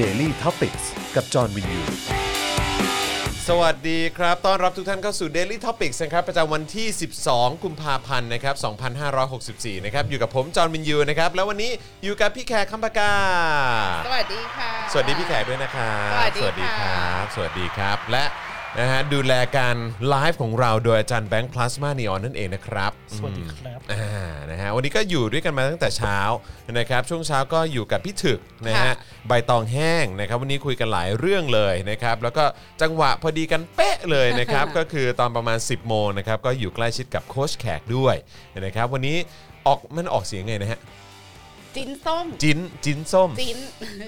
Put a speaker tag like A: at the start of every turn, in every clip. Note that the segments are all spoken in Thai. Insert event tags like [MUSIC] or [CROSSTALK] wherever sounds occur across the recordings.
A: Daily t o p i c กกับจอห์นวินยู
B: สวัสดีครับ ต้อนรับทุกท่านเข้าสู่ Daily Topics นะครับ ประจำวันที่ 12 กุมภาพันธ์นะครับ 2564 นะครับ อยู่กับผม จอห์นวินยู นะครับ แล้ววันนี้อยู่กับพี่แขกคำปากา
C: สวัสดีค่ะ
B: สวัสดีพี่แขกด้วยนะครับ
C: สวัสดี
B: ค
C: ค่ะ
B: รับ สวัสดีครับ และนะฮะดูแลการไลฟ์ของเราโดยอาจารย์แบงค์พลาสมานีออนนั่นเองนะครับ
D: สวัสดีครับ
B: อ่านะฮะวันนี้ก็อยู่ด้วยกันมาตั้งแต่เช้านะครับช่วงเช้าก็อยู่กับพี่ถึกนะฮะ
C: ค่ะ
B: ใบตองแห้งนะครับวันนี้คุยกันหลายเรื่องเลยนะครับแล้วก็จังหวะพอดีกันเป๊ะเลยนะครับ ก็คือตอนประมาณ 10 โมงนะครับก็อยู่ใกล้ชิดกับโค้ชแขกด้วยนะครับวันนี้ออกมันออกเสียงไงนะฮะ
C: จิ้นส้ม
B: จิ้นจิ้นส้ม
C: จิ้น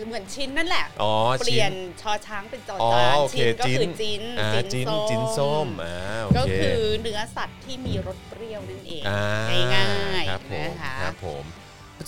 C: เหมือน [LAUGHS] ชิ้นนั่นแหละ
B: อ๋อ
C: เป
B: ชิ้น
C: ลี่ยนชอช้างเป็นจอ
B: อ๋อ
C: จาน
B: โอเค
C: ชิ้นก็
B: จิ้น
C: คือจิ้น
B: อ่าจิ้นจิ้นส้มอ่าโอ
C: ก็
B: เค
C: คือเนื้อสัตว์ที่มีรสเปรี้ยวนั่นเอง
B: อ่า
C: ง่าย
B: ครับผ
C: ๆ
B: ม
C: นะคะ
B: ครับผม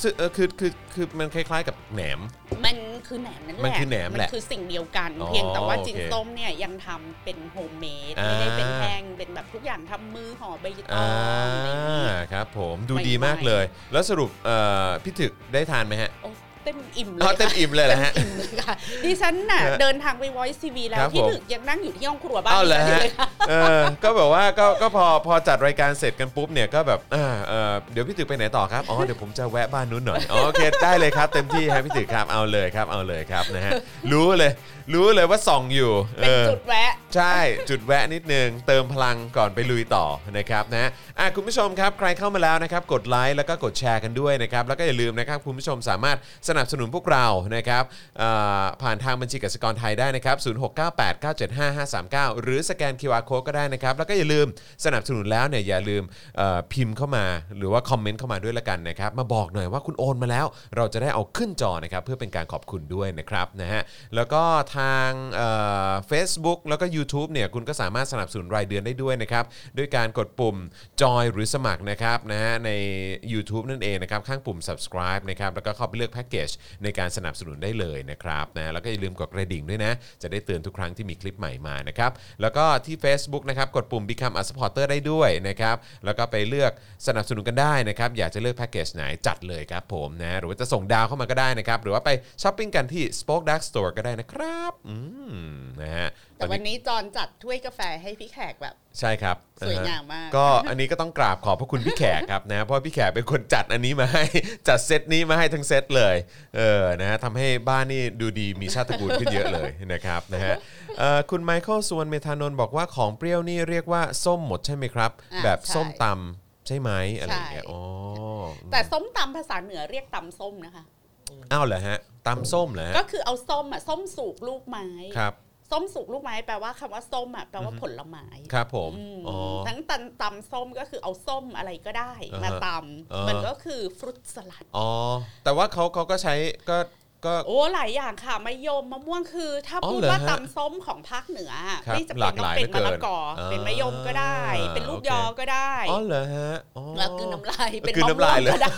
B: ซึ่งเออคือคือคือมันคล้าย ๆ กับแหนม
C: มันคือแหนมนั่นแหละ
B: มันคือแหนมแหละ
C: คือสิ่งเดียวกัน
B: อ๋อ
C: เพียงแต่ว่า
B: โอเค
C: จิ้นส้มเนี่ยยังทำเป็นโฮมเมดไม่ได้เป็น
B: อ่า
C: แห้งเป็นแบบทุกอย่างทำมือห่อใบตอ
B: อ่าง
C: อะไรอย่างงี้
B: ครับผมดู
C: ไม่
B: ดีมาก
C: ไม่
B: เลย แล้วสรุปเอ่อพี่ถึกได้ทานไหมฮะ
C: โอ้เต็มอิ่มเล
B: อ๋อย เต็ม
C: ค่ะ
B: อิ่มเลยนะฮะ
C: อิ่มเลยค่ะดิฉันน่ะ
B: ฮะ
C: เดินทางไป Voice TV แล้
B: ครั
C: ว
B: บ
C: ที่
B: ผม
C: ถึกยังนั่งอยู่ที่ห้องครัวบ้าน
B: เอาเหรอ
C: ดิฉั
B: ฮะ
C: นเลยค่ะ
B: เออก็แบบว่าก็ก็พอพอจัดรายการเสร็จกันปุ๊บเนี่ยก็แบบอ่าเออเดี๋ยวพี่ถึกไปไหนต่อครับอ๋อเดี๋ยวผมจะแวะบ้านนู้นหน่อยอ๋อโอเคได้เลยครับเต็มที่ครับพี่ถึกครับเอาเลยครับเอาเลยครับนะฮะรู้เลย รู้เลยว่าส่องอยู่
C: เป็น
B: ออ
C: จุดแวะ
B: ใช่จุดแวะนิดนึง เติมพลังก่อนไปลุยต่อนะครับนะอ่ะคุณผู้ชมครับใครเข้ามาแล้วนะครับกดไลค์แล้วก็กดแชร์กันด้วยนะครับแล้วก็อย่าลืมนะครับคุณผู้ชมสามารถสนับสนุนพวกเรานะครับเอ่อผ่านทางบัญชีกสิกรไทยได้นะครับ0698 975 539 หรือสแกน QR Code ก็ได้นะครับแล้วก็อย่าลืมสนับสนุนแล้วเนี่ยอย่าลืมเอ่อพิมพ์เข้ามา หรือว่าคอมเมนต์เข้ามาด้วยละกันนะครับมาบอกหน่อยว่าคุณโอนมาแล้ว เราจะได้เอาขึ้นจอนะครับเพื่อเป็นการขอบคุณด้วยนะครับนะฮะแล้วก็ทางเฟซบุ๊กแล้วก็ u t u b e เนี่ยคุณก็สามารถสนับสนุนรายเดือนได้ด้วยนะครับด้วยการกดปุ่มจอยหรือสมัครนะครับนะฮะใน YouTube นั่นเองนะครับข้างปุ่ม subscribe นะครับแล้วก็เข้าไปเลือกแพ็กเกจในการสนับสนุนได้เลยนะครับนะแล้วก็อย่าลืมกดกระดิ่งด้วยนะ จะได้เตือนทุกครั้งที่มีคลิปใหม่มานะครับแล้วก็ที่ Facebook นะครับกดปุ่ม Become a supporter ได้ด้วยนะครับแล้วก็ไปเลือกสนับสนุนกันได้นะครับอยากจะเลือกแพ็กเกจไหนจัดเลยครับผมนะหรือว่าจะส่งดาวเข้ามาก็ได้นะครับหรือว่าไปช้อปปิ้งกันที่ Spoke Dark Store ก็ได้นะครับอืมนะฮะ
C: แต่วันนี้จอนจัดถ้วยกาแฟให้พี่แขกแบบ
B: ใช่ครับ
C: สวย
B: นะฮะ
C: งามมาก
B: ก็ [LAUGHS] อันนี้ก็ต้องกราบขอบพระคุณพี่แขกครับนะเพ [LAUGHS] ราะพี่แขกเป็นคนจัดอันนี้มาให้ [LAUGHS] จัดเซตนี้มาให้ทั้งเซตเลยเออนะฮะทำให้บ้านนี่ดูดีมีชาติตระกูลขึ้นเยอะเลยนะครับ [LAUGHS] นะฮะเอ่อคุณไมเคิลสุวรรณเมธานนท์บอกว่าของเปรี้ยวนี่เรียกว่าส้มหมดใช่ไหมครับ
C: อ่า
B: แบบ
C: ใช่
B: ส้มตำใช่ไหมอะไรอย่างเงี้ยอ๋อ
C: แต่ส้มตำภาษาเหนือเรียกตำส้มนะคะ
B: อ้าวเหรอฮะตำส้มเหรอฮะ
C: ก็คือเอาส้มอ่ะส้มสุกลูกไม้
B: ครับ
C: ส้มสุกลูกไม้แปลว่าคำว่าส้มอ่ะแปลว่าผลไม้
B: ครับผม
C: อืม
B: อ๋อ
C: ทั้งตันตำส้มก็คือเอาส้มอะไรก็ได้
B: อ่าฮะ
C: มา
B: อ่า
C: ตำ
B: มั
C: มันก็คือฟรุตสลัด
B: อ๋อแต่ว่าเขาเขาก็ใช้ก็ก็
C: โอ้หลายอย่างค่ะมะยมมะม่วงคือ ถ้า
B: อ๋อ
C: พูด
B: เหรอ
C: ว่า
B: ฮะ
C: ตำส้มของภาคเหนืออะ
B: ครับ
C: ไม่จะ
B: ห
C: เป็
B: ลาน กห
C: ต้อง
B: ลาย
C: เป็น
B: เหลือเกิน
C: มะละกอ
B: อ่า
C: เป็นมะยมก็ได้ เป็นลูกยอ
B: โอเค
C: ก็ได้
B: อ๋อเหรอฮะอ๋อ
C: แล้วคือน้ำลายเป็น
B: กลืน
C: มะ
B: น้ำ
C: ม่ว
B: ลาย
C: ง
B: เลย
C: ก็ได้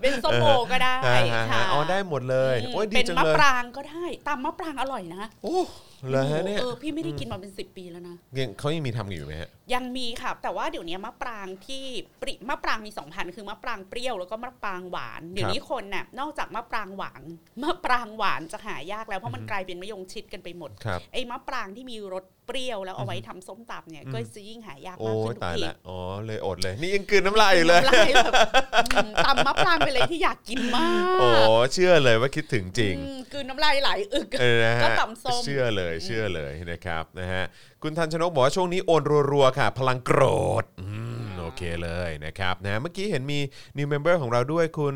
C: เป็นส้มโอก็ได้
B: อ่าฮะ
C: ค่ะ
B: อ๋อได้หมดเลย
C: อืม
B: โอ้ยดี
C: เป็น
B: จัง
C: มะ
B: เลย
C: ปรางก็ได้ตำมะปรางอร่อยนะ
B: โอ้เหรอฮะเนี่ย
C: เออพี่ไม่ได้กินมาเป็นสิบปีแล้วนะ
B: ยังเขายังมีทำกันอยู่ไหมฮะ
C: ยังมีค่ะ แต่ว่าเดี๋ยวนี้มะปรางที่ปริมะปรางมีสองพันคือมะปรางเปรี้ยวแล้วก็มะปรางหวานเดี๋ยวนี้คนน่ะนอกจากมะปรางหวานมะปรางหวานจะหายากแล้วเพราะมันกลายเป็นมะยงชิดกันไปหมด
B: ครับ
C: ไอ้มะปรางที่มีรสเปรี้ยวแล้วเอาไว้ทำส้มตำเนี่ย
B: อืม
C: ก็จะยิ่งหายาก
B: โอ้
C: มากขึ้
B: ย
C: นทุ
B: ตาก ย
C: ที
B: ละอ๋อเลยอดเลย นี่ยังกลืนน้ำลายอยู่เลย
C: น้ำลายแบบ
B: [LAUGHS]
C: อืมตำมะปรางเป็นอะไรที่อยากกินมาก
B: โอ้เชื่อเลยว่าคิดถึงจริง
C: อืมคือน้ำลายไหลอึก
B: เออนะฮะ
C: ก็ตำส้ม
B: เชื่อเลยเชื่อเลยนะครับนะฮะคุณทันชนกบอกว่าช่วงนี้โอนรัวๆค่ะ พลังโกรธอืมโอเคเลยนะครับนะเมื่อกี้เห็นมี new member ของเราด้วยคุณ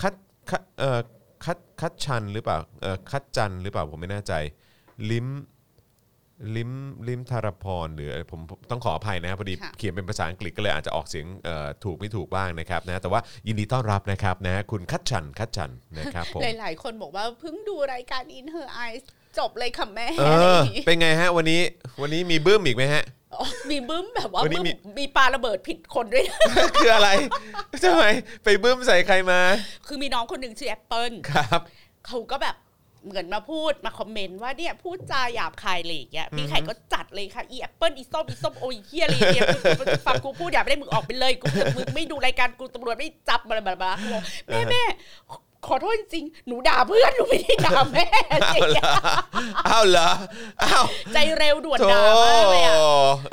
B: คัดคัดเอ่อคัดคัดชันหรือเปล่าเอ่อคัดจันหรือเปล่าผมไม่แน่ใจ ลิมลิมลิมธารพรหรืออะไรผมผมต้องขออภัยนะพอดี
C: ค่ะ
B: เขียนเป็นภาษาอังกฤษก็เลยอาจจะออกเสียงเอ่อถูกไม่ถูกบ้างนะครับนะแต่ว่ายินดีต้อนรับนะครับนะคุณคัดชันคัดชันนะครับผม
C: หลาย ๆ คนบอกว่าเพิ่งดูรายการ In Her Eyes จบเลยค่ะแม่
B: เอ
C: อะไรอ
B: อย่าง
C: งี้
B: เป็นไงฮะวันนี้วันนี้มีบื้มอีกไหมฮะ [LAUGHS]
C: อ๋อมีบึ้มแบบว่า
B: วันนี้
C: บึ้ม
B: มี
C: มีปลาระเบิดผิดคนด้วยนะ [LAUGHS]
B: คืออะไรทำไมไปบื้มใส่ใครมา
C: คือมีน้องคนหนึ่งชื่อแอปเปิล
B: ครับ
C: เขาก็แบบเหมือนมาพูดมาคอมเมนต์ว่าเนี่ยพูดจาหยาบคายอะไรอย่างเงี้ยพี่ไข่ก็จัดเลยค่ะอีแอปเปิลอีส้มอีส้มโอ้ยเฮียอะไรเนี่ยมึงฟังกูพูดอย่าไม่ได้มึงออกไปเลยกูมึงไม่ดูรายการกูตำรวจไม่จับมาบลาบลาแม่แม่ ขอโทษจริงๆหนูด่าเพื่อนหนูไม่ได้ด่าแม่อะไรอย่างเงี้ย [LAUGHS]
B: อ้าวเหรออ้าว
C: ใจเร็วด่วน
B: โธ่
C: ด่ามากเลยอ่ะ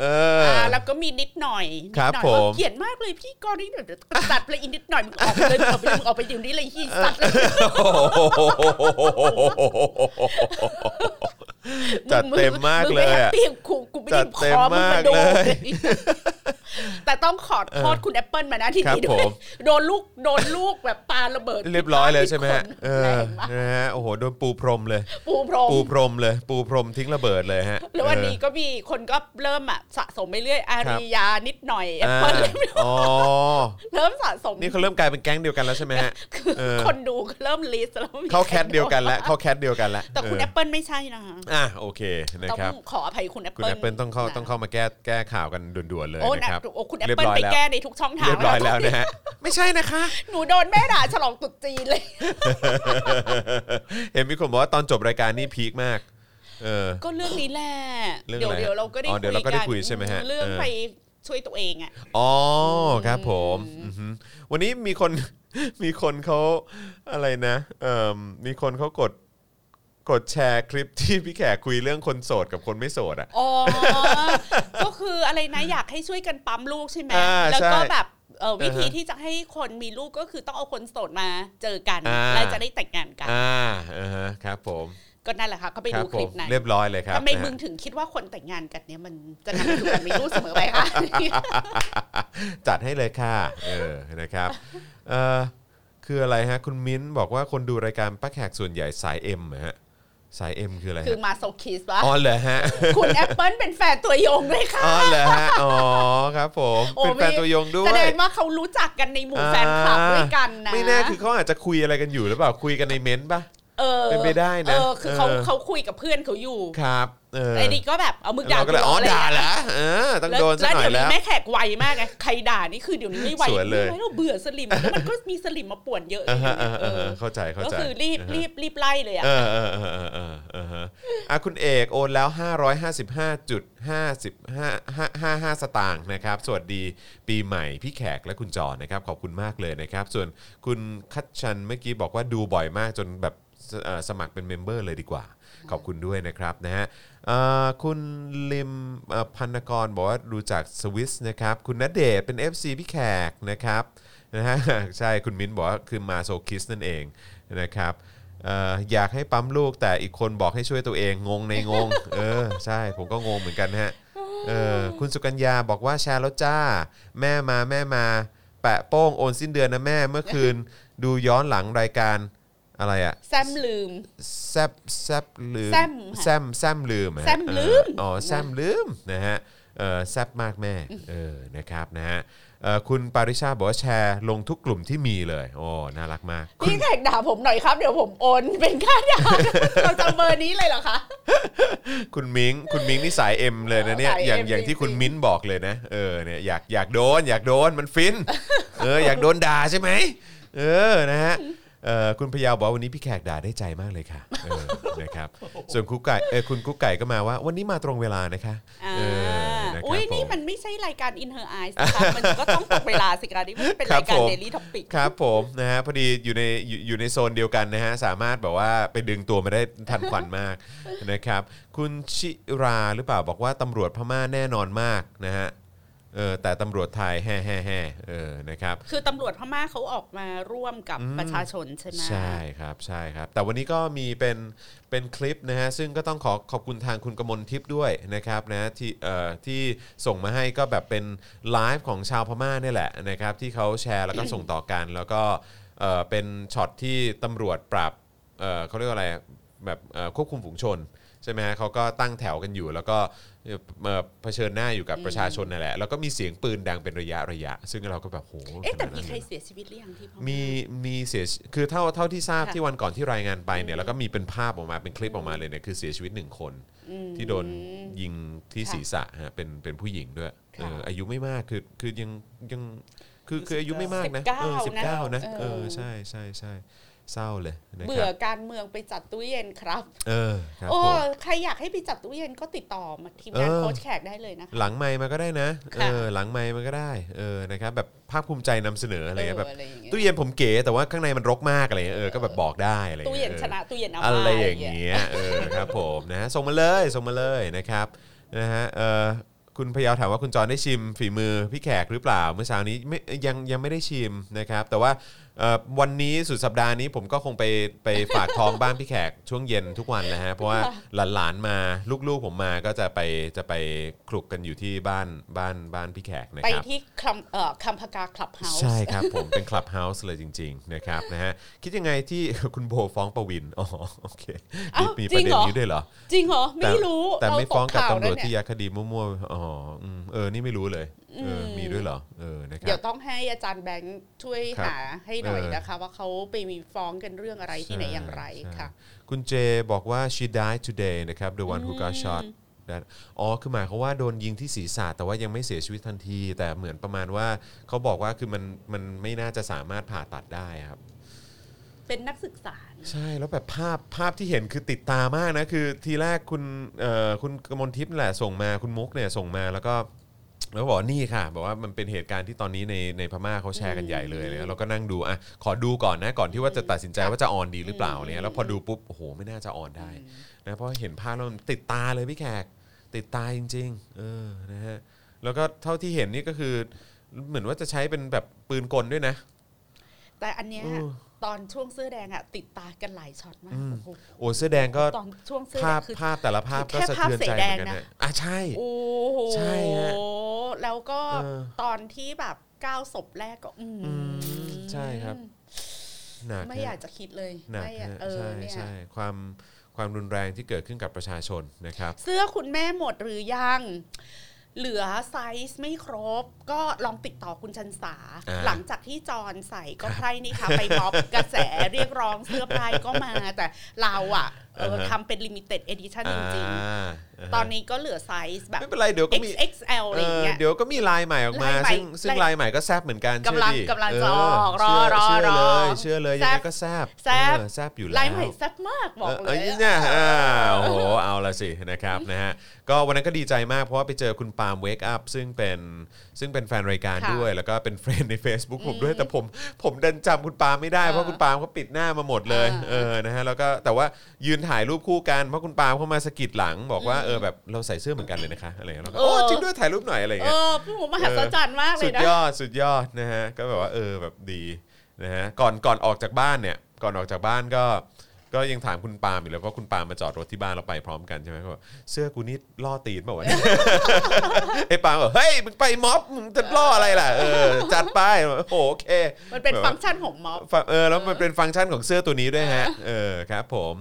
B: เอออ
C: อ่าแล้วก็มีนิดหน่อยนิดหน่อย
B: ครับผม
C: ว่าเกลียดมากเลยพี่กรณ์นี่เดี๋ยวจัดเลยอีกนิดหน่อยมึงออกไปเลยมึงออกไปเลยมึงออกไปเดี๋ยวนี้เลยยี่สัตว์เลย
B: โอ้
C: ง
B: จัดเต็มมากเลย
C: มึงไม่แฮ
B: อะ
C: ปปี้กับกูกูไม่ได้
B: จัดเต็ม
C: ขอมึงมาโดน
B: มากเลย
C: [LAUGHS] แต่ต้องขอโทษคุณแอปเปิลมานะที่
B: ครับ
C: นี่ด้
B: ผ
C: วย
B: ม
C: โดนลูกโดนลูกแบบปาระเบิด
B: เรียบร้อยเลย
C: ผิด
B: ใช่ไหมฮะ
C: คน
B: เอ
C: แร
B: อง
C: มาก
B: นะฮะโอ้โหโดนปูพรมเลย
C: ปูพรม
B: ปูพรมเลย ปูพรมทิ้งระเบิดเลยฮะ
C: แล้ววัน
B: เออ
C: นี้ก็มีคนก็เริ่มอ่ะสะสมไปเรื่อยอา
B: ครับ
C: รียานิดหน่อยแอป
B: อ่า
C: เปิล
B: อ๋อ
C: เริ่มสะสม
B: นี่เขาเริ่มกลายเป็นแก๊งเดียวกันแล้วใช่ไหมฮะ
C: คือ
B: เออ
C: คนดูก็เริ่มลิสต์แล้วมี
B: เข้าแคทเดียวกันแล้วเข้าแคทเดียวกันแล้ว
C: แต่คุณ
B: เอ
C: แอ
B: อ
C: ปเปิลไม่ใช่นะคะ
B: อ่ะโอเคนะ
C: ต้อง
B: ครับ
C: ขออภัยคุณแอป
B: คุณ
C: เปิล
B: แอปเปิลต้องเข้า
C: ะ
B: ต้องเข้ามาแก้แก้ข่าวกันด่วนๆเลย
C: โอ้
B: นะ
C: นะครับ โอ้คุณแอป
B: เรียบ
C: เปิล
B: ร้อย
C: ไป
B: แล้ว
C: แก้ในทุกช่องทาง
B: เรียบร้อยแล้วนะฮะ [LAUGHS]
A: ไม่ใช่นะคะ
C: หนูโดนแม่ด่าฉลองตรุ๊จีนเลย
B: เห็นมีคนบอกว่าตอนจบรายการนี่พีคมาก เออ
C: ก็เรื่องนี้แหละ
B: เรื่อง
C: เดี๋ยว
B: อะไร
C: เดี๋ยวเราก็ได้
B: อ๋อเดี๋ยวเราก็ได้คุยใช่ไหมฮะ
C: อืเรื่อง
B: เออ
C: ไปช่วยตัวเองอ่ะ
B: อ๋อครับผมอือหือวันนี้มีคน [LAUGHS] มีคนเขาอะไรนะเอ่มมีคนเขากดกดแชร์คลิปที่พี่แขกคุยเรื่องคนโสดกับคนไม่โสดอ่ะ
C: อ๋อ ก็คืออะไรนะอยากให้ช่วยกันปั๊มลูกใช่ไหม
B: อ่า
C: แล้วก็
B: ใช่
C: แบบเอ่อวิธี
B: อ่าฮะ
C: ที่จะให้คนมีลูกก็คือต้องเอาคนโสดมาเจอกัน
B: อ่า
C: แล้วจะได้แต่งงานกัน
B: อ่าอ่าฮะครับผม
C: ก็นั่นแหละค่ะ ก็ไป
B: ครั
C: ดู
B: ผ
C: คลิ
B: ม
C: ปนั้น
B: เรียบร้อยเลยครับ
C: ทำไม
B: นะฮะ
C: มึงถึงคิดว่าคนแต่งงานกันเนี่ยมันจะนำไปสู่การมีลูกเสมอไปคะ [LAUGHS]
B: จัดให้เลยค่ะ เออ นะครับ เออคืออะไรฮะ คุณมิ้นบอกว่าคนดูรายการป้าแขกส่วนใหญ่สายเอ็มฮะ สายเอ็มคืออะไร
C: คือ
B: ฮะ
C: มาโซคิสว่า
B: อ๋อเหรอฮะ
C: คุณแอปเปิลเป็นแฟนตัวยงเลยค่ะ
B: อ๋อเหรอฮะ อ๋อครับผม
C: โอ้
B: เป็นแฟน
C: ไม่
B: ตัวยงด้ว
C: แส
B: ย
C: ดงว่าเขารู้จักกันในหมู่
B: อ่า
C: แฟนคลับด้วยกันนะ
B: ไม่แน่คือเขาอาจจะคุยอะไรกันอยู่หรือเปล่า คุยกันในเม้นต์ปะ
C: เออ
B: เป็นไปได้นะ
C: เออคือเขา
B: เออ
C: เขาคุยกับเพื่อนเขาอยู่
B: ครับ เออ
C: ไอ้นี่ก็แบบเอามึงด่า
B: เราก็เลยอ๋อ
C: กูหร
B: ด่า
C: ะไรย่งงี้
B: เห
C: ย
B: รอเออ ต้องโดนซะหน่อย
C: เดี๋
B: แล้
C: ยว วนี้แม่แขกไวมากไงใครด่านี่คือเดี๋ยวนี้ไม่ไหว
B: สวยเลย
C: ไม่ไหเราเบื่อสลิมแล้วมันก็มีสลิมมาป่วนเยอะ
B: อ่าฮะ
C: เอ
B: อ่า
C: อ
B: ฮะอ่าฮะเข้าใจ เข้า
C: ก็
B: ใจ
C: คือรีบ
B: าฮะ
C: รีบรีบไล่เลยอ่ะ
B: เออเออเออเออเออเออฮะอ่ะคุณเอกโอนแล้ว 555.55 สตางค์นะครับ สวัสดีปีใหม่พี่แขกและคุณจอนะครับ ขอบคุณมากเลยนะครับ ส่วนคุณคัตชันเมื่อกี้บอกว่าดูบ่อยมากจนแบบสเอ่อสมัครเป็นเมมเบอร์เลยดีกว่า ขอบคุณด้วยนะครับนะฮะเอ่อคุณลิมเอ่อพันนกรบอกว่าดูจากสวิสนะครับ คุณณเดชน์เป็น FC พี่แขกนะครับนะฮะ ใช่คุณมิ้นบอกว่าคือมาโซคิสนั่นเองนะครับ เอ่ออยากให้ปั๊มลูกแต่อีกคนบอกให้ช่วยตัวเองงงในง
C: [LAUGHS]
B: ง เออใช่ผมก็งงเหมือนกันฮะเออคุณสุกัญญาบอกว่าแชร์แล้วจ้า แม่มาแม่มา แปะโป้งโอนสิ้นเดือนนะแม่เมื่อคืน [LAUGHS] ดูย้อนหลังรายการอะไรอะ
C: แซมลืม
B: แซบแซบลืม
C: แซ่มค่ะ
B: แซมแซมลืมอะฮะ
C: แซ่มลืม
B: เอออ๋อแซมลืมนะฮะเออแซบมากแม่เออนะครับนะฮะเออคุณปาริชาบอกว่าแชร์ลงทุกกลุ่มที่มีเลยโอ้น่ารักมาก
C: พี่แขกด่าผมหน่อยครับ เดี๋ยวผมโอนเป็นค่า
B: [LAUGHS]
C: ด่าเราจะเบอร์นี้เลยเหรอคะ
B: คุณมิงคุณมิงนี่สายเอ็มเลยนะเนี่ย
C: สาย
B: อย่าง
C: M
B: อย่างที่
C: จริงๆ
B: คุณมิ้นบอกเลยนะ เออเนี่ยอยากอยากโดน อยากโดนมันฟิน เออ
C: [LAUGHS]
B: อยากโดนด่าใช่ไหมเออนะฮะเออคุณพยาวบอกว่าวันนี้พี่แขกด่าได้ใจมากเลยค่ะเออ
C: [LAUGHS]
B: นะครับส่วนคุกไก่เออคุณคุกไก่ก็มาว่า วันนี้มาตรงเวลานะคะ
C: อ่า
B: เออนะครับ
C: อุ้ย
B: ผ
C: นี่
B: ม
C: มันไม่ใช่รายการ In Her Eyes นะคะมันก็ต้องตกเวลาสิคะนี่มันเป็น
B: ครับ
C: รายการ
B: ผม
C: Daily Topic
B: ครับผมนะฮะพอดีอยู่ในอยู่อยู่ในโซนเดียวกันนะฮะสามารถแบบว่าไปดึงตัวมาได้ทันควันมาก นะครับ คุณชิราหรือเปล่าบอกว่าตำรวจพม่าแน่นอนมากนะฮะเออแต่ตำรวจไทยแฮ่แฮ่แฮ่เออนะครับ
C: คือตำรวจพม่าเขาออกมาร่วมกับประชาชนใช่ไหม
B: ใช่ครับใช่ครับ แต่วันนี้ก็มีเป็นเป็นคลิปนะฮะซึ่งก็ต้องขอขอบคุณทางคุณกมลทิพย์ด้วยนะครับนะที่เอ่อที่ส่งมาให้ก็แบบเป็นไลฟ์ของชาวพม่าเนี่ยแหละนะครับที่เขาแชร์แล้วก็ ส่งต่อกัน แล้วก็เอ่อเป็นช็อตที่ตำรวจปราบเอ่อเขาเรียกว่าอะไรแบบเอ่อควบคุมฝูงชน ใช่ไหมฮะเขาก็ตั้งแถวกันอยู่ แล้วก็เอ่อเอ่อเผชิญหน้าอยู่กับประชาชนนั่นแหละแล้วก็มีเสียงปืนดังเป็นระยะระยะ ซึ่งเราก็แบบโห
C: เอ๊ะแต่
B: ขนาดนั้น
C: มี
B: เลยเหรอ
C: ใครเสียชีวิตหรือยังที่พม่า
B: มีมีเสียชีคือเท่าเท่าที่ทราบ
C: ค่ะ
B: ที่วันก่อนที่รายงานไปเนี่ยแล้วก็มีเป็นภาพออกมาเป็นคลิปออกมาเลยเนี่ยคือเสียชีวิตหนึ่งคน ที่โดนยิงที่ศีรษะฮะเป็นเป็นผู้หญิงด้วยเอออายุไม่มากคือคือยังยังคือคืออายุไม่มากนะ
C: 19
B: เออสิบเก้านะ
C: นะ
B: เอ
C: เอ
B: อ
C: อ
B: ใช่ใช่ใช่ เศร้าเลยนะค
C: เบื่อ
B: รับ
C: การเมืองไปจัดตู้เย็นครับ
B: เออครับ
C: โอ้
B: ผม
C: ใครอยากให้ไปจัดตู้เย็นก็ติดต่อมาทีมงาน
B: เออ
C: โค้ชแขกได้เลยนะคะ
B: หลังไมค์มาก็ได้นะเอ
C: ค่ะ
B: อหลังไมค์มาก็ได้เออนะครับแบบภาคภูมิใจนำเสนออะไรเงี้ยแบบ
C: ไรอย่างเงี้ย
B: ตู้เย็นผมเก๋แต่ว่าข้างในมันรกมากอะไรเงี้ยเออก็แบบบอกได้อะไรงี้
C: ตู้เย็นชนะตู้เย็นเอา
B: อะ
C: มา
B: ไรอย่างเงี้ยเออครับผมนะฮะส่งมาเลยส่งมาเลยนะครับนะฮะเออคุณพยาวถามว่าคุณจอนได้ชิมฝีมือพี่แขกหรือเปล่าเมื่อเช้านี้ไม่ยังยังไม่ได้ชิมนะครับ แต่ว่าเอ่อวันนี้สุดสัปดาห์นี้ผมก็คงไปไปฝากท้อง บ้านพี่แขกช่วงเย็นทุกวันนะฮะเพราะว่าหลานๆมาลูกๆผมมาก็จะไปจะไปคลุกกันอยู่ที่บ้านบ้านบ้านพี่แขกนะ
C: ไป
B: ครับ
C: ที่คัมเอ่อคัมพกาคลับเฮาส์
B: ใช่ครับ ผม [LAUGHS] เป็นคลับเฮาส์เลยจริง ๆ นะครับนะฮะคิดยังไงที่ [LAUGHS] คุณโบฟ้องประวินอ๋ [LAUGHS] อโอเคมีมีประเด็นนี้ด้วยเหรอ
C: จริงเหรอ ไม่
B: แต่
C: รู้
B: แต่ไม่ฟ้องกับ
C: เาข่า
B: ตำรวจ
C: แล้
B: ที่
C: เนี่ย
B: ยัดคดีมั่วๆอ๋ออืมเออนี่ไม่รู้เลยเอออ
C: ม
B: มีด้วยเหรอเออนะค
C: เดี๋
B: รั
C: ย
B: บ
C: วต้องให้อาจารย์แบงค์ช่วย
B: ครับ
C: หาให้หน่อย
B: เออ
C: นะคะ ว่าเขาไปมีฟ้องกันเรื่องอะไรที่ไหนอย่างไร
B: ใช่
C: ค่ะ
B: คุณเจบอกว่า she died today นะครับ the one who got shot that อ๋อคือหมายความว่าโดนยิงที่ศีรษะแต่ว่ายังไม่เสียชีวิตทันที แต่เหมือนประมาณว่าเขาบอกว่าคือมันมันไม่น่าจะสามารถผ่าตัดได้ครับ
C: เป็นนักศึกษานะ
B: ใช่แล้วแบบภาพภาพที่เห็นคือติดตามากนะ คือทีแรกคุณเอ่อคุณกมลทิพย์นั่นแหละส่งมาคุณมุกเนี่ยส่งมาแล้วก็แล้วบอกว่านี่ค่ะบอกว่ามันเป็นเหตุการณ์ที่ตอนนี้ในในพม่าเขาแชร์กันใหญ่เลยแล้วเราก็นั่งดูอ่ะขอดูก่อนนะก่อนที่ว่าจะตัดสินใจว่าจะออนดีหรือเปล่าอะไรเนี่ยแล้วพอดูปุ๊บโอ้โหไม่น่าจะออนได้นะเพราะเห็นภาพแล้วมันติดตาเลยพี่แขกติดตาจริง ๆ เออนะฮะแล้วก็เท่าที่เห็นนี่ก็คือเหมือนว่าจะใช้เป็นแบบปืนกลด้วยนะ
C: แต่อันเนี้ย
B: อืม
C: ตอนช่วงเสื้อแดงอะติดตากันหลายช็อตมา
B: อื
C: ก
B: ม
C: โอ้โห
B: โอ้เสื้อแดงก็
C: ตอนช่วงเสื้อ
B: ภา
C: แด
B: พ
C: งคือ
B: ภาพแต่ละภาพก็
C: แค่
B: สะ
C: ภาพ
B: เทือนใจ
C: สี
B: เห
C: แด
B: มือง นกัน
C: นะ
B: นะอ่ะใช่
C: โอ้โห
B: ใช่ฮะ
C: แล้วก็
B: เออ
C: ตอนที่แบบก้าวศพแรกก็ อืม
B: อืมใช่ครับ หนัก
C: ไม่อยาก
B: ฮะ
C: จะคิดเลย
B: หนัก
C: ไม่อยาก
B: ฮะ
C: เออ
B: ใช่
C: เนี่ย
B: ใช่ความความรุนแรงที่เกิดขึ้นกับประชาชนนะครับ
C: เสื้อคุณแม่หมดหรือยัง เหลือไซส์ไม่ครบ ก็ลองติดต่อคุณชันษา
B: อ่า
C: หลังจากที่จอนใส่ก็ใครนี่ค่ะ ไปม็อบกระแสเรียกร้องเสื้อพายก็มา แต่เราอ่ะเออ
B: อ่าฮะ
C: ทำเป็นลิมิเต็ดเอดิชั่นจริง
B: อ่า
C: ๆ ตอนนี้ก็เหลือไซส์แบบ
B: ไม่เป็นไรเดี๋ยวก็มี
C: XXL อะไร
B: เอ
C: อย่าง
B: อ
C: เงี้ย
B: เดี๋ยวก็มีลายใหม่ออกมา
C: ลายใหม่
B: ซึ่งซึ่ง
C: ลาย
B: ลายใหม่ก็แซบเหมือนกัน
C: กำลัง
B: เชื่อดิ
C: กำลังจะ
B: เ
C: ออกรอรอ
B: เชื่
C: รอ
B: เลยเชื่อเลย
C: แซ่
B: ยัง
C: บ
B: ไงก็แซบ
C: แซ่บ
B: เออแซบอยู่แล้ว
C: ลายใหม่แซ่บมากบอกเลย
B: เออเนี่ยอ่าโอ้โห เอาละสินะครับนะฮะ ก็วันนั้นก็ดีใจมากเพราะว่าไปเจอคุณปาล์มเวกอัพซึ่งเป็นซึ่งเป็นแฟนรายการ
C: ค่ะ
B: ด้วย แล้วก็เป็นเฟรนด์ใน Facebook ผมด้วย แต่ผมผมดันจำคุณปาล์มไม่ได้ เพราะคุณปาล์มเขาปิดหน้ามาหมดเลย
C: อ่า
B: เออ นะฮะ แล้วก็แต่ว่ายืนถ่ายรูปคู่กัน เพราะคุณปาล์มเข้ามาสะกิดหลัง บอกว่าเออแบบเราใส่เสื้อเหมือนกันเลยนะคะ อะไรอย่างเงี้ยแล้วก็โอ้จริงด้วยถ่ายรูปหน่อยอะไรอย่าง
C: เอ
B: เงี้ย
C: อพี่หมูมหัศจรรย์มากเล
B: สุ
C: ย
B: ด
C: นะ
B: ยอดสุดยอดนะฮะก็แบบว่าเออแบบดีนะฮะก่อนก่อนออกจากบ้านเนี่ยก่อนออกจากบ้านก็ ก็ยังถามคุณปาล์มอยู่เลยเพราะคุณปาล์มมาจอดรถที่บ้านเราไปพร้อมกันใช่ไหมเขาบอกเสื้อกูนี่ล่อตีนเปล่า
C: [LAUGHS]
B: วะเนี่ย ไอ้ปาล์มบอกเฮ้ยมึงไปม็อบมึงจะล่ออะไรล่ะเออจัดไปโอ้โหโอเค
C: มันเป็นฟังก์ชันของม็อบ
B: ฟังเออแล้วมันเป็นฟังก์ชันของเสื้อตัวนี้ด้วยฮะ เออครับผม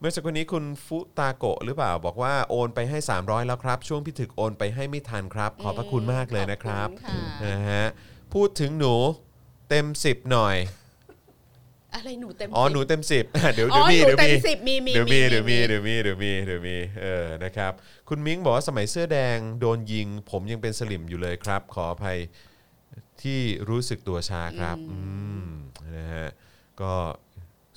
B: เมื่อสักครู่นี้คุณฟุตาโกะหรือเปล่าบอกว่าโอนไปให้ 300 แล้วครับ ช่วงพี่ถึกโอนไปให้ไม่ทันครับ ขอบพระคุณมากเลยนะครับ
C: ขอบคุณค่ะ
B: นะฮะพูดถึงหนูเต็ม 10 หน่อย
C: อะไรหนูเต็ม
B: อ๋อ
C: สิบ
B: หนูเต็ม 10 [LAUGHS] เดี๋ยว
C: อ๋
B: เดี๋ยวมี
C: อห
B: เดี๋
C: นู
B: ยว
C: เต็
B: มี
C: มสิบมีมี
B: เดี๋ยวมีเดี๋ยวมีเดี๋ยวมีเดี๋ยวมีเดี๋ยวมีเออนะครับ คุณมิ้งบอกว่าสมัยเสื้อแดงโดนยิง ผมยังเป็นสลิมอยู่เลยครับ ขออภัยที่รู้สึกตัวชาครับอืมนะฮะก็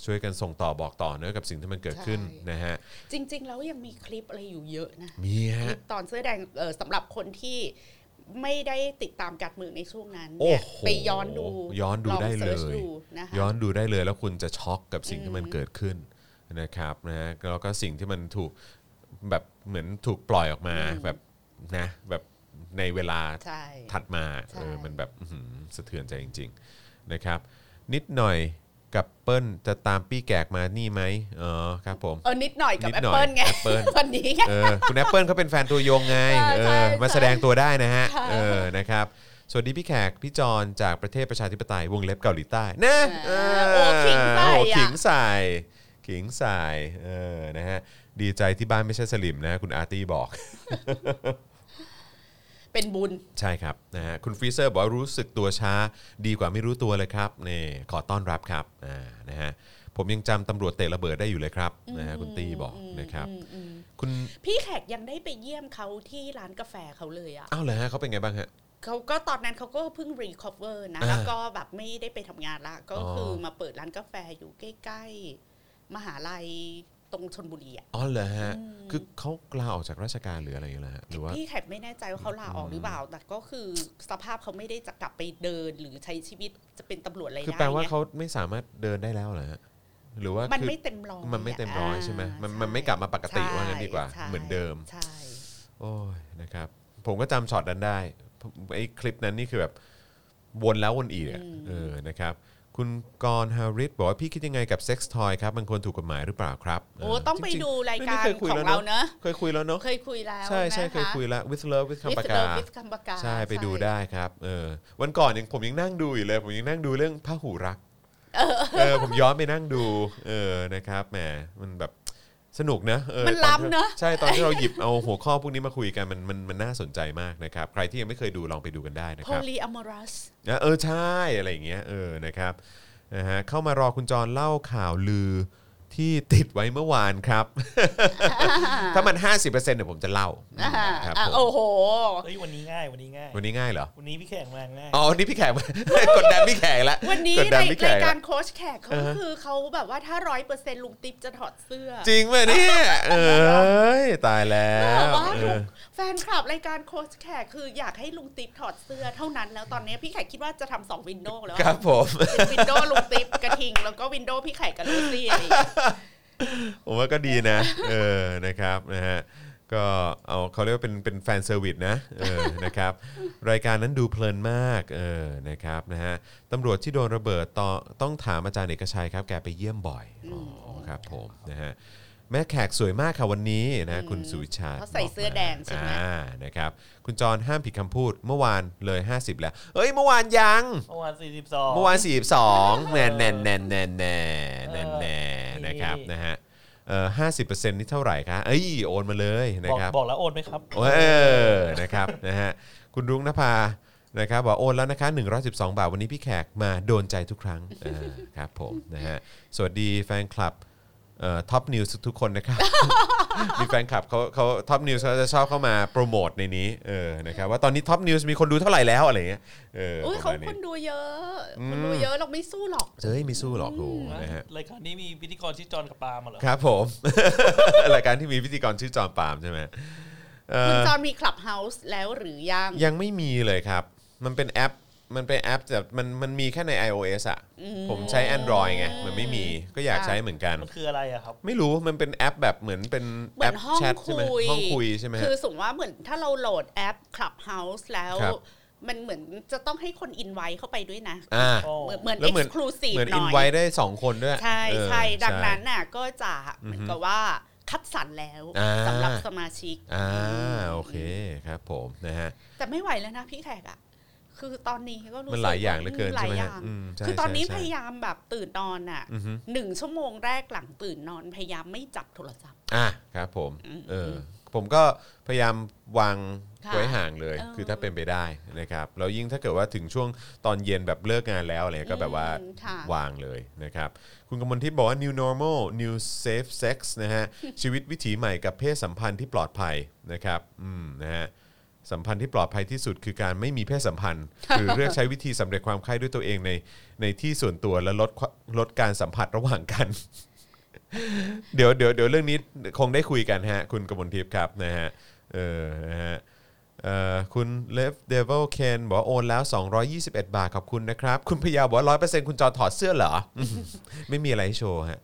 B: ช่วยกันส่งต่อบอกต่อเนอะกับสิ่งที่มันเกิดขึ้นนะฮะ
C: จริง ๆ แล้วยังมีคลิปอะไรอยู่เยอะนะ
B: มี
C: คลิ
B: ฮะ
C: ปตอนเสื้อแดงเออสำหรับคนที่ไม่ได้ติดตามการเมืองในช่วงนั้น
B: โอ้
C: เนี่ย
B: โห
C: ไปย้อนดู
B: ย้อนดู
C: ลง
B: ได้เลย
C: สิร์ชดูนะคะ
B: [LAUGHS] ย้อนดูได้เลยแล้วคุณจะช็อกกับสิ่งที่มันเกิดขึ้นนะครับนะฮะแล้วก็สิ่งที่มันถูกแบบเหมือนถูกปล่อยออกมาแบบนะแบบในเวลา
C: ใช่
B: ถัดมา
C: ใช่
B: เออมันแบบอื้อหือสะเทือนใจจริง ๆนะครับ นิดหน่อยกับเปิ้ลจะตามปี้แขกมานี่ไหมเออครับผม
C: เออนิดหน่อยกับ
B: นิ
C: แอ
B: ด
C: ป
B: หน่อย
C: เปิลไง
B: แอปเปิ้ล
C: [LAUGHS] วันนี้ไง
B: เออคุณแอปเปิลเขาเป็นแฟนตัวยงไงเอ
C: ใช่
B: อ
C: ใช่
B: มาแสดงตัวได้นะฮะ
C: ค่ะ
B: เออนะครับสวัสดีพี่แขกพี่จอนจากประเทศประชาธิปไตยวงเล็บเกาหลีใต้นะเ
C: โอ้ขิงใส่
B: โอ้ขิ
C: อะ
B: งใส่ขิงใส่เออนะฮะดีใจที่บ้านไม่ใช่สลิมนะ คุณอาร์ตี้บอก
C: เป็นบุญ
B: ใช่ครับนะฮะคุณฟรีเซอร์บอกว่ารู้สึกตัวช้าดีกว่าไม่รู้ตัวเลยครับนี่ขอต้อนรับครับอ่านะฮะผมยังจำตำรวจเตะระเบิดได้อยู่เลยครับนะฮะคุณตี้บอกนะครับคุณ
C: พี่แขกยังได้ไปเยี่ยมเขาที่ร้านกาแฟเขาเลยอ่ะ
B: อ้าวเหรอฮะเขาเป็นไงบ้างฮะ
C: เขาก็ตอนนั้นเขาก็เพิ่งรีคอเวอร์นะ
B: อ่า
C: แล้วก็แบบไม่ได้ไปทำงานละ ก็
B: อ๋อ
C: คือมาเปิดร้านกาแฟอยู่ใกล้ ๆ มหาลัยตรงชนบุรีอ่ะ
B: อ๋อเหรอฮะ
C: อืม
B: คือเขากลาออกจากราชการหรืออะไรอย่างเงี้ยเหรอฮะหรือว่า
C: พี่แขกไม่แน่ใจว่าเขาลาออกหรือเปล่า แต่ก็คือสภาพเขาไม่ได้จะกลับไปเดินหรือใช้ชีวิตจะเป็นตำรวจอะไร
B: คือ
C: ได้
B: แปลว่า
C: เนี่ย
B: เขาไม่สามารถเดินได้แล้วเหรอฮะหรือว่า
C: มัน
B: คือ
C: ไม่เต็มร้อย
B: มันไม่เต็มร้อยใช่ไหมมันมันไม่กลับมาปกติว่างั้นดีกว่า เหมือนเดิม
C: ใช่
B: โอ้ยนะครับ ผมก็จำช็อตนั้นได้ผมไอ้คลิปนั้นนี่คือแบบวนแล้ววนอีกอะเออนะครับ คุณกรณ์ฮาริสบอกว่าพี่คิดยังไงกับเซ็กส์ทอยครับ มันควรถูกกฎหมายหรือเปล่าครับ
C: โอ้ต้องไป
B: จริๆ
C: ดูราย
B: ไม่
C: กา
B: ได้ค
C: ร
B: ยคุย
C: ของ
B: แล้วเน
C: เรา
B: อะ
C: เนอะ
B: เคยคุยแล้วเนาะ
C: เคยคุยแล้ว
B: ใช่ใช่
C: นะะ
B: เคยคุยแล้ว with love with คำปากา
C: With Love with คำปากา
B: ใช่ไปดู
C: ใช่
B: ได้ครับเออวันก่อนยังผมยังนั่งดูอยู่เลย ผมยังนั่งดูเรื่องพระหูรักเออผมย้อนไปนั่งดูเออนะครับแหมมันแบบสนุกนะเออ
C: มัน
B: ตอที่
C: ล้ำเนอะ
B: ใช่ตอนที่เราหยิบเอาหัวข้อพวกนี้มาคุยกันมันมันมันน่าสนใจมากนะครับ ใครที่ยังไม่เคยดูลองไปดูกันได้นะครับ
C: polyamorous
B: นะเออใช่อะไรอย่างเงี้ยเออนะครับนะฮะเข้ามารอคุณจรเล่าข่าวลือที่ติดไว้เมื่อวานครับ [LAUGHS] ถ้ามัน 50%เนี่ยผมจะเล่า
C: อ่า
B: ครับ
C: อ่ะ
B: ผ
C: โอ้
B: ม
C: โห
D: เฮ้ยวันนี้ง่ายวันนี้ง่าย
B: วันนี้ง่ายเหรอ
D: วันนี้พี่แขกมาง่าย
B: อ๋อวันนี่พี่แขก [LAUGHS] กดดันพี่แขกแล้ว
C: วันนี้
B: กดดั
C: ราย
B: พี่แข
C: ราย
B: ก
C: กา
B: ละ
C: รโค้ชแขกเขา
B: อ่าฮะ
C: คือเขาแบบว่าถ้าร้อยเปอร์เซ็นต์ลุงติ๊บจะถอดเสื้อ
B: จริงไหมเนี่ย เอ้ยตายแล้
C: แต่
B: ว
C: ว่า
B: เอ
C: ลุ
B: อง
C: แฟนคลับรายการโค้ชแขกคืออยากให้ลุงติ๊บถอดเสื้อเท่านั้น แล้วตอนนี้พี่แขกคิดว่าจะทำสองวินโดว์แล้ว
B: ครับผม
C: เป็นวินโดว์ลุงติ๊บกระทิง แล้วก็วินโดว์พี่แขกกับลูซี่อะไรอย่างเงี้ย
B: ผมว่าก็ดีนะ [LAUGHS] เออนะครับนะฮะก็เอาเขาเรียกว่าเป็นเป็นแฟนเซอร์วิสนะเออนะครับ [LAUGHS] รายการนั้นดูเพลินมากเออนะครับนะฮะตำรวจที่โดนระเบิดต่อต้องถามอาจารย์เอกชัยครับ แกไปเยี่ยมบ่อยอ๋ออครับผมนะฮะแม่แขกสวยมากค่ะวันนี้นะคุณสุวิชา
C: เขาใส่เสื้อแดงใช่ไหม
B: อ่า นะครับ คุณจรห้ามผิดคำพูด เมื่อวานเลย 50 แล้ว เอ้ย เมื่อวานยัง
D: เมื่อวานสี่สิบสอง
B: เมื่อวาน 42แน่แน่แน่แน่แน่แน่แน่
D: เออ
B: นะครับ นะฮะ เอ่อห้าสิบเปอร์เซ็นต์นี่เท่าไหร่คะเอ้ย โอนมาเลยนะ
D: บอก
B: ครับ
D: บอกแล้วโอนไหมครับ
B: เออ นะครับ นะฮะ คุณรุ้งนภา นะครับบอกโอนแล้วนะคะ 112 บาท วันนี้พี่แขกมาโดนใจทุกครั้งเออครับผม นะฮะ สวัสดีแฟนคลับท็อปนิวส์ทุกๆคนนะครับ มีแฟนคลับเขาเขาท็อปนิวส์เขาจะชอบเข้ามาโปรโมทในนี้ เออ นะครับ ว่าตอนนี้ท็อปนิวส์มีคนดูเท่าไหร่แล้วอะไรเงี้ย เออ
C: อุ้ย
B: ป
C: เขา
B: ระมาณนี้
C: คนดูเยอะ คนดูเยอะเราไม่สู้หรอก
B: เฮ้ยไม่สู้หรอกโหนะฮะ
D: รายการนี้มีพิธีกรชื่อจอห์นกับปาล์มเหรอ
B: ครับผม [LAUGHS] รายการที่มีพิธีกรชื่อจอมปาล์มใช่ไหมเอ่อ
C: คุณจอนมีคลับเฮาส์แล้วหรือยัง
B: ยังไม่มีเลยครับ มันเป็นแอป มันเป็นแอปแต่มันมันมีแค่ใน iOS อ่ะ ผมใช้ Android ไง มันไม่มี ก็อยาก
C: ค่ะ
B: ใช้เหมือนกัน
D: มันคืออะไรอะครับ
B: ไม่รู้ มันเป็นแอปแบบเหมือนเป็น
C: เห
B: แอ
C: มือ
B: ป
C: นห้อง
B: แชทใช่
C: คุ
B: ไหม
C: ย
B: ห้องคุยใช่ไหมฮะ
C: คือสมมติว่าเหมือนถ้าเราโหลดแอป Clubhouse แล้ว
B: ครับ
C: มันเหมือนจะต้องให้คนอินไว้เข้าไปด้วยนะ
B: อ่า
D: โอ้
C: เหมือนเหมือน
B: แล้ว
C: เอ็
B: เหมือน
C: กซ์คลูซีฟ
B: เหมือน
C: ห
B: อิน
C: น่
B: ไว้
C: อย
B: ได้สองคนด้วย
C: ใช่
B: เออ
C: ใช่ดังนั้นน่ะก็จะเหมือนกับว่าคัดสรรแล้ว
B: อ่า
C: สำหรับสมาชิก
B: อ่า โอเคครับผมนะฮะ
C: แต่ไม่ไหวแล้วนะพี่แขกอะคือตอนนี้ก็รู้สึก
B: มันหลายอย่างเหลือเกิน
C: หลาย
B: ใช่ไหมฮะ
C: อย่าง
B: อืมใช่
C: คือตอนนี้
B: ใช่ใช่
C: พยายามแบบตื่นนอนอะหนึ่งชั่วโมงแรกหลังตื่นนอนพยายามไม่จับโทรศัพท์
B: อ่ะครับผม เออ ผมก็พยายามวาง
C: ค่ะ
B: ไว้ห่างเลย
C: เออ
B: คือถ้าเป็นไปได้นะครับ แล้วยิ่งถ้าเกิดว่าถึงช่วงตอนเย็นแบบเลิกงานแล้วอะไรเงี้ยก็แบบว่า
C: อืมค่ะ
B: วางเลยนะครับ คุณกมลที่บอกว่า new normal new safe sex นะ [LAUGHS] ฮะ ชีวิตวิถีใหม่กับเพศสัมพันธ์ที่ปลอดภัยนะครับอืมนะฮะสัมพันธ์ที่ปลอดภัยที่สุดคือการไม่มีเพศสัมพันธ์ [LAUGHS] หรือเลือกใช้วิธีสำเร็จความใคร่ด้วยตัวเองในในที่ส่วนตัวและลดควลดการสัมผัสระหว่างกัน เดี๋ยวเดี๋ยวเดี๋ยวเรื่องนี้คงได้คุยกันฮะ คุณกมลทิพย์ครับนะฮะเออนะฮะ เอ่อคุณเลฟเดวิลเคนบอกว่าโอนแล้ว 221 บาทขอบคุณนะครับ คุณพยาวบอกร้อยเปอร์เซ็นต์คุณจอถอดเสื้อเหรอ [LAUGHS] อืมไม่มีอะไรให้โชว์ฮะ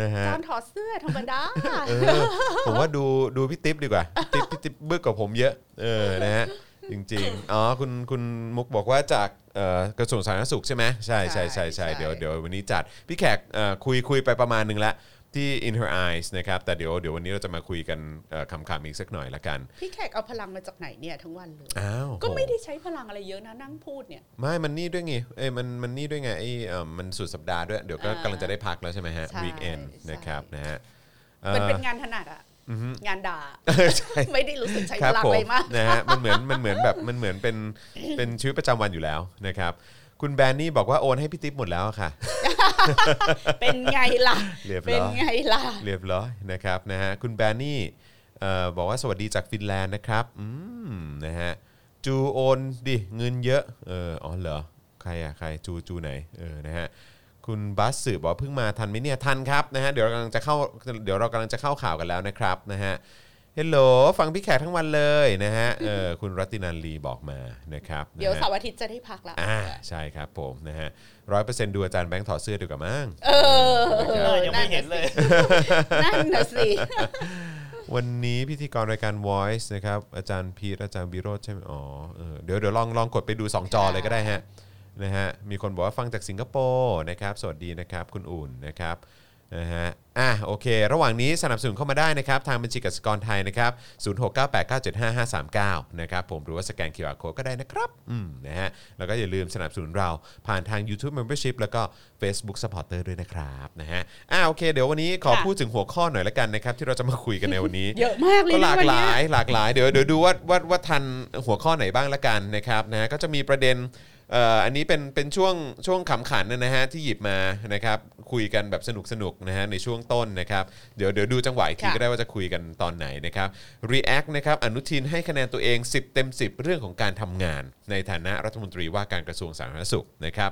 B: นะฮะ
C: จอนถอดเสื้อธรรมดา
B: เออผมว่าดูดูพี่ติ๊บดีกว่า ติ๊บพี่ติ๊บเบื้อกว่าผมเยอะ เออนะฮะจริงๆอ๋อคุณคุณมุกบอกว่าจากเอ่อกระทรวงสาธารณสุขใช่ไหมใช่ใช่ใช่ใช่
C: ใช่
B: เดี๋ยวเดี๋ยววันนี้จัด พี่แขกเอ่อคุยคุยไปประมาณหนึงละที่ In Her Eyes นะครับแต่เดี๋ยวเดี๋ยววันนี้เราจะมาคุยกันเอ่อคำๆอีกสักหน่อยละกัน
C: พี่แขกเอาพลังมาจากไหนเนี่ยทั้งวันเลย
B: อ้าว
C: ก็ไม่
B: โห
C: ได้ใช้พลังอะไรเยอะนะนั่งพูดเนี่ย
B: ไม่ มันนี่ด้วยไง เอ้ย มัน มันนี่ด้วยไง ไอ้เอ่อมันสุดสัปดาห์ด้วย เดี๋ยวก็
C: อ่าก
B: กำลังจะได้พักแล้วใช่ไหมฮะ
C: ใช่
B: วีคเอน
C: ใช่
B: นะครับ นะฮะ
C: มันเป็น
B: เอ่อ
C: งานถนัดอะ
B: อือฮึ
C: งาน
B: [LAUGHS]
C: ด่า
B: เออใช่
C: ไม่ได้รู้สึกใช้
B: ค
C: พ
B: รับ
C: ลัง
B: ผม
C: เลยมาก
B: นะฮะ มันเหมือน มันเหมือนแบบ มันเหมือนเป็น เป็นชีวิตประจำวันอยู่แล้วนะครับ คุณแบนนี่บอกว่าโอนให้พี่ติ๊บหมดแล้วค่ะ
C: เป็นไงล่ะ
B: เรียบร้อย
C: เป็นไงล่ะ
B: เรียบร้อยนะครับนะฮะคุณแบนนี่เอ่อบอกว่าสวัสดีจากฟินแลนด์นะครับอืมนะฮะ จูโอนดิเงินเยอะเอออ๋อเหรอใครอ่ะใครจูจูไหนเออนะฮะคุณบัสสืบบอกว่าเพิ่งมาทันไหมเนี่ยทันครับนะฮะเดี๋ยวเรากำลังจะเข้าเดี๋ยวเรากำลังจะเข้าข่าวกันแล้วนะครับนะฮะเฮลโหลฟังพี่แขกทั้งวันเลยนะฮะเออคุณรัตินันลีบอกมานะครับนะฮะ
C: เดี๋ยวเสาร์อาทิตย์จะได้พักละ
B: อ่าใช่ครับผมนะฮะร้อยเปอร์เซ็นต์ดูอาจารย์แบงค์ถอดเสื้อดีกว่ามั้ง
C: เออ
B: เอ
D: เออยังไม่เห็นเลย
C: นั่นน่ะสิ
B: [LAUGHS] วันนี้พิธีกรรายการ Voice นะครับอาจารย์พีทอาจารย์บิโรธใช่ไหมอ๋อเออเดี๋ยวเดี๋ยวลองลองกดไปดู 2 จอเลยก็ได้ฮะนะฮะมีคนบอกว่าฟังจากสิงคโปร์นะครับสวัสดีนะครับคุณอุ่นนะครับนะฮะอ่ะโอเค ระหว่างนี้สนับสนุนเข้ามาได้นะครับ ทางบัญชีกสิกรไทยนะครับ 0698975539 นะครับผมหรือว่าสแกน QR Code ก็ได้นะครับอืมนะฮะแล้วก็อย่าลืมสนับสนุนเราผ่านทาง YouTube Membership แล้วก็ Facebook Supporter ด้วยนะครับนะฮะอ่ะโอเค เดี๋ยววันนี้ขอ
C: ค่ะ
B: พูดถึงหัวข้อหน่อยละกันนะครับที่เราจะมาคุยกันในวันนี้
C: เยอะมากเลย
B: ก็ห
C: นะ
B: ลาก
C: วั
B: ห
C: นเนี้
B: ลาย ยหลากหลายเดี๋ยวเดี๋ยวดูว่าว่าว่าทันหัวข้อไหนบ้างละกันนะครับนะก็จะมีประเด็นเอ่ออันนี้เป็นเป็นช่วงช่วงขำขันนะนะฮะที่หยิบมานะครับคุยกันแบบสนุกสนุกๆนะฮะในช่วงต้นนะครับเดี๋ยวเดี๋ยวดูจังหวะอีกที
C: ค่ะ
B: ก็ได้ว่าจะคุยกันตอนไหนนะครับ React นะครับอนุทินให้คะแนนตัวเอง 10 เต็ม 10 เรื่องของการทำงาน ในฐานะรัฐมนตรีว่าการกระทรวงสาธารณสุขนะครับ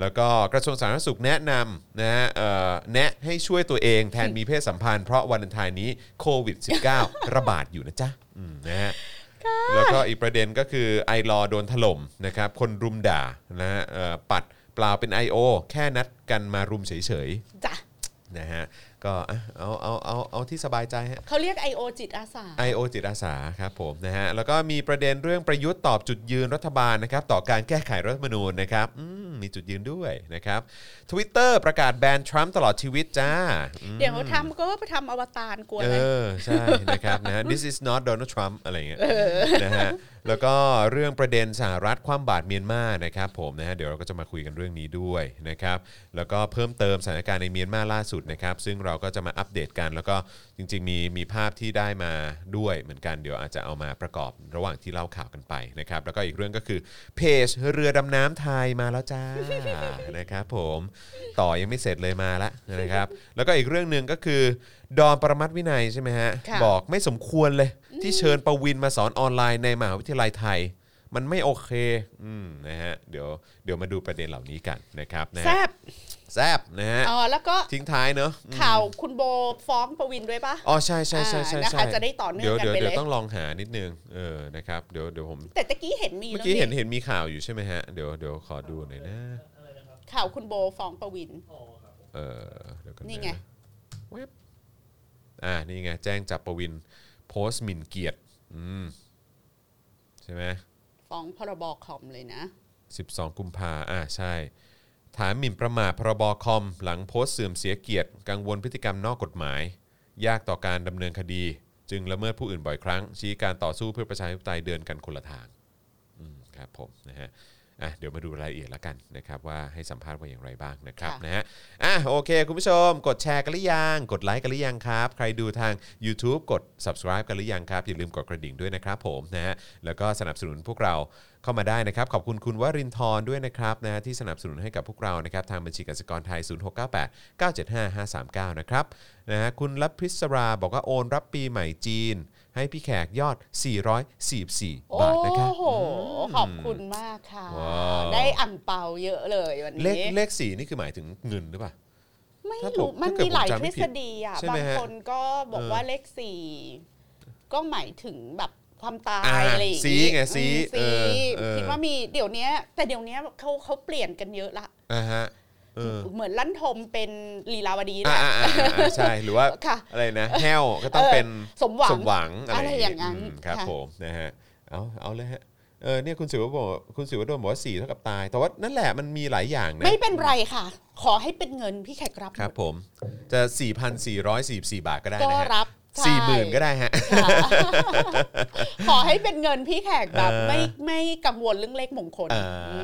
B: แล้วก็กระทรวงสาธารณสุขแนะนำนะฮะเอ่อแนะให้ช่วยตัวเองแทนมีเพศสัมพันธ์เพราะวันอันทายนี้โควิด -19 ระบาดอยู่นะจ๊ะอืมนะฮะแล้วก็อีกประเด็นก็คือไอรอว์โดนถล่มนะครับคนรุมด่านะฮะเอ่อปัดเปล่าเป็น I.O. แค่นัดกันมารุมเฉย
C: จ้ะ
B: ๆนะฮะก็อ่ะเอาเอาเอาเอาที่สบายใจฮะ
C: เขาเรียก I.O. จิตอาสา
B: IO จิตอาสาครับผมนะฮะแล้วก็มีประเด็นเรื่องประยุทธ์ตอบจุดยืนรัฐบาลนะครับต่อการแก้ไขรัฐธรรมนูญนะครับอืมมีจุดยืนด้วยนะครับ Twitter ประกาศแบนทรัมป์ตลอดชีวิตจ้าอืม
C: เดี๋ยวเขาทำก็ไปทำอวตารกลัวน
B: เอ
C: เลย
B: อใช่นะครับนะฮะ this is not Donald Trump อะไรอย่างเงี้ยนะฮะแล้วก็เรื่องประเด็นสหรัฐความบาดเมียนมานะครับผมนะฮะเดี๋ยวเราก็จะมาคุยกันเรื่องนี้ด้วยนะครับแล้วก็เพิ่มเติมสถานการณ์ในเมียนมาล่าสุดนะครับซึ่งเราก็จะมาอัปเดตกัน แล้วก็จริงๆมีมีภาพที่ได้มาด้วยเหมือนกันเดี๋ยวอาจจะเอามาประกอบระหว่างที่เล่าข่าวกันไปนะครับแล้วก็อีกเรื่องก็คือเพจเรือดำน้ำไทยมาแล้วจ้า [LAUGHS] นะครับผมต่อยังไม่เสร็จเลยมาละนะครับแล้วก็อีกเรื่องหนึ่งก็คือ ดอนปรมัตถ์วินัยใช่ไหมฮะ
C: ค่ะ
B: บอกไม่สมควรเลย ที่เชิญประวินมาสอนออนไลน์ในมหาวิทยาลัยไทย มันไม่โอเคอืมนะฮะเดี๋ยวเดี๋ยวมาดูประเด็นเหล่านี้กันนะครับนะ
C: แซ
B: ฮะ
C: บ
B: แซบนะฮะ
C: อ๋อแล้วก็
B: ทิ้งท้ายเนอะอืม
C: ข่าวคุณโบฟ้องประวินด้วยปะ
B: อ๋อใช่ใช่ใช่ใช่
C: อ่านะคะ
B: ใช่
C: จะได้ต่อเนื่อง
B: ดี๋ยว
C: กัน
B: ดี๋ยว
C: ไปเลย
B: เดี๋ยวต้องลองหานิดนึงเออนะครับเดี๋ยวเดี๋ยวผม
C: แต่ตะกี้เห็นมี
B: เมื่อกี้เห็น
C: แล้ว
B: เห็นมีข่าวอยู่ใช่ไหมฮะเดี๋ยวเดี๋ยวขอดูหน่อยนะ
C: ข่าวคุณโบฟ้องประวิน
B: เออเดี๋ยวกันะ
C: นี่ไง
B: เว็บอ่านี่ไงแจ้งจับประวินโพสต์หมิ่นเกียรติอืมใช่ไหม
C: ฟ้องพรบคอมเลยนะ
B: 12 กุมภาอ่าใช่ ฐานหมิ่นประมาทพรบคอม หลังโพสต์เสื่อมเสียเกียรติ กังวลพฤติกรรมนอกกฎหมาย ยากต่อการดำเนินคดี จึงละเมิดผู้อื่นบ่อยครั้ง ชี้การต่อสู้เพื่อประชาธิปไตยเดินกันคนละทางอืมครับผมนะฮะอ่ะเดี๋ยวมาดูรายละเอียดละกันนะครับว่าให้สัมภาษณ์ว่าอย่างไรบ้างนะครับ
C: ค่ะ
B: นะฮะอ่ะโอเค คุณผู้ชม กดแชร์กันหรือยังกดไลค์กันหรือยังครับ ใครดูทาง YouTube กด subscribe กันหรือยังครับอย่าลืมกดกระดิ่งด้วยนะครับผมนะฮะแล้วก็สนับสนุนพวกเรา เข้ามาได้นะครับ ขอบคุณคุณวรินทร์ด้วยนะครับนะฮะที่สนับสนุนให้กับพวกเรานะครับทางบัญชีกสิกรไทย 0698 975 539 นะครับนะฮะคุณรับพิศราบอกว่าโอนรับปีใหม่จีน ให้พี่แขกยอด444
C: โอ้
B: บาทนะครับ
C: โห ขอบคุณมากค่ะ
B: ว้าว
C: ได้อ่างเปาเยอะเลยวัน
B: เลข
C: นี้
B: เลขสี่นี่คือหมายถึงเงินหรือเปล่า
C: ไม่
B: ถ้าถู
C: รู้
B: ก
C: มัน
B: ถ้าเกิด
C: มีหลาย
B: ผมจำ
C: ท
B: ไม่
C: ฤ
B: ผิด
C: ษฎีอ่ะ
B: ใช่ไหม
C: บาง
B: ฮะ
C: คนก็บอกว่าเลขสี่ก็หมายถึงแบบความตา
B: อ่าย
C: อะไรอย่าง
B: สีไงสี
C: อืมสี
B: เออเออ
C: คิดว่ามีเดี๋ยวเนี้ย แต่เดี๋ยวเนี้ยเขาเขาเปลี่ยนกันเยอะละ
B: อ่าฮะเออ
C: เหมือนลั่นทมเป็นลีลาวดีแห
B: อ่า
C: ละ
B: อ่าอ่าอ่าใช่หรือว่า
C: ค่ะ
B: อะไรนะแห้วก็ต้องเป็น
C: สมหวัง
B: สมหวังอะไร
C: อะไรอย่างนั้น
B: มครับ
C: ค่ะ
B: ผมนะฮะเอาเอาเลยฮะเออเนี่ยคุณสิวะบอกคุณสิวะโดนบอกว่าสี่เท่ากับตาย แต่ว่านั่นแหละมันมีหลายอย่างนะ
C: ไม่เป็นไรค่ะ ขอให้เป็นเงินพี่แขกรับ
B: ครับผมจะ 4,444 บาทก็ได้นะ
C: ก็
B: ฮะ
C: รับใช่
B: สี่หมื่นก็ได้ฮะ
C: ค่ะขอให้เป็นเงินพี่แขกแบบ
B: เออ
C: ไม่ไม่กังวลเรื่องเลขมงคล
B: อ่า
C: อื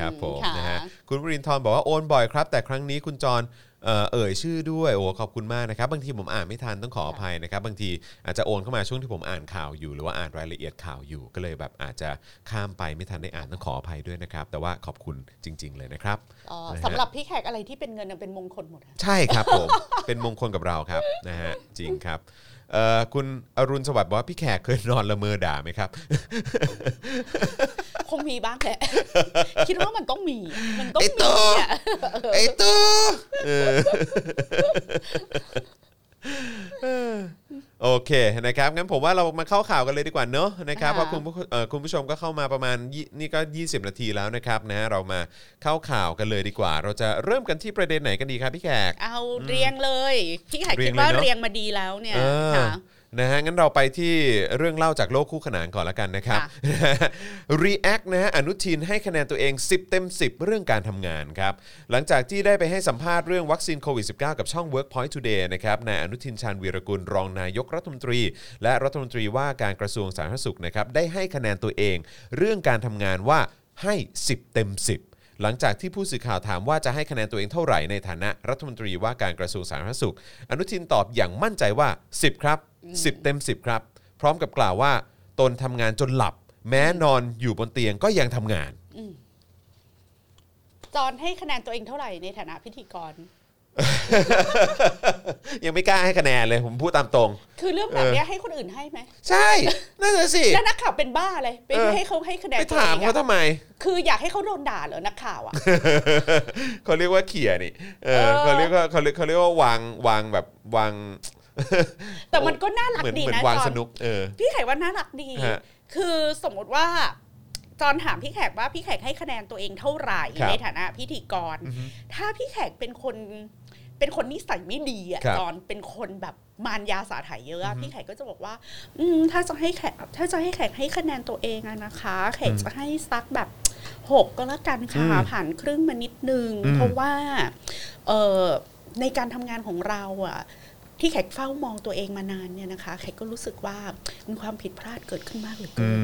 B: ครับผม
C: ค่ะ
B: นะฮะคุณวรินทร์บอกว่าโอนบ่อยครับ แต่ครั้งนี้คุณจรเอ่อเอ่ยชื่อด้วยโอ้ขอบคุณมากนะครับ บางทีผมอ่านไม่ทันต้องขออภัยนะครับ บางทีอาจจะโอนเข้ามาช่วงที่ผมอ่านข่าวอยู่ หรือว่าอ่านรายละเอียดข่าวอยู่ก็เลยแบบอาจจะข้ามไปไม่ทันได้อ่านต้องขออภัยด้วยนะครับ แต่ว่าขอบคุณจริง ๆ เลยนะครับ
C: เอ่อ
B: นะฮะ
C: สำหรับพี่แขก
B: [LAUGHS]
C: [LAUGHS] อะไรที่เป็นเงินน่ะเป็นมงคลหมดอะ
B: ใช่ครับผม เป็นมงคลกับเราครับนะฮะจริงครับ เอ่อคุณอรุณสวัสดิ์บอกว่าพี่แขกเคยนอนละเมอด่าไหมครับ
C: คงมีบ้าง
B: [LAUGHS]
C: แหละ คิดว่ามันต้องมี มันต้อง
B: ไอ้
C: มี
B: ตัว
C: อะ
B: ไอ้ตัวโอเคนะครับงั้นผมว่าเรามาเข้าข่าวกันเลยดีกว่าเนอะนะครับเพราะคุณผู้เอ่อคุณผู้ชมก็เข้ามาประมาณยี่นี่ก็ 20 นาทีแล้วนะครับนะเรามาเข้าข่าวกันเลยดีกว่า เราจะเริ่มกันที่ประเด็นไหนกันดีครับพี่แขก
C: เอาเรียงเลย พี่ไข่
B: เรีย
C: คิ
B: ง
C: ด
B: เลย
C: ว่า
B: เนอะ
C: เรียงมาดีแล้วเนี่ย
B: เออ
C: ค่ะ
B: นะฮะงั้นเราไปที่เรื่องเล่าจากโลกคู่ขนานก่อนละกันนะครับ
C: ค่ะ
B: [LAUGHS] React นะฮะอนุทินให้คะแนนตัวเอง 10 เต็ม 10 เรื่องการทำงานครับ หลังจากที่ได้ไปให้สัมภาษณ์เรื่องวัคซีนโควิด -19 กับช่อง Workpoint Today นะครับนายอนุทินชาญวีรกุลรองนายกรัฐมนตรี และรัฐมนตรีว่าการกระทรวงสาธารณสุขนะครับได้ให้คะแนนตัวเอง เรื่องการทำงานว่าให้ 10 เต็ม 10 หลังจากที่ผู้สื่อข่าวถามว่าจะให้คะแนนตัวเองเท่าไหร่ในฐานะรัฐมนตรีว่าการกระทรวงสาธารณสุข อนุทินตอบอย่างมั่นใจว่า 10 ครับ 10 เต็ม 10 ครับ พร้อมกับกล่าวว่า ตนทำงานจนหลับ แม้นอนอยู่บนเตียงก็ยังทำงาน [LAUGHS]
C: จอนให้คะแนนตัวเองเท่าไหร่ในฐานะพิธีกร
B: ยังไม่กล้าให้คะแนนเลยผมพูดตามตรง
C: คือเรื่องแบบเนี้ยให้คนอื่นให้ไหม
B: ใช่นั่นน่ะสิ
C: แล้วนักข่าวเป็นบ้าเลยไป
B: เออ
C: ให้เขาให้คะแนน
B: ไป
C: ตัว
B: ถาม
C: เอง
B: เขา
C: อะ
B: ทำไม [LAUGHS]
C: คืออยากให้เขาโดนด่าเหรอนักข่าวอ่ะ
B: เขาเรียกว่าเขี่ยนี่เออ
C: เออ
B: เขาเรียกว่าเขาเรียกเขาเรียกว่าวางวางแบบวาง
C: แต่มันก็น่ารัก
B: เหมือน
C: ดี
B: เหมือ
C: นะ
B: นวาง
C: จอ
B: ส
C: น
B: นุกเออ
C: พี่แขกว่าน่ารักดี
B: ฮะ
C: คือสมมติว่า จอนถามพี่แขกว่าพี่แขกให้คะแนนตัวเองเท่าไหร่
B: ครับ
C: ในฐานะพิธีกร
B: อือฮึ
C: ถ้าพี่แขกเป็นคนเป็นคนนิสัยไม่ดีอะ
B: ครับ
C: จอนเป็นคนแบบมารยาสาไถยเยอะอะพี่แขกก็จะบอกว่า อืมถ้าจะให้แขกถ้าจะให้แขกให้คะแนนตัวเองอะนะคะ แขกจะให้สักแบบหกก็แล้วกันค่ะ
B: อืม
C: ผ่านครึ่งมานิดนึง
B: อืม
C: เพราะว่า เออในการทำงานของเราอะที่แขกเฝ้ามองตัวเองมานานเนี่ยนะคะ แขกก็รู้สึกว่ามีความผิดพลาดเกิดขึ้นมากเหลือเกิน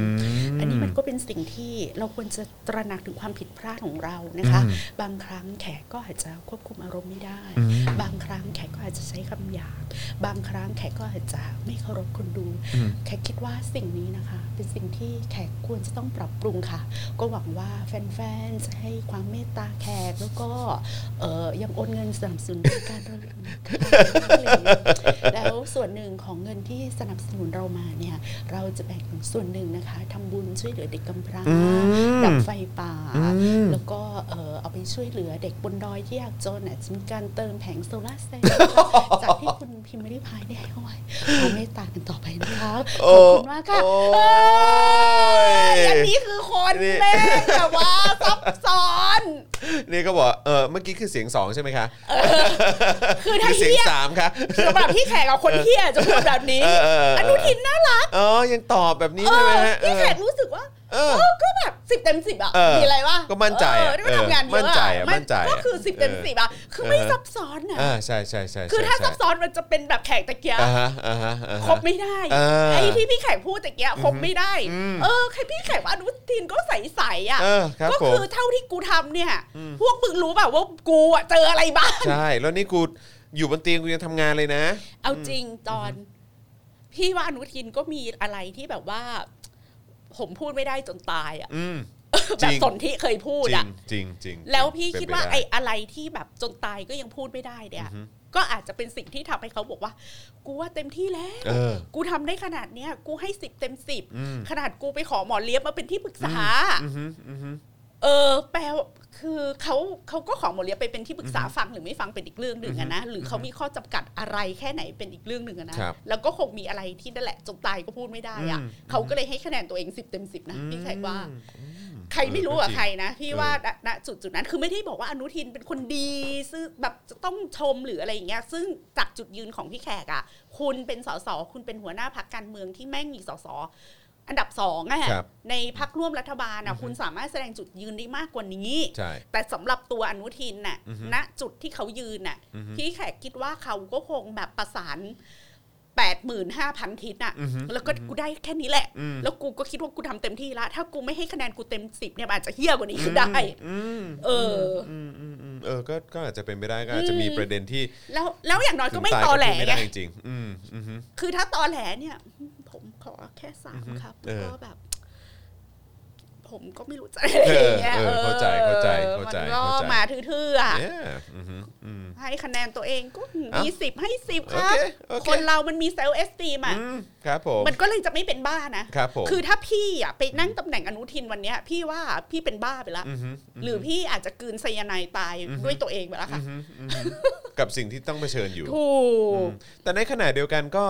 C: อันนี้มันก็เป็นสิ่งที่เราควรจะตระหนักถึงความผิดพลาดของเรานะคะ
B: อืม
C: บางครั้งแขกก็อาจจะควบคุมอารมณ์ไม่ได้
B: อืม
C: บางครั้งแขกก็อาจจะใช้คำหยาบบางครั้งแขกก็อาจจะไม่เคารพคนดู
B: อืม
C: แขกคิดว่าสิ่งนี้นะคะ เป็นสิ่งที่แขกควรจะต้องปรับปรุงค่ะ ก็หวังว่าแฟนๆจะให้ความเมตตาแขกแล้วก็เอ่อยังโอนเงินสนับสนุนการเราอยู่นะคะแล้วส่วนหนึ่งของเงินที่สนับสนุนเรามาเนี่ย เราจะแบ่งส่วนหนึ่งนะคะทำบุญช่วยเหลือเด็กกำพร้า
B: อืม
C: ดับไฟป่า
B: อืม
C: แล้วก็เอ่อเอาไปช่วยเหลือเด็กบนดอยที่ยากจนอาจจะมีการเติมแผงโซลาร์เซลล์จากที่คุณพิมพ์ริพายได้ให้เอาไว้ขอเมตตากันต่อไปนะคะขอบคุณมากค่ะ
B: โอ้ย
C: อันนี้คือคน
B: นี่
C: เล่นแบบว่าซับซ้อน
B: นี่ก็บอกเออเมื่อกี้คือเสียงสองใช่ไหมคะ
C: คือ
B: คื
C: ถ้า
B: อเสียง
C: เฮีย
B: สามคะ
C: สำหรับพี่แขกกับคนเฮียจะพูดแบบนี้
B: เออเออ
C: อ
B: เอ
C: นุ
B: อ
C: ทินน่ารัก
B: อ๋อยังตอบแบบนี้
C: เอ
B: ใช่ไหม
C: อ
B: ฮะเอ
C: พี่
B: อ
C: แขกรู้สึกว่า
B: เออ
C: เออก็แบบสิบเต็มสิบอ่ะ
B: เออ
C: มีอะไรวะ
B: ก็มั่นใจอะ
C: เออได้ทำงานเยอะ
B: เออ
C: อะ
B: มั่นใจอะมั่นใจอะ
C: ก็คือสิบเต็ม
B: เออ
C: สิบอ่ะ คือไม่
B: เออ
C: ซับซ้อนนะ
B: อ่าใช่ใช่ใช่
C: คือถ้า
B: ใช่
C: ซับซ้อนมันจะเป็นแบบแขกตะเกียบ
B: อ่าฮะอ่าฮะอ่าฮะ
C: ครบไม่ได้
B: เออ
C: ไอ้ที่พี่แขกพูดตะเกียบครบไม่ได้
B: อืม
C: เออใครพี่แขกว่าอนุทินก็ใสๆอ่ะ
B: เออครับ
C: ก็
B: ผม
C: คือเท่าที่กูทำเนี่ย พวกมึงรู้เปล่าว่ากูอะเจออะไรบ้าง
B: ใช่ แล้วนี่กูอยู่บนเตียงกูยังทำงานเลยนะ
C: เอาจริงตอน พี่ว่าอนุทินก็มีอะไรที่แบบว่า ผมพูดไม่ได้จนตายอ่ะ
B: อืม จ
C: แบ
B: ริ
C: บ
B: ง
C: สนที่เคยพู
B: จ
C: ด
B: ริ
C: อ่ะ
B: งจริงจริง
C: แล้วพี่
B: เป็น
C: คิด
B: ป
C: ว่า
B: ด้
C: ไอ้อะไรที่แบบจนตายก็ยังพูดไม่ได้เนี่ย
B: อือฮึ
C: ก็อาจจะเป็นสิ่งที่ทำให้เขาบอกว่า กูว่าเต็มที่แล้ว
B: เออ
C: กูทำได้ขนาดเนี้ยกูให้สิบเต็มสิบ
B: อืม
C: ขนาดกูไปขอหมอเลี้ยบมาเป็นที่ปรึกษา
B: อือฮึอือฮึ
C: เออ แปลว่าคือเขาเขาก็ขอหมอเลี้ยบไปเป็นที่ปรึกษาฟังหรือไม่ฟังเป็นอีกเรื่องหนึ่งอะนะหรือเขามีข้อจำกัดอะไรแค่ไหนเป็นอีกเรื่องหนึ่งอะนะครับ แล้วก็คงมีอะไรที่นั่นแหละจนตายก็พูดไม่ได้อะ
B: อืม
C: เขาก็เลยให้คะแนนตัวเองสิบเต็มสิบนะพี่แขกว่า
B: อืม
C: ใครไม่รู้
B: เอ
C: อะ
B: อจง
C: ใครนะพี่
B: เออ
C: ว่าณณจุดจุดนั้นคือไม่ได้บอกว่าอนุทินเป็นคนดีซึ่งแบบจะต้องชมหรืออะไรอย่างเงี้ย ซึ่งจากจุดยืนของพี่แขกอะคุณเป็นสสคุณเป็นหัวหน้าพักการเมืองที่แม่งมีสสอันดับสองอะ
B: ครับ
C: ในพักร่วมรัฐบาล
B: อื
C: อะ
B: อฮึ
C: คุณสามารถแสดงจุดยืนได้มากกว่านี้
B: ใช่
C: แต่สำหรับตัวอนุทินน่ะ
B: อือฮึ
C: ณจุดที่เขายืนน่ะ
B: อือฮึ
C: พี่แขกคิดว่าเขาก็คงแบบประสานแปดหมื่นห้าพันทิศน่ะ
B: อือฮึ
C: แล้วก็กูได้แค่นี้แหละ
B: อืม
C: แล้วกูก็คิดว่ากูทำเต็มที่ละถ้ากูไม่ให้คะแนนกูเต็มสิบเนี่ยมันอาจจะเฮี้ยกว่านี้ก็ได้
B: อืม
C: เออ
B: อืมอืมอืมเออก็ก็อาจจะเป็นไปได้ก็อาจจะมีประเด็นที่
C: แล้วแล้วอย่างน้อยก็ไม่
B: ถึงาย
C: ตอแหล
B: พูดไม่
C: ไง
B: ได้จริงๆอืมอือฮึ
C: คือถ้าตอแหลเนี่ย ผมขอแค่สาม
B: อือฮึ
C: ครับ
B: เอ
C: แล้ว
B: อ
C: ก็แบบ ผมก็ไม่รู้จะอะไรอย่างเงี้ย
B: เออเออเข้าใจเข้าใจ
C: ออ
B: เข้าใจ
C: มันก็
B: เข้าใจ
C: มาทื่อๆอ่ะ
B: เนี่ยอือหืออืม
C: ให้คะแนนตัวเองก็มี
B: เอ้า
C: สิบให้สิบ
B: โอเค
C: ค
B: รับ โอเค
C: คนเรามันมีเซลล์เอสตีมอ่ะ
B: อืมครับผม
C: มันก็เลยจะไม่เป็นบ้านะ
B: ครับผม
C: คือถ้าพี่อ่ะไปนั่งตำแหน่งอนุทินวันเนี้ย พี่ว่าพี่เป็นบ้าไปละ
B: อหือ
C: หรือพี่อาจจะกลืนไซยาไนด์ตาย
B: อือฮึ
C: ด้วยตัวเองไปละ
B: อื
C: ค่ะ
B: อหืออือหือกับสิ่งที่ต้องเผชิญอยู่
C: ถู
B: อืม
C: ก
B: แต่ในขณะเดียวกันก็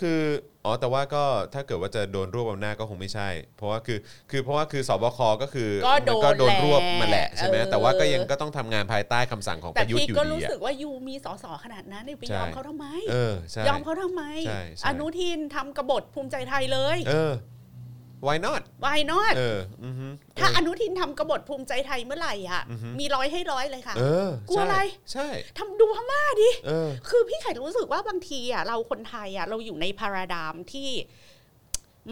B: คืออ๋อแต่ว่าก็ถ้าเกิดว่าจะโดนรวบอำนาจก็คงไม่ใช่ เพราะว่าคือคือเพราะว่าคือสบคก็คือ
C: ก็โดน
B: มัก็โดนรวบมาแหละ
C: แหละ
B: ใช่ไหม
C: เออ
B: แต่ว่าก็ยังก็ต้องทำงานภายใต้คำสั่งของป
C: แต่
B: ระยุท
C: พี่
B: ธ์อยู่
C: ก็
B: ดี
C: รู้สึ
B: อ่ะ
C: กว่ายูมีสอสอขนาดนั้นเนี่ยไป
B: ใช่
C: ยอมเขาทำไม
B: เออใช่
C: ยอมเขาทำไม
B: ใช่ใช่
C: อนุทินทำกบฏภูมิใจไทยเลย
B: เออ why not
C: วายนอด
B: เอออือฮึเออ
C: ถ้าอนุทินทำกบฏภูมิใจไทยเมื่อไหร่อ่ะ
B: อือฮึ
C: มีร้อยให้ร้อยเลยค่ะ
B: เออใช่
C: กลัวอะไร
B: ใช่
C: ทำดูพม่าดิ
B: เออ
C: คือพี่ไข่รู้สึกว่าบางทีอ่ะเราคนไทยอ่ะเราอยู่ในพาราดามที่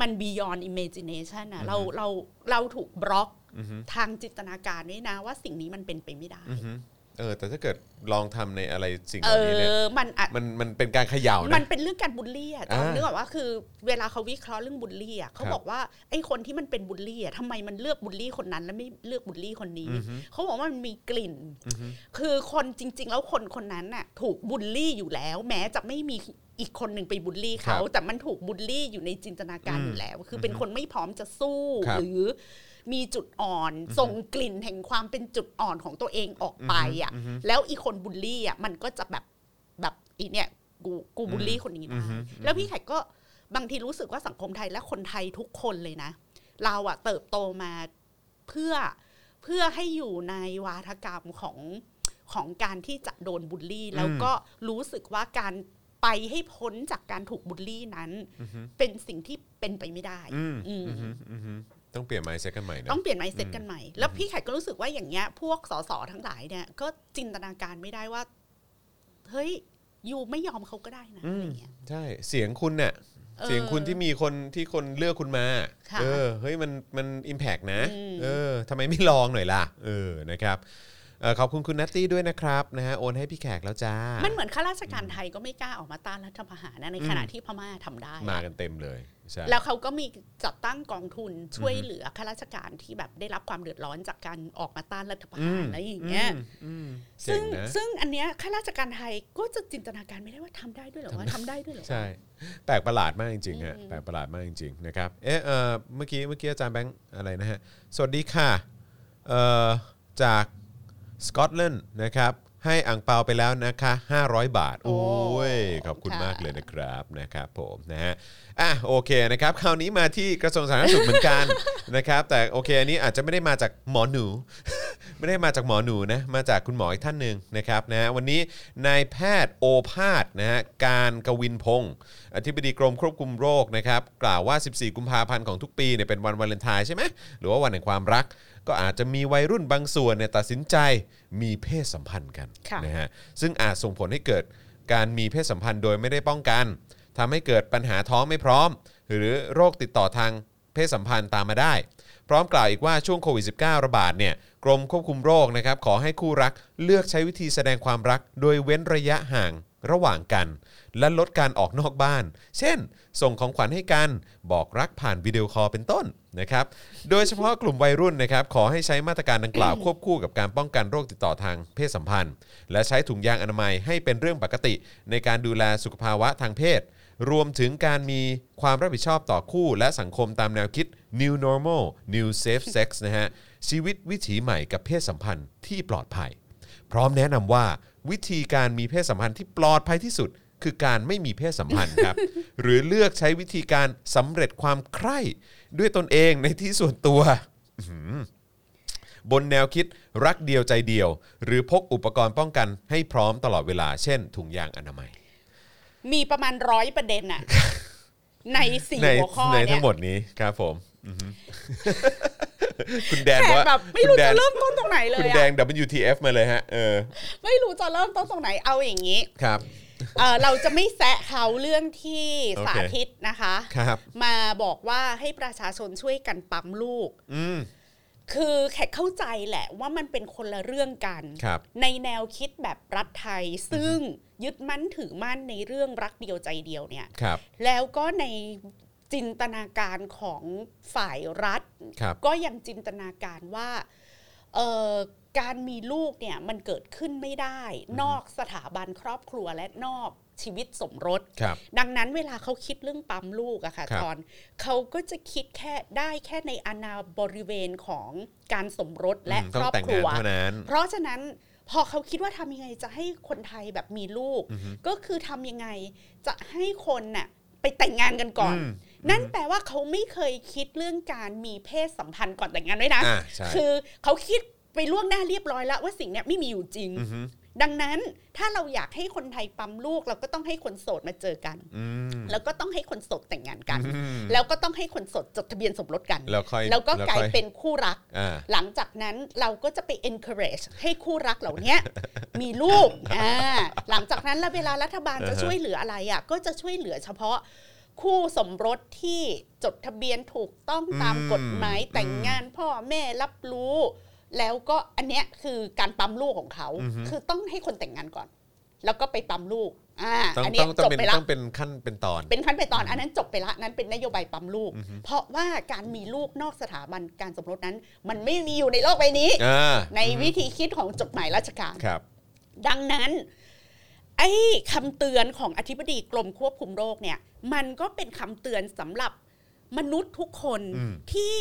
C: มัน beyond imagination อ่ะเราเราเราถูกบล็อก
B: อือฮึ
C: ทางจินตนาการด้วยนะว่าสิ่งนี้มันเป็นไปไม่ได้
B: อือฮึเออ แต่ถ้าเกิดลองทำในอะไรสิ่งเห
C: เอ
B: ล่านี้เนี่ย
C: อมันอะ
B: มันมันเป็นการเขย่า
C: มั
B: นะ
C: นเป็นเรื่องการบูลลี่อ่ะจอน
B: อ่านึ
C: นึกออกว่าคือเวลาเขาวิเคราะห์เรื่องบูลลี่อ่ะเขา
B: ครับ
C: บอกว่าไอ้คนที่มันเป็นบูลลี่อ่ะทำไมมันเลือกบูลลี่คนนั้น แล้วไม่เลือกบูลลี่คนนี้
B: อือฮึ
C: เขาบอกว่ามันมีกลิ่น
B: อือฮึ
C: คือคนจริง ๆ แล้วคนคนนั้นน่ะถูกบูลลี่อยู่แล้ว แม้จะไม่มีอีกคนหนึ่งไปบูลลี่เขา แต่มันถูกบูลลี่อยู่ในจินตนาการอยู่แล้ว คือเป็นคนไม่พร้อมจะสู้
B: ครับ
C: หรือมีจุดอ่อนส่งกลิ่นแห่งความเป็นจุดอ่อนของตัวเองออกไปอ่ะ
B: อือฮึอือฮึ
C: แล้วอีกคนบูลลี่อ่ะมันก็จะแบบแบบอีเนี่ยกูกูบูลลี่คนนี้
B: อื
C: ได้
B: อฮึ
C: แล้วพี่ไข่ก็บางทีรู้สึกว่าสังคมไทยและคนไทยทุกคนเลยนะ เราอะเติบโตมาเพื่อเพื่อให้อยู่ในวาทกรรมของของการที่จะโดนบูลลี่ แล้วก็รู้สึกว่าการไปให้พ้นจากการถูกบูลลี่นั้น
B: อือฮึ
C: เป็นสิ่งที่เป็นไปไม่ได้
B: อืม
C: อืม
B: อือฮึอือฮึต้องเปลี่ยน mindset กันใหม่นะ
C: ต้องเปลี่ยนไมเซ็ต
B: อืม
C: กันใหม่ แล้วพี่ไข่ก็รู้สึกว่าอย่างเงี้ย พวกสสทั้งหลายเนี่ย ก็จินตนาการไม่ได้ว่า เฮ้ยอยู่ไม่ยอมเขาก็ได้นะ
B: อื
C: อะไร
B: ม
C: เงี้ย
B: ใช่ เสียงคุณเนี่ย
C: เออ
B: เสียงคุณที่มีคนที่คนเลือกคุณมา
C: ค่ะ
B: เออ เฮ้ย มัน มันอิมแพกนะ
C: อืม
B: เออทำไมไม่ลองหน่อยล่ะ เออ นะครับเออขอบคุณคุณนัตตี้ด้วยนะครับนะฮะ โอนให้พี่แขกแล้วจ้า มั
C: มันเหมือนข้าราชการไทยก็ไม่กล้าออกมาต้านรัฐประหารนะใน
B: อืม
C: ขณะที่พม่าทำได้อะ
B: มากันเต็มเลย ใช่
C: แล้วเขาก็มีจัดตั้งกองทุนช่วยเหลือข้าราชการที่แบบได้รับความเดือดร้อนจากการออกมาต้านรัฐประหารอะไรอย่างเงี้ย
B: มอืมเจ๋
C: ซึ่
B: ง
C: ง
B: นะ
C: ซึ่งอันเนี้ยข้าราชการไทยก็จะจินตนาการไม่ได้ว่าทำได้ด้วยเหรอว่าทำได้ด้วยเหรอวะ
B: ใช่ แปลกประหลาดมากจริงๆฮะ
C: อืม
B: แปลกประหลาดมากจริงๆนะครับเอะเอ่อเมื่อกี้เมื่อกี้อาจารย์แบงค์อะไรนะฮะ สวัสดีค่ะเอ่อจากสกอตแลนด์นะครับให้อ่างเปาไปแล้วนะคะ 500 บาท โอ้ย ขอบคุณมากเลยนะครับนะครับผมนะฮะอ่ะโอเคนะครับคราวนี้มาที่กระทรวงสาธารณสุขเหมือนกัน [LAUGHS] นะครับแต่โอเคอันนี้อาจจะไม่ได้มาจากหมอหนู [LAUGHS] ไม่ได้มาจากหมอหนูนะ มาจากคุณหมออีกท่านหนึ่งนะครับนะวันนี้นายแพทย์โอภาสนะฮะการกวินพงศ์อธิบดีกรมควบคุมโรคนะครับ กล่าวว่า 14 กุมภาพันธ์ของทุกปีเนี่ยเป็นวันวาเลนไทน์ใช่ไหมหรือว่าวันแห่งความรัก ก็อาจจะมีวัยรุ่นบางส่วนเนี่ยตัดสินใจมีเพศสัมพันธ์กัน
C: ค่ะ
B: นะฮะซึ่งอาจส่งผลให้เกิดการมีเพศสัมพันธ์โดยไม่ได้ป้องกันทำให้เกิดปัญหาท้องไม่พร้อม หรือโรคติดต่อทางเพศสัมพันธ์ตามมาได้ พร้อมกล่าวอีกว่าช่วงโควิด -19 ระบาดเนี่ยกรมควบคุมโรคนะครับขอให้คู่รักเลือกใช้วิธีแสดงความรัก โดยเว้นระยะห่างระหว่างกัน และลดการออกนอกบ้าน เช่น ส่งของขวัญให้กัน บอกรักผ่านวิดีโอคอลเป็นต้นนะครับโดยเฉพาะกลุ่มวัยรุ่นนะครับขอให้ใช้มาตรการดังกล่าว ควบคู่กับการป้องกันโรคติดต่อทางเพศสัมพันธ์ และใช้ถุงยางอนามัยให้เป็นเรื่องปกติ ในการดูแลสุขภาวะทางเพศ รวมถึงการมีความรับผิดชอบต่อคู่ และสังคมตามแนวคิด New Normal New Safe Sex นะฮะ ชีวิตวิถีใหม่กับเพศสัมพันธ์ที่ปลอดภัย พร้อมแนะนำว่าวิธีการมีเพศสัมพันธ์ที่ปลอดภัยที่สุด คือการไม่มีเพศสัมพันธ์
C: [LAUGHS]
B: ครับ หรือเลือกใช้วิธีการสำเร็จความใคร่ ด้วยตนเองในที่ส่วนตัว บนแนวคิดรักเดียวใจเดียว หรือพกอุปกรณ์ป้องกันให้พร้อมตลอดเวลาเช่น ถุงยางอนามัย
C: มีประมาณร้อยประเด็นอะในสี่
B: ใน
C: หัวข้อ
B: ใน
C: เนี่
B: ทั้
C: ย
B: งหมดนี้ครับผมอือ [LAUGHS] ฮึ คุณแดน
C: แต่
B: ว่า
C: แบบไม่
B: คุณ
C: รู้
B: แดน
C: จะเริ่มต้นตรงไหนเล
B: คุณ
C: ย
B: แด
C: อะ
B: ง WTF มาเลยฮะ เออ
C: ไม่รู้จะเริ่มต้นตรงไหนเอาอย่างนี้
B: ครับ
C: เอ่อเราจะไม่แซะเขาเรื่องที่
B: โอเค
C: สาธิตนะคะ
B: ครับ
C: มาบอกว่าให้ประชาชนช่วยกันปั๊มลูก
B: อืม
C: คือแขกเข้าใจแหละว่ามันเป็นคนละเรื่องกัน
B: ครับ
C: ในแนวคิดแบบรัฐไทย ซึ่งยึดมั่นถือมั่นในเรื่องรักเดียวใจเดียวเนี่ย
B: ครับ
C: แล้วก็ใน จินตนาการของฝ่ายรัฐ
B: ครับ
C: ก็ยังจินตนาการว่าเอ่อการมีลูกเนี่ยมันเกิดขึ้นไม่ได้ นอกสถาบันครอบครัวและนอกชีวิตสมรส
B: ครับ
C: ดังนั้นเวลาเขาคิดเรื่องปั๊มลูกอะค่ะ
B: ครับ
C: ตอนเขาก็จะคิดแค่ได้แค่ในอาณาบริเวณของการสมรสและ
B: อืม
C: ค
B: ต้อง
C: รอบ
B: แต่ง
C: ครั
B: งาน
C: ว
B: เท่านั้น
C: เพราะฉะนั้นพอเขาคิดว่าทำยังไงจะให้คนไทยแบบมีลูก
B: อือฮึ
C: ก็คือทำยังไงจะให้คนน่ะไปแต่งงานกันก่อน
B: อืม
C: นั่นแปลว่าเขาไม่เคยคิดเรื่องการมีเพศสัมพันธ์ก่อนแต่งงานด้วยนะ
B: อ่าใช่
C: คือเขาคิดไปล่วงหน้าเรียบร้อยแล้วว่าสิ่งเนี้ยไม่มีอยู่จริง
B: อือฮึ
C: ดังนั้นถ้าเราอยากให้คนไทยปั๊มลูก เราก็ต้องให้คนโสดมาเจอกัน
B: อืม
C: แล้วก็ต้องให้คนโสดแต่งงานกัน
B: อืม
C: แล้วก็ต้องให้คนโสดจดทะเบียนสมรสกัน
B: แล้วค่อย
C: แล้วก็กลาย
B: ค่อ
C: เป็นคู่รัก
B: อ่า
C: หลังจากนั้นเราก็จะไป encourage ให้คู่รักเหล่า
B: [LAUGHS]
C: เนี้ย มีลูกอ่าหลังจากนั้นแล้วเวลารัฐบาลจะ
B: อ่าฮะ
C: ช่วยเหลืออะไรอ่ะก็จะช่วยเหลือเฉพาะ คู่สมรสที่จดทะเบียนถูกต้องตามกฎหมายแต่งงานพ่อแม่รับรู้ แล้วก็อันเนี้ยคือการปั๊มลูกของเขา คือต้องให้คนแต่งงานก่อน แล้วก็ไปปั๊มลูกอ่า
B: ต้อง
C: อันเนี้
B: ต้
C: ย
B: องต้อ
C: จ
B: ง
C: บ
B: เป็น
C: ไปละ
B: ต้องเป็นขั้นเป็นตอน
C: เป็นขั้นไปนตอนอันนั้นจบไปละนั้นเป็นนโยบายปั๊มลูก เพราะว่าการมีลูกนอกสถาบันการสมรสนั้น มันไม่มีอยู่ในโลกใบนี้
B: อ่า
C: ในวิธีคิดของจดหมายราชการ
B: ครับ
C: ดังนั้น ไอ้คำเตือนของอธิบดีกรมควบคุมโรคเนี่ย มันก็เป็นคำเตือนสำหรับมนุษย์ทุกคน
B: อืม
C: ที่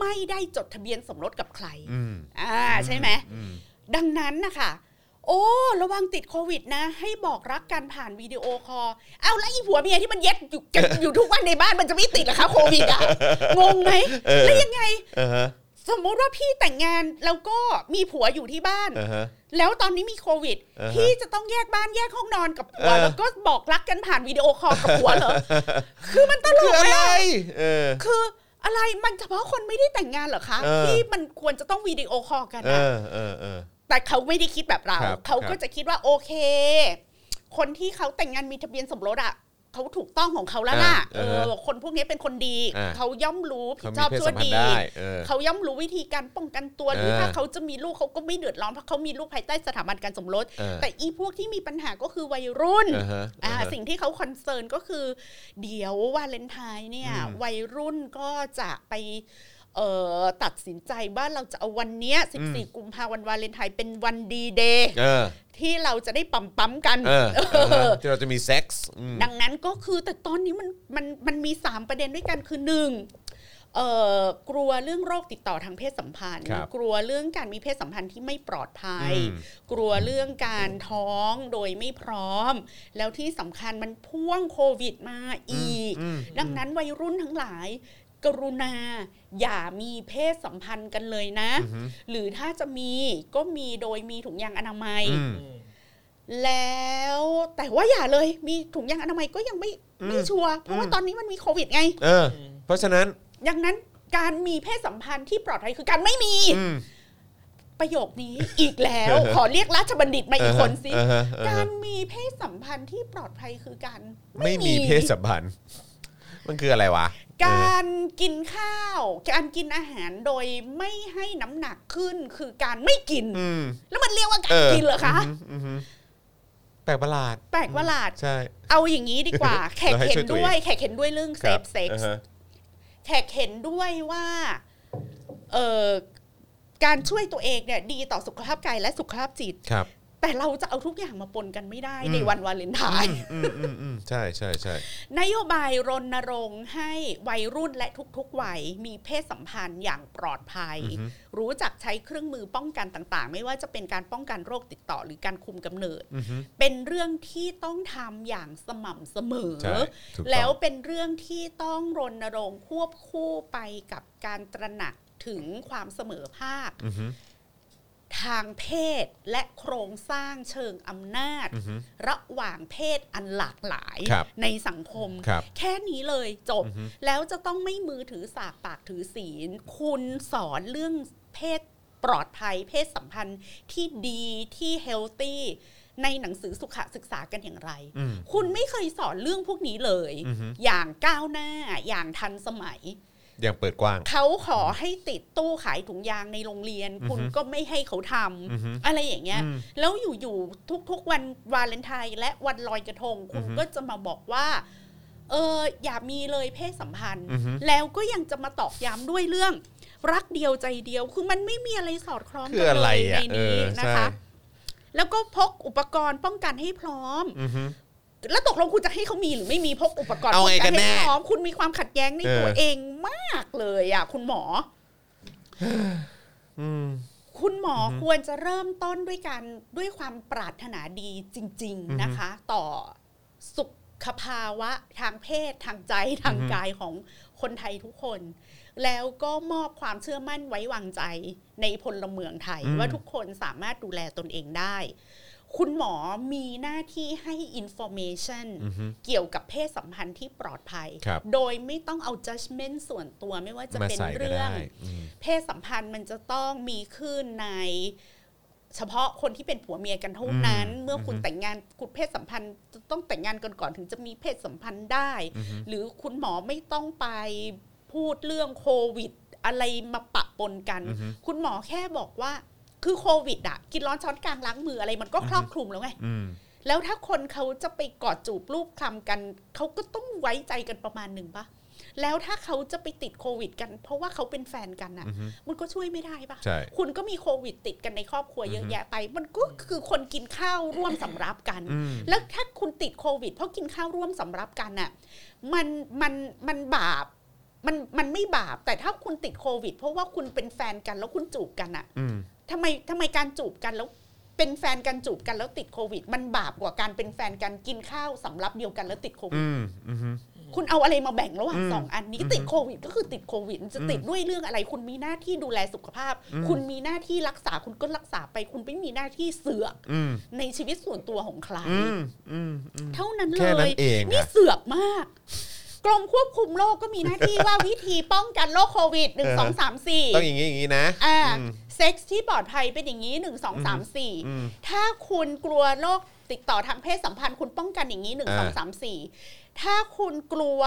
C: ไม่ได้จดทะเบียนสมรสกับใคร
B: อืม
C: อ่าใช่ไหม
B: อืม
C: ดังนั้นนะคะโอ้ ระวังติดโควิดนะ ให้บอกรักกันผ่านวิดีโอคอลเอาแล้วอีผัวเมียที่มันเย็ดอยู่กัน อยู่ทุกวันในบ้านมันจะไม่ติดเหรอคะโควิด
B: [LAUGHS]
C: อะงงไหม
B: เออ
C: แล้วยังไง
B: อ่าฮะ
C: สมมติว่าพี่แต่งงานแล้วก็มีผัวอยู่ที่บ้าน
B: อ่าฮะ
C: แล้วตอนนี้มีโควิด
B: เออฮะ
C: พี่จะต้องแยกบ้านแยกห้องนอนกับผัว
B: เออ
C: แล้วก็บอกรักกันผ่านวิดีโอคอลกับผัว
B: [LAUGHS]
C: เหรอ คือมันตล
B: คือกอะไร
C: มาก
B: เออ
C: คืออะไรมันเฉพาะคนไม่ได้แต่งงานเหรอคะ
B: เออ
C: ที่มันควรจะต้องวิดีโอคอลกัน
B: เออ
C: อะ
B: เออเออ
C: แต่เขาไม่ได้คิดแบบเรา
B: ครับ
C: เขาก็
B: ครับ
C: จะคิดว่าโอเค คนที่เขาแต่งงานมีทะเบียนสมรสอ่ะเขาถูกต้องของเขาแล้วล่ะ
B: อ่า
C: เอ
B: อ่าฮะ
C: อ คนพวกนี้เป็นคนดี
B: อ่า
C: เขาย่อมรู้ผิ
B: เขา
C: ด
B: มีเพศ
C: ชอบชั่ว
B: สัมพัน
C: ดี
B: ธ์ได้เออ
C: เขาย่อมรู้วิธีการป้องกันตัวหรือ
B: เออ
C: ถ้าเขาจะมีลูกเขาก็ไม่เดือดร้อนเพราะเขามีลูกภายใต้สถาบันการสมรส
B: เออ
C: แต่อีพวกที่มีปัญหาก็คือวัยรุ่น
B: อ่าฮะ
C: อ่า
B: อ่าฮะ
C: สิ่งที่เขาคอนเซิร์นก็คือ เดี๋ยววาเลนไทน์เนี่ย
B: อืม
C: วัยรุ่นก็จะไปเอ่อตัดสินใจว่าเราจะเอาวันเนี้ย
B: อืม
C: 14 กุมภาพันธ์วันวาเลนไทน์เป็นวันดีเดย์
B: เออ
C: ที่เราจะได้ปั๊มปั๊มๆกัน
B: เออเออ
C: เออ
B: ที่เราจะมีเซ็กซ์อืม
C: ดังนั้นก็คือแต่ตอนนี้มันมันมันมี 3 ประเด็นด้วยกันคือหนึ่งเอ่อกลัวเรื่องโรคติดต่อทางเพศสัมพันธ์
B: ครับ
C: กลัวเรื่องการมีเพศสัมพันธ์ที่ไม่ปลอดภัย
B: อืม
C: กลัวเรื่องการท้องโดยไม่พร้อม แล้วที่สำคัญมันพ่วงโควิดมาอีก
B: อืม
C: ดังนั้นวัยรุ่นทั้งหลาย กรุณาอย่ามีเพศสัมพันธ์กันเลยนะ
B: อือฮึ
C: หรือถ้าจะมีก็มีโดยมีถุงยางอนามัย
B: อืม
D: อืม
C: แล้วแต่ว่าอย่าเลยมีถุงยางอนามัยก็ยังไม่ไม่
B: อืม
C: ชัวร์เพราะว่า
B: อืม
C: ตอนนี้มันมีโควิดไง
B: เออ
D: อืม
B: เพราะฉะนั้น
C: ดังนั้นการมีเพศสัมพันธ์ที่ปลอดภัยคือการไม่มี
B: อืม
C: ประโยคนี้อีกแล้ว
B: [LAUGHS]
C: ขอเรียกราชบัณฑิตมาอีกคนสิ
B: เออฮะเออฮะ
C: การมีเพศสัมพันธ์ที่ปลอดภัยคือการ
B: ไม่มีเพศสัมพันธ์ มันคืออะไรวะ
C: การกินข้าว การกินอาหารโดยไม่ให้น้ำหนักขึ้นคือการไม่กิน
B: เอออืม
C: แล้วมันเรียก
B: เอก
C: ว่าา
B: อ
C: รกินเหรอคะ
B: อืมอืมแปลกประหลาด
C: แปลกประหลาด
B: ใช่
C: เอาอย่างนี้ดีกว่า แขก
B: เราให้
C: เห็
B: ช่ว
C: น
B: ยตัว
C: ด้วย
B: เอง
C: แขกเห็นด้วยเรื่องเซ
B: ครับ
C: ฟเซ็ก
B: อ่า
C: ซ์
B: ฮะ
C: แขกเห็นด้วยว่าเออการช่วยตัวเองเนี่ย ดีต่อสุขภาพกายและสุขภาพจิต
B: ครับ
C: แต่เราจะเอาทุกอย่างมาปนกันไม่ได้
B: อืม
C: ในวันวาเลนไทน์
B: อืมอืมอืมใช่ใช่ใช่
C: นโยบายรณรงค์ให้วัยรุ่นและทุกๆวัยมีเพศสัมพันธ์อย่างปลอดภัย
B: อือฮึ
C: รู้จักใช้เครื่องมือป้องกันต่างๆ ไม่ว่าจะเป็นการป้องกันโรคติดต่อหรือการคุมกำเนิด
B: อืมฮึ
C: เป็นเรื่องที่ต้องทำอย่างสม่ำเสมอ
B: ใช่ถูกต้อง
C: แล้วเป็นเรื่องที่ต้องรณรงค์ควบคู่ไปกับการตระหนักถึงความเสมอภาค
B: อืมฮึ
C: ทางเพศและโครงสร้างเชิงอำนาจ
B: อือฮึ
C: ระหว่างเพศอันหลากหลาย
B: ครับ
C: ในสังคม
B: ครับ
C: แค่นี้เลยจบ
B: อือฮึ
C: แล้วจะต้องไม่มือถือสากปากถือศีล คุณสอนเรื่องเพศปลอดภัย เพศสัมพันธ์ที่ดีที่เฮลตี้ในหนังสือสุขศึกษากันอย่างไร
B: อืม
C: คุณไม่เคยสอนเรื่องพวกนี้เลย
B: อือฮึ
C: อย่างก้าวหน้าอย่างทันสมัย
B: อย่างเปิดกว้าง
C: เขาขอให้ติดตู้ขายถุงยางในโรงเรียน คุณ
B: อือฮึ
C: ก็ไม่ให้เขาท
B: อือฮึ
C: ำอะไรอย่างเงี้ย
B: อืม
C: แล้วอยู่ๆทุกๆวันวาเลนไทน์และวันลอยกระทง คุณ
B: อือฮึ
C: ก็จะมาบอกว่า เอออย่ามีเลยเพศสัมพันธ์
B: อือฮึ
C: แล้วก็ยังจะมาตอกย้ำด้วยเรื่อง รักเดียวใจเดียวคือมันไม่มีอะไรสอดคล้อง
B: คือ
C: กัน
B: อะไร
C: เลยใน
B: อ่ะเอ
C: นี้
B: อ
C: นะ
B: ใช่
C: คะ แล้วก็พกอุปกรณ์ป้องกันให้พร้อม
B: อือฮึ
C: แล้วตกลงคุณจะให้เขามีหรือไม่มีพกอุปกรณ์
B: เอาไงกันแน่
C: ป้อให้พร้อมคุณมีความขัดแย้งใน
B: เออ
C: ตัวเองมากเลยอ่ะ คุณหมอ
B: อืม
C: คุณหมอควรจะเริ่มต้นด้วยการด้วยความปรารถนาดีจริง
B: อือฮึ
C: ๆนะคะ ต่อสุขภาวะทางเพศทางใจทาง
B: อือฮึ
C: กายของคนไทยทุกคน แล้วก็มอบความเชื่อมั่นไว้วางใจในพลเมืองไทย ว่าทุกคนสามารถดูแลตนเองได้ คุณหมอมีหน้าที่ให้อิน r m a t i o n
B: อือฮึ
C: เกี่ยวกับเพศสัมพันธ์ที่ปลอดภัย
B: ครับ
C: โดยไม่ต้องเอา judgment ส่วนตัวไม่ว่าจะ
B: มา
C: เป็น
B: ใส่ก็
C: เรื่อง
B: ได้อืม
C: เพศสัมพันธ์มันจะต้องมีขึ้นใน เฉพาะคนที่เป็นผัวเมียกันเท่านั้น
B: อืม
C: เมื่อคุณ
B: อือฮึ
C: แต่งงานคุณเพศสัมพันธ์จะต้องแต่งงานกันก่อนถึงจะมีเพศสัมพันธ์ได้
B: อือฮึ
C: หรือคุณหมอไม่ต้องไปพูดเรื่องโควิด อะไรมาปะปนกัน
B: อือฮึ
C: คุณหมอแค่บอกว่า คือโควิดอะกินร้อนช้อนกลางล้างมืออะไรมันก็ครอบ
B: อือฮึ
C: คลุมแล้วไง
B: อืม
C: แล้วถ้าคนเขาจะไปกอดจูบรูปคลำกันเขาก็ต้องไว้ใจกันประมาณหนึ่งปะแล้วถ้าเขาจะไปติดโควิด กัน เพราะว่าเขาเป็นแฟนกัน
B: อือฮึ
C: อะ่ะ มันก็ช่วยไม่ได้ปะ
B: ใช่
C: คุณก็มีโควิดติดกันในครอบครัวเย
B: อื
C: อะ
B: อฮึ
C: แยะไป มันก็คือคนกินข้าวร่วมสำรับกัน
B: อืม
C: แล้วถ้าคุณติดโควิด เพราะกินข้าวร่วมสำรับกันน่ะมันมันมันบาปมันมันไม่บาปแต่ถ้าคุณติดโควิด เพราะว่าคุณเป็นแฟนกันแล้วคุณจูบกันน่ะ
B: อืม
C: ทำไมทำไมการจูบกันแล้วเป็นแฟนกันจูบกันแล้วติดโควิด มันบาปกว่าการเป็นแฟนกันกินข้าวสำรับเดียวกันแล้วติดโควิ
B: อื
C: ด
B: มอืม
C: คุณเอาอะไรมาแบ่งระหว่าง
B: อืม
C: สองอันนี้
B: อืม
C: ติดโควิด ก็คือติดโควิดจะติดด้วยเรื่องอะไร คุณมีหน้าที่ดูแลสุขภาพ
B: อืม
C: คุณมีหน้าที่รักษาคุณก็รักษาไป คุณไม่มีหน้าที่เสือก
B: อืม
C: ในชีวิตส่วนตัวของใคร
B: อืมอืมอืม
C: เท่านั้น
B: แค่
C: เล
B: นั้
C: ย
B: นเอง
C: นี่
B: อะ
C: เสือกมาก กรมควบคุมโรคก็มีหน้า [LAUGHS] ที่ว่าวิธีป้องกันโรคโควิดหนึ่งสองสามสี่
B: ต้องอย่างนี้อย่างนี้นะ
C: อ่า
B: อืม
C: เซ็กซ์ที่ปลอดภัยเป็นอย่างนี้หนึ่งสองสามสี่
B: อืม
C: ถ้าคุณกลัวโรคติดต่อทางเพศสัมพันธ์คุณป้องกันอย่างนี้หนึ่งสองสามสี่ถ้าคุณกลัว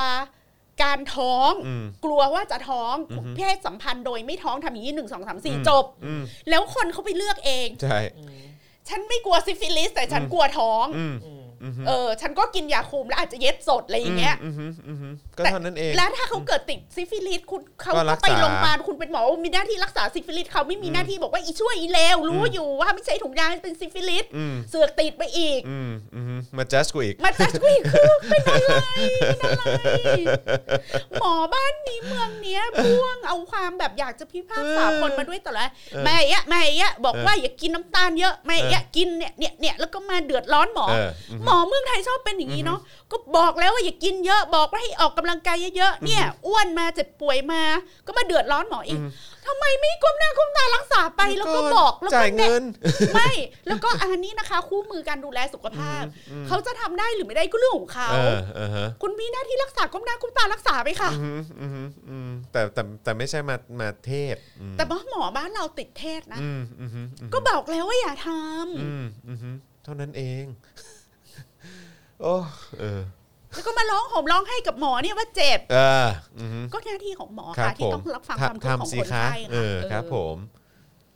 C: การท้อง
B: อืม
C: กลัวว่าจะท้อง
B: อือฮึ
C: เพศสัมพันธ์โดยไม่ท้องทำอย่างนี้หนึ่งสองสามสี่
B: อืม
C: จบ
B: อืม
C: แล้วคนเขาไปเลือกเอง
B: ใช่
D: อืม
C: ฉันไม่กลัวซิฟิลิส แต่ฉันกลัวท้อง
B: อืม
D: อืม
B: อืม
C: เออ ฉันก็กินยาคุมแล้วอาจจะเย็บสดอะไรอย่างเงี้ย
B: อืมอืมอืมก็เท่านั้นเอง
C: แล้วถ้าเขาเกิดติดซิฟิลิสคุณเขา
B: ก็รั
C: ก็
B: กษา
C: ไปโรงพยาบาลคุณเป็นหมอมีหน้าที่รักษาซิฟิลิสเขาไม่มีหน้าที่บอกว่าอีช่วยอีเลวรู้
B: อืม
C: อยู่ว่าไม่ใช่ถุงยางเป็นซิฟิลิส
B: อืม
C: เสือกติดไปอีก
B: อืมอืมมาจัดกูอีก
C: มาจัดกุยคือเป็นอะไรเป็นอะไรหมอบ้านนี้เมืองเนี้ยพ่วงเอาความแบบอยากจะพิพากษา
B: เออ
C: คนมาด้วยตลอด
B: เออ
C: แม่เอะแม่เอะบอก
B: เออ
C: ว่าอย่ากินน้ำตาลเยอะแม่เอะกินเนี่ยเนี่ยเนี่ยแล้วก็มาเดือดร้อนหมอ
B: เอออือฮึ
C: หมอเมืองไทยชอบเป็นอย่างนี้เนาะก็บอกแล้วว่าอย่ากินเยอะบอกว่าให้ออกกำลังกายเยอะๆเนี่ย อ้วนมาเจ็บป่วยมา ก็มาเดือดร้อนหมออีก
B: อือฮึ
C: ทำไมไม่ก้มหน้าก้มตารักษาไปแล้วก็บอกแล้วก็
B: จ่าย
C: แนะ
B: เงิน
C: [LAUGHS] ไม่ แล้วก็อันนี้นะคะ คู่มือการดูแลสุขภาพ เขาจะทำได้หรือไม่ได้ก็เรื่องของเขา
B: เออเออฮะ
C: คุณมีหน้าที่รักษาก้มหน้าก้มตารักษาไปค่ะ
B: อืมอืมอืมแต่แต่แต่ไม่ใช่มามาเทศอืม
C: แต่ว่าหมอบ้านเราติดเทศนะ
B: อืมอืมอืม
C: ก็บอกแล้วว่าอย่าท
B: อืมอืมเท่านั้นเอง [LAUGHS] โอ้เออ
C: ำแล้วก็มาร้องห่มร้องให้กับหมอเนี่ยว่าเจ็บ
B: เอออืม
C: ก็หน้าที่ของหมอ
B: ครั
C: ค่ะ
B: บผ
C: ที่
B: ม
C: ต้องรับฟังความทุกข์ของ
B: ทำสิ
C: คน
B: คะ
C: ไข้
B: เออ
C: ค่ะเออ
B: ครับผม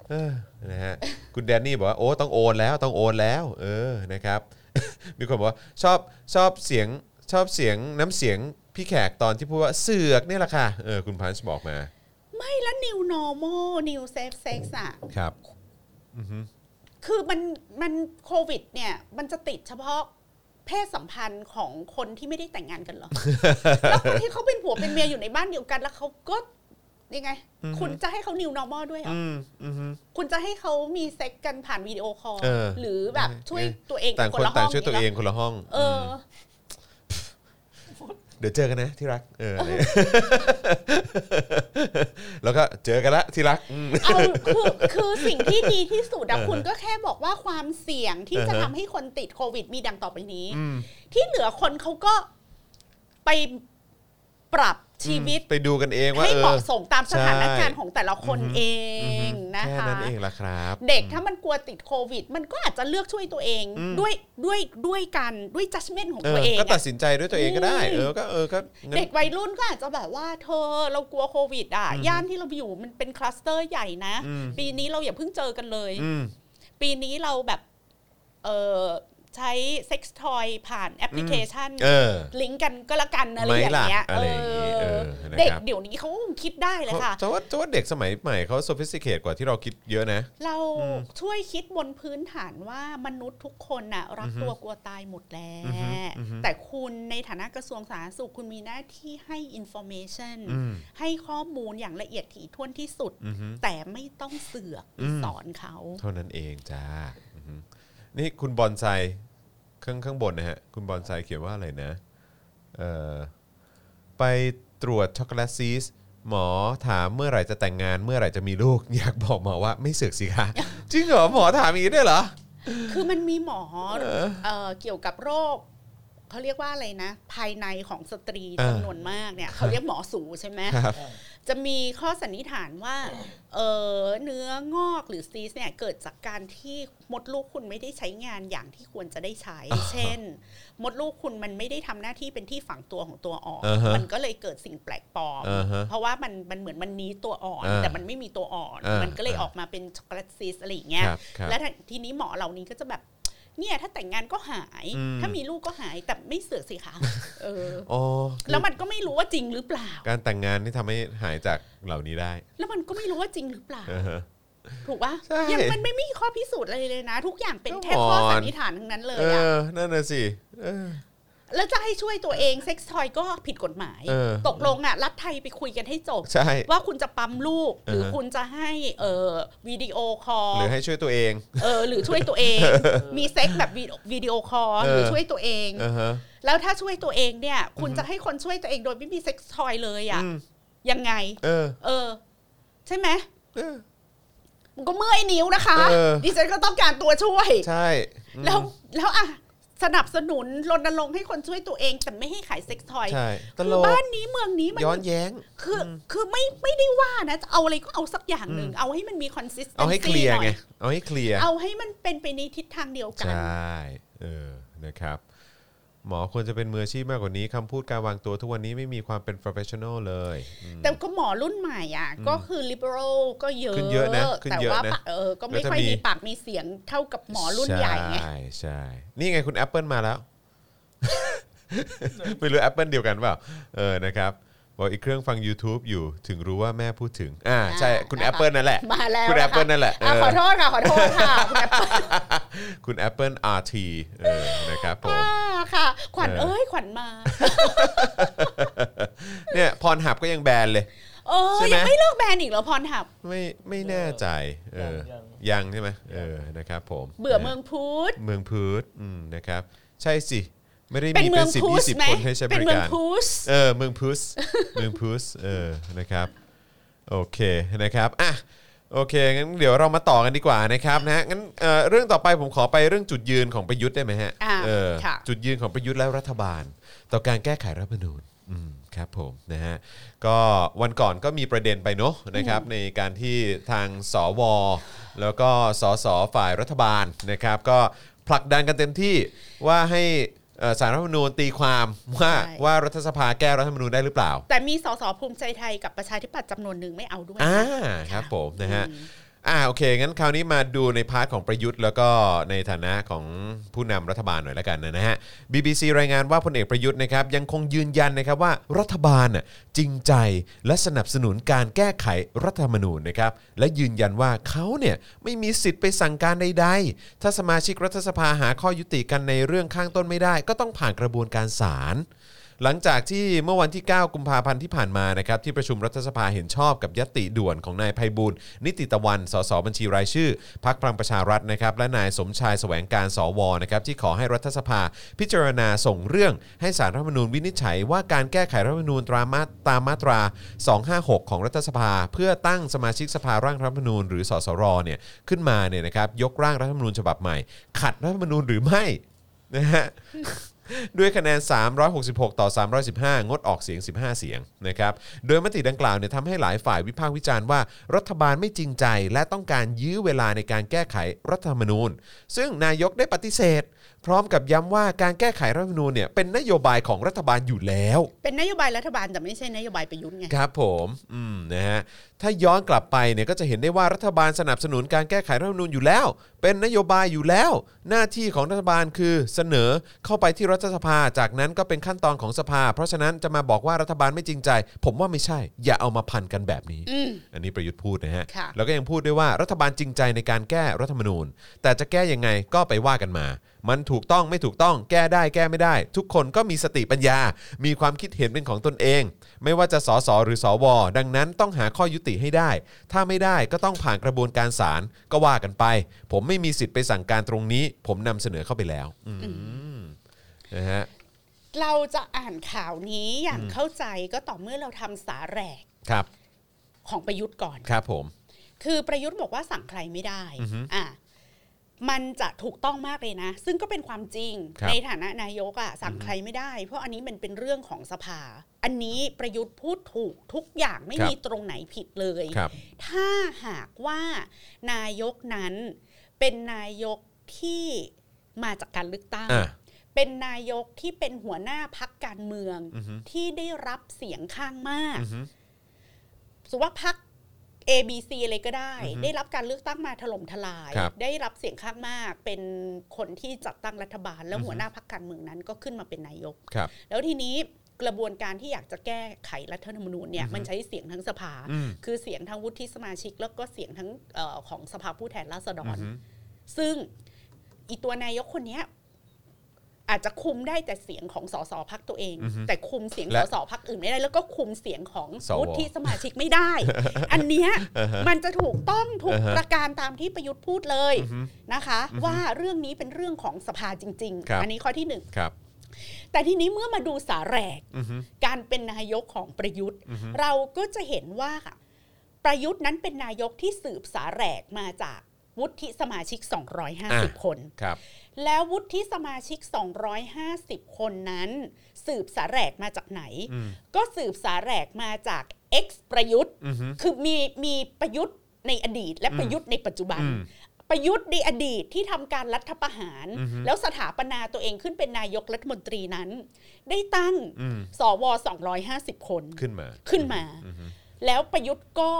B: เออนะฮะคุณแดนนี่บอกว่าโอ้ต้องโอนแล้วต้องโอนแล้ว เออนะครับ [LAUGHS] มีคนบอกว่าชอบชอบเสียงชอบเสียงน้ำเสียงพี่แขกตอนที่พูดว่าเสือกนี่แหละค่ะเออคุณพันช์บอกมา
C: ไม่แล้ว new normal new safe sex อะ
B: ครับ
C: คือมันมันโควิดเนี่ย มันจะติดเฉพาะเพศสัมพันธ์ของคนที่ไม่ได้แต่งงาน
B: [LAUGHS]
C: กันเหรอ แล้วคนที่เขาเป็นผัวเป็นเมียอยู่ในบ้านเดียวกันแล้วเขาก็ยังไง
B: อืม
C: คุณจะให้เขา new normal ด้วยเหรอ
B: อืมอืม
C: คุณจะให้เขามีเซ็กกันผ่านวิดีโอคอล
B: เออ
C: หรือแบบ
B: เออ
C: ช่วย
B: เออ
C: ตัวเอง
B: ต่างคน
C: ละห้
B: ต่าง
C: อ
B: ช่วยตัวเองคนละห้อง
C: เออ
B: เดี๋ยวเจอกันนะที่รัก เอออะไร [LAUGHS] แล้วก็เจอกันละที่รักอืม
C: เอาคือคือสิ่งที่ดีที่สุดอะคุณก็แค่บอกว่าความเสี่ยงที่จะ
B: เออฮะ
C: ทำให้คนติดโควิดมีดังต่อไปนี้
B: อืม
C: ที่เหลือคนเขาก็ไปปรับชีวิต
B: ไปดูกันเองว่า
C: ให้
B: เอ
C: เหมาะ
B: อ
C: สมตามสถาน
B: ใช่
C: การณ์ของแต่ละคนเองนะ
B: แค่
C: คะ
B: นั้นเองละครับ
C: เด็กถ้ามันกลัวติดโควิด มันก็อาจจะเลือกช่วยตัวเอง
B: อืม
C: ด้วยด้วยด้วยกันด้วย judgment ของ
B: เอ
C: ตัว
B: อ
C: เอง
B: ก็ตัด
C: อะ
B: สินใจด้วยตัวเองก็ได้
C: อืม
B: เออก็เออก็งั้น
C: เด็กวัยรุ่นก็อาจจะแบบว่าเธอเรากลัวโควิดอ่ะย่านที่เราอยู่มันเป็นคลัสเตอร์ใหญ่นะ
B: อืม
C: ปีนี้เราอย่าเพิ่งเจอกันเลย
B: อืม
C: ปีนี้เราแบบเออ ใช้เซ็กซ์ทอยผ่านแอปพลิเคชัน
B: เออ
C: ลิงก์กันก็แล้วกันอะไร
B: ไหม
C: อย่าง
B: ล่ะ
C: เงี้ย
B: อะไรอย่างงี้
C: เออ
B: เออนะครับ
C: เด็กเดี๋ยวนี้เขาคงคิดได้แหละค่ะ
B: แต่ว่าแต่ว่าเด็กสมัยใหม่เขา sophisticated กว่าที่เราคิดเยอะนะ
C: เรา
B: อืม
C: ช่วยคิดบนพื้นฐานว่ามนุษย์ทุกคนน่ะรักตัวกลัวตายหมดแล้
B: อือฮึ
C: ว
B: อือฮึ
C: แต่คุณในฐานะกระทรวงสาธารณสุขคุณมีหน้าที่ให้ information
B: อืม
C: ให้ข้อมูลอย่างละเอียดถี่ถ้วนที่สุด
B: อือฮึ
C: แต่ไม่ต้องเสือก
B: อืม
C: สอนเขา
B: เท่านั้นเองจ้าอือฮึนี่คุณบอลไซข้างข้างบนนะฮะ คุณบอลไซเขียนว่าอะไรนะเอ่อไปตรวจช็อกโกแลตซีสหมอถามเมื่อไหร่จะแต่งงานเมื่อไหร่จะมีลูก [LAUGHS] อยากบอกหมอว่าไม่เสือกสิคะ [LAUGHS] จริงเหรอหมอถามอย่างนี้ได้วยเหรอ
C: คือมันมีหมอ
B: เออ
C: เอ่อเกี่ยวกับโรคเขาเรียกว่าอะไรนะ ภายในของสตรี
B: เออ
C: จำนวนมากเนี่ยเขาเรียกหมอสูใช่ไหม
B: ครับ
C: จะมีข้อสันนิษฐาน
B: [COUGHS]
C: ว่า เออเนื้องอกหรือซีสเนี่ยเกิดจากการที่มดลูกคุณไม่ได้ใช้งานอย่างที่ควรจะได้ใช้
B: [COUGHS] อ่าฮะ
C: เช่น มดลูกคุณมันไม่ได้ทำหน้าที่เป็นที่ฝังตัวของตัวอ่อน
B: อ่าฮะ
C: มันก็เลยเกิดสิ่งแปลกปลอม
B: อ่าฮะ
C: เพราะว่ามันมันเหมือนมันนี้ตัวอ่อน
B: อ่า
C: แต่มันไม่มีตัวอ่อน
B: อ่ามั
C: มันก็เลย
B: อ่า
C: ออกมาเป็นช็อกโกแลตซีสอะไรอย่างเงี้ย
B: ครับครับ
C: และทีนี้หมอเหล่านี้ก็จะแบบ เนี่ยถ้าแต่งงานก็หาย
B: อืม
C: ถ้ามีลูกก็หาย แต่ไม่เสือกสิ
B: [LAUGHS]
C: คะ เออ
B: อ๋อ
C: แล้วมันก็ไม่รู้ว่าจริงหรือเปล่า
B: การแต่งงานที่ทำให้หายจากเหล่านี้ได้
C: แล้วมันก็ไม่รู้ว่าจริงหรือเปล่า
B: อ่าฮะ
C: ถูกปะ
B: ใช่
C: ยังมันไม่มีข้อพิสูจน์อะไรเลยนะ ทุกอย่างเป็น
B: ก็
C: แค่ข้อ
B: หมอน
C: สันนิษฐานทั้งนั้นเล
B: เอย
C: อะ
B: อนั่นน่ะสิเออ
C: แล้วจะให้ช่วยตัวเองเซ็กซ์ทอยก็ผิดกฎหมาย
B: เออ
C: ตกลงอะรัฐไทยไปคุยกันให้จบ
B: ใช่
C: ว่าคุณจะปั๊มลูก หรือ
B: เออ
C: คุณจะให้เอ่อวิดีโอคอล
B: หรือให้ช่วยตัวเอง
C: เออหรือช่วยตัวเอง มีเซ็กซ์แบบวิวิดีโอคอล
B: เออ
C: หรือช่วยตัวเอง
B: อ่าฮะ
C: แล้วถ้าช่วยตัวเองเนี่ย คุณ
B: อือฮึ
C: จะให้คนช่วยตัวเองโดยไม่มีเซ็กซ์ทอยเลยอะ
B: อืม
C: ยังไง
B: เออ
C: เออ ใช่ไหม
B: เออ
C: มันก็เมื่อยนิ้วนะคะ
B: เออ
C: ดิฉันก็ต้องการตัวช่วย
B: ใช่อืม
C: แล้วแล้วอ่ะสนับสนุนรณรงค์ให้คนช่วยตัวเองแต่ไม่ให้ขายเซ็กซ์ทอย
B: ใช่ต
C: คื
B: ล
C: อก บ้านนี้เมืองนี้มัน
B: ย้อนแย้ง
C: คือคือไม่ไม่ได้ว่านะจะเอาอะไรก็เอาสักอย่างหนึ่ง เอาให้มันมีคอนสิสเท
B: เอา
C: น
B: ให้เค
C: ซี
B: ลียร์
C: หน่อ
B: ไง
C: ย
B: เอาให้เคลียร์
C: เอาให้มันเป็นไปในทิศทางเดียวกั
B: ใช
C: น
B: ่เออนะครับ หมอควรจะเป็นมืออาชีพมากกว่านี้คำพูดการวางตัวทุกวันนี้ไม่มีความเป็น professional เลยอืม
C: แต่ก็หมอรุ่นใหม่อ่ะ ก็คือ liberal ก็เยอะ
B: ขึ้นเยอะนะขึ้น
C: แต่
B: เยอะ
C: ว่า
B: นะ
C: ปะเออก็ไม่
B: แล้วจะ
C: ค่อย
B: มี
C: มีปากมีเสียงเท่ากับหมอรุ่นใหญ่ไง
B: ใช่ใช่นี่ไงคุณ Apple มาแล้ว [LAUGHS] ไม่รู้ Apple เดียวกันเปล่าเออนะครับบอกอีกเครื่องฟัง YouTube อยู่ถึงรู้ว่าแม่พูดถึง อ่าใช่คุณ Apple นั่นแหละ
C: มาแล้ว
B: คุณ
C: นะะ
B: Apple นั่นแหละเอ
C: อ่ะ
B: อ
C: ขอโทษค่ะขอโทษค่ะคุณ Apple
B: คุณ Apple RT เออนะครับผม
C: อ่าค่ะ ขวัญ
B: เออ
C: เอ้ยขวัญมา
B: เนี่ยพรหับก็ยังแบนเลย
C: เออ
B: ใช่ไหม
C: ยังไม่เลิกแบนอีกเหรอพรหับ
B: ไม่ไม่แน่ใจเออ
D: ยัง
B: ยังใช่ไหมเออนะครับผม
C: เบื่อเมืองพุทธ
B: เมืองพืชอืมนะครับ ใช่สิ ไม่ได้
C: เป็น
B: มี
C: เมื
B: เป็
C: อน ง
B: สิบ
C: พุทธ
B: ยี่สิบ
C: ไหม
B: คนให้ใช้บ
C: เป็น
B: ริ
C: เมือง
B: การ
C: พุทธ
B: เออเมืองพุส
C: [LAUGHS]
B: เมืองพุสเออนะครับโอเคนะครับอ่ะโอเคงั้นเดี๋ยวเรามาต่อกันดีกว่านะครับนะฮะงั้นเอ่อเรื่องต่อไปผมขอไปเรื่องจุดยืนของประยุทธ์ได้ไหมฮะ
C: า
B: เออ
C: ค่ะ
B: จุดยืนของประยุทธ์และรัฐบาล ต่อการแก้ไขรัฐธรรมนูญอืมครับผมนะฮะก็วันก่อนก็มีประเด็นไปเนอะนะครับในการที่ทางสว แล้วก็สสฝ่ายรัฐบาลนะครับ ก็ผลักดันกันเต็มที่ว่าให้เอ่อสารรัฐธรรมนูญตีความว่า
C: ใช่
B: ว่ารัฐสภาแก้รัฐธรรมนูญได้หรือเปล่า
C: แต่มีสสภูมิใจไทยกับประชาธิปัตย์จำนวนหนึ่งไม่เอาด้วย
B: อ่าครับผมนะฮะ อ่าโอเค งั้นคราวนี้มาดูในพาร์ทของประยุทธ์ แล้วก็ในฐานะของผู้นำรัฐบาลหน่อยละกันนะฮะ BBC รายงานว่าพลเอกประยุทธ์นะครับยังคงยืนยันนะครับว่ารัฐบาลน่ะจริงใจและสนับสนุนการแก้ไขรัฐธรรมนูญนะครับและยืนยันว่าเขาเนี่ยไม่มีสิทธิ์ไปสั่งการใดๆ ถ้าสมาชิกรัฐสภาหาข้อยุติกันในเรื่องข้างต้นไม่ได้ ก็ต้องผ่านกระบวนการศาล หลังจากที่เมื่อวันที่ 9 กุมภาพันธ์ที่ผ่านมานะครับที่ประชุมรัฐสภาเห็นชอบกับยตติด่วนของนายไพบูลย์นิติตะวัน สสบัญชีรายชื่อ พักพลังประชารัฐนะครับและนายสมชายแสวงการสวนะครับที่ขอให้รัฐสภา พิจารณาส่งเรื่องให้สารรัฐธรรมนูญวินิจฉัย ว่าการแก้ไขรัฐธรรมนูญตรามาตามมาตรา 256 ของรัฐสภา เพื่อตั้งสมาชิกสภาร่างรัฐธรรมนูญหรือสสรเนี่ยขึ้นมาเนี่ยนะครับยกร่างรัฐธรรมนูญฉบับใหม่ ขัดรัฐธรรมนูญหรือไม่นะฮะ ด้วยคะแนน 366 ต่อ 315 งดออกเสียง 15 เสียงนะครับ โดยมติดังกล่าวเนี่ยทำให้หลายฝ่ายวิพากษ์วิจารณ์ว่า รัฐบาลไม่จริงใจและต้องการยื้อเวลาในการแก้ไขรัฐธรรมนูญ ซึ่งนายกได้ปฏิเสธ พร้อมกับย้ำว่าการแก้ไขรัฐธรรมนูญเนี่ยเป็นนโยบายของรัฐบาลอยู่แล้ว
C: เป็นนโยบายรัฐบาลแต่ไม่ใช่นโยบายประยุทธ์ไง
B: ครับผมอืมนะฮะถ้าย้อนกลับไปเนี่ยก็จะเห็นได้ว่ารัฐบาลสนับสนุนการแก้ไขรัฐธรรมนูญอยู่แล้ว เป็นนโยบายอยู่แล้ว หน้าที่ของรัฐบาลคือเสนอเข้าไปที่รัฐสภาจากนั้นก็เป็นขั้นตอนของสภา เพราะฉะนั้นจะมาบอกว่ารัฐบาลไม่จริงใจ ผมว่าไม่ใช่ อย่าเอามาพันกันแบบนี้
C: อืม
B: อันนี้ประยุทธ์พูดนะฮะ
C: ค่ะ
B: แล้วก็ยังพูดด้วยว่ารัฐบาลจริงใจในการแก้รัฐธรรมนูญ แต่จะแก้ยังไงก็ไปว่ากันมา มันถูกต้องไม่ถูกต้องแก้ได้แก้ไม่ได้ ทุกคนก็มีสติปัญญา มีความคิดเห็นเป็นของตนเอง ไม่ว่าจะสสหรือสวดังนั้นต้องหาข้อยุติให้ได้ ถ้าไม่ได้ก็ต้องผ่านกระบวนการศาลก็ว่ากันไป ผมไม่มีสิทธิ์ไปสั่งการตรงนี้ ผมนำเสนอเข้าไปแล้วอืมนะฮะ
C: เราจะอ่านข่าวนี้อย่างเข้าใจก็ต่อเมื่อเราทำสาแหรก
B: ครับ
C: ของประยุทธ์ก่อน
B: ครับผม
C: คือประยุทธ์บอกว่าสั่งใครไม่ได้
B: อือฮึ
C: อ่ะมันจะถูกต้องมากเลยนะ ซึ่งก็เป็นความจริง
B: ครับ
C: ในฐานะนายกอะสั่งใครไม่ได้ เพราะอันนี้มันเป็นเรื่องของสภา อันนี้ประยุทธ์พูดถูกทุกอย่างไม่มีตรงไหนผิดเลย
B: ครับ
C: ถ้าหากว่านายกนั้นเป็นนายกที่มาจากการเลือกตั้ง
B: อ่ะ
C: เป็นนายกที่เป็นหัวหน้าพักการเมือง
B: อือฮึ
C: ที่ได้รับเสียงข้างมาก
B: อือฮึ
C: สมมุติว่าพัก A B C อะไรก็ได้
B: อือฮึ
C: ได้รับการเลือกตั้งมาถล่มทลาย
B: ครับ
C: ได้รับเสียงข้างมาก เป็นคนที่จัดตั้งรัฐบาล แล้ว
B: อือฮึ
C: หัวหน้าพักการเมืองนั้นก็ขึ้นมาเป็นนายก
B: ครับ
C: แล้วทีนี้กระบวนการที่อยากจะแก้ไขรัฐธรรมนูญเนี่
B: อื
C: ย
B: อฮึ
C: มันใช้เสียงทั้งสภา
B: อืม
C: คือเสียงทั้งวุฒิสมาชิก แล้วก็เสียงทั้งเออของสภาผู้แทนราษฎ
B: อือ
C: ร
B: ฮึ
C: ซึ่งอีตัวนายกคนเนี้ยอาจจะคุมได้แต่เสียงของสสพักตัวเอง แต่คุมเสียงสสพักอื่นไม่ได้ แล้วก็คุมเสียงของ
B: สว
C: วุฒิสมาชิกไม่
B: [LAUGHS]
C: ได้ อันเนี้ย
B: อ่าฮะ
C: มันจะถูกต้องถูก
B: อ่าฮะ
C: ประการตามที่ประยุทธ์พูดเลย
B: อือฮึ
C: นะคะ ว่าเรื่องนี้เป็นเรื่องของสภาจริง
B: ครับ
C: ๆ อันนี้ข้อที่หนึ่ง
B: ครับ
C: แต่ทีนี้เมื่อมาดูสาแหรก
B: อือฮึ
C: การเป็นนายกของประยุทธ์
B: อือฮึ
C: เราก็จะเห็นว่าประยุทธ์นั้นเป็นนายกที่สืบสาแหรกมาจากวุฒิสมาชิก 250 คน
B: ครับ
C: แล้ววุฒิสมาชิก 250 คนนั้น สืบสาแหรกมาจากไหน
B: อืม
C: ก็สืบสาแหรกมาจาก X ประยุทธ์
B: อือฮึ
C: คือมีมีประยุทธ์ในอดีต และประยุทธ์ในปัจจุบัน
B: อืม
C: ประยุทธ์ในอดีตที่ทำการรัฐประหาร
B: อือฮึ
C: แล้วสถาปนาตัวเองขึ้นเป็นนายกรัฐมนตรีนั้น ได้ตั้ง
B: อืม
C: สว250 คน
B: ขึ้นมา
C: ขึ้นมา
B: อือฮึ
C: แล้วประยุทธ์ก็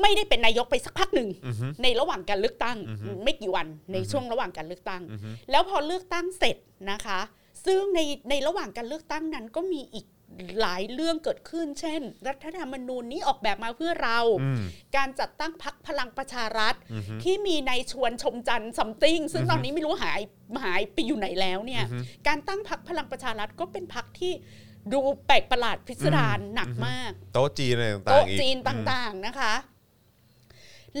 C: ไม่ได้เป็นนายกไปสักพักหนึ่ง
B: อือฮึ
C: ในระหว่างการเลือกตั้ง
B: อือฮึ
C: ไม่กี่วันในช่วงระหว่างการเลือกตั้ง
B: อือฮึ
C: แล้วพอเลือกตั้งเสร็จนะคะ ซึ่งในในระหว่างการเลือกตั้งนั้นก็มีอีกหลายเรื่องเกิดขึ้น เช่น รัฐธรรมนูญนี้ออกแบบมาเพื่อเรา
B: อืม
C: การจัดตั้งพักพลังประชารัฐ
B: อือฮึ
C: ที่มีนายชวนชมจันทร์ซัมติงซึ่ง
B: อือฮึ
C: ตอนนี้ไม่รู้หายหายไปอยู่ไหนแล้วเนี่ย
B: อือฮึ
C: การตั้งพักพลังประชารัฐก็เป็นพักที่ดูแปลกประหลาดพิสดารหนัก
B: อือฮึ
C: มาก
B: โต๊ะจีนอะไรต่างๆ
C: โต๊ะ
B: อีก
C: จีนต่างๆนะคะ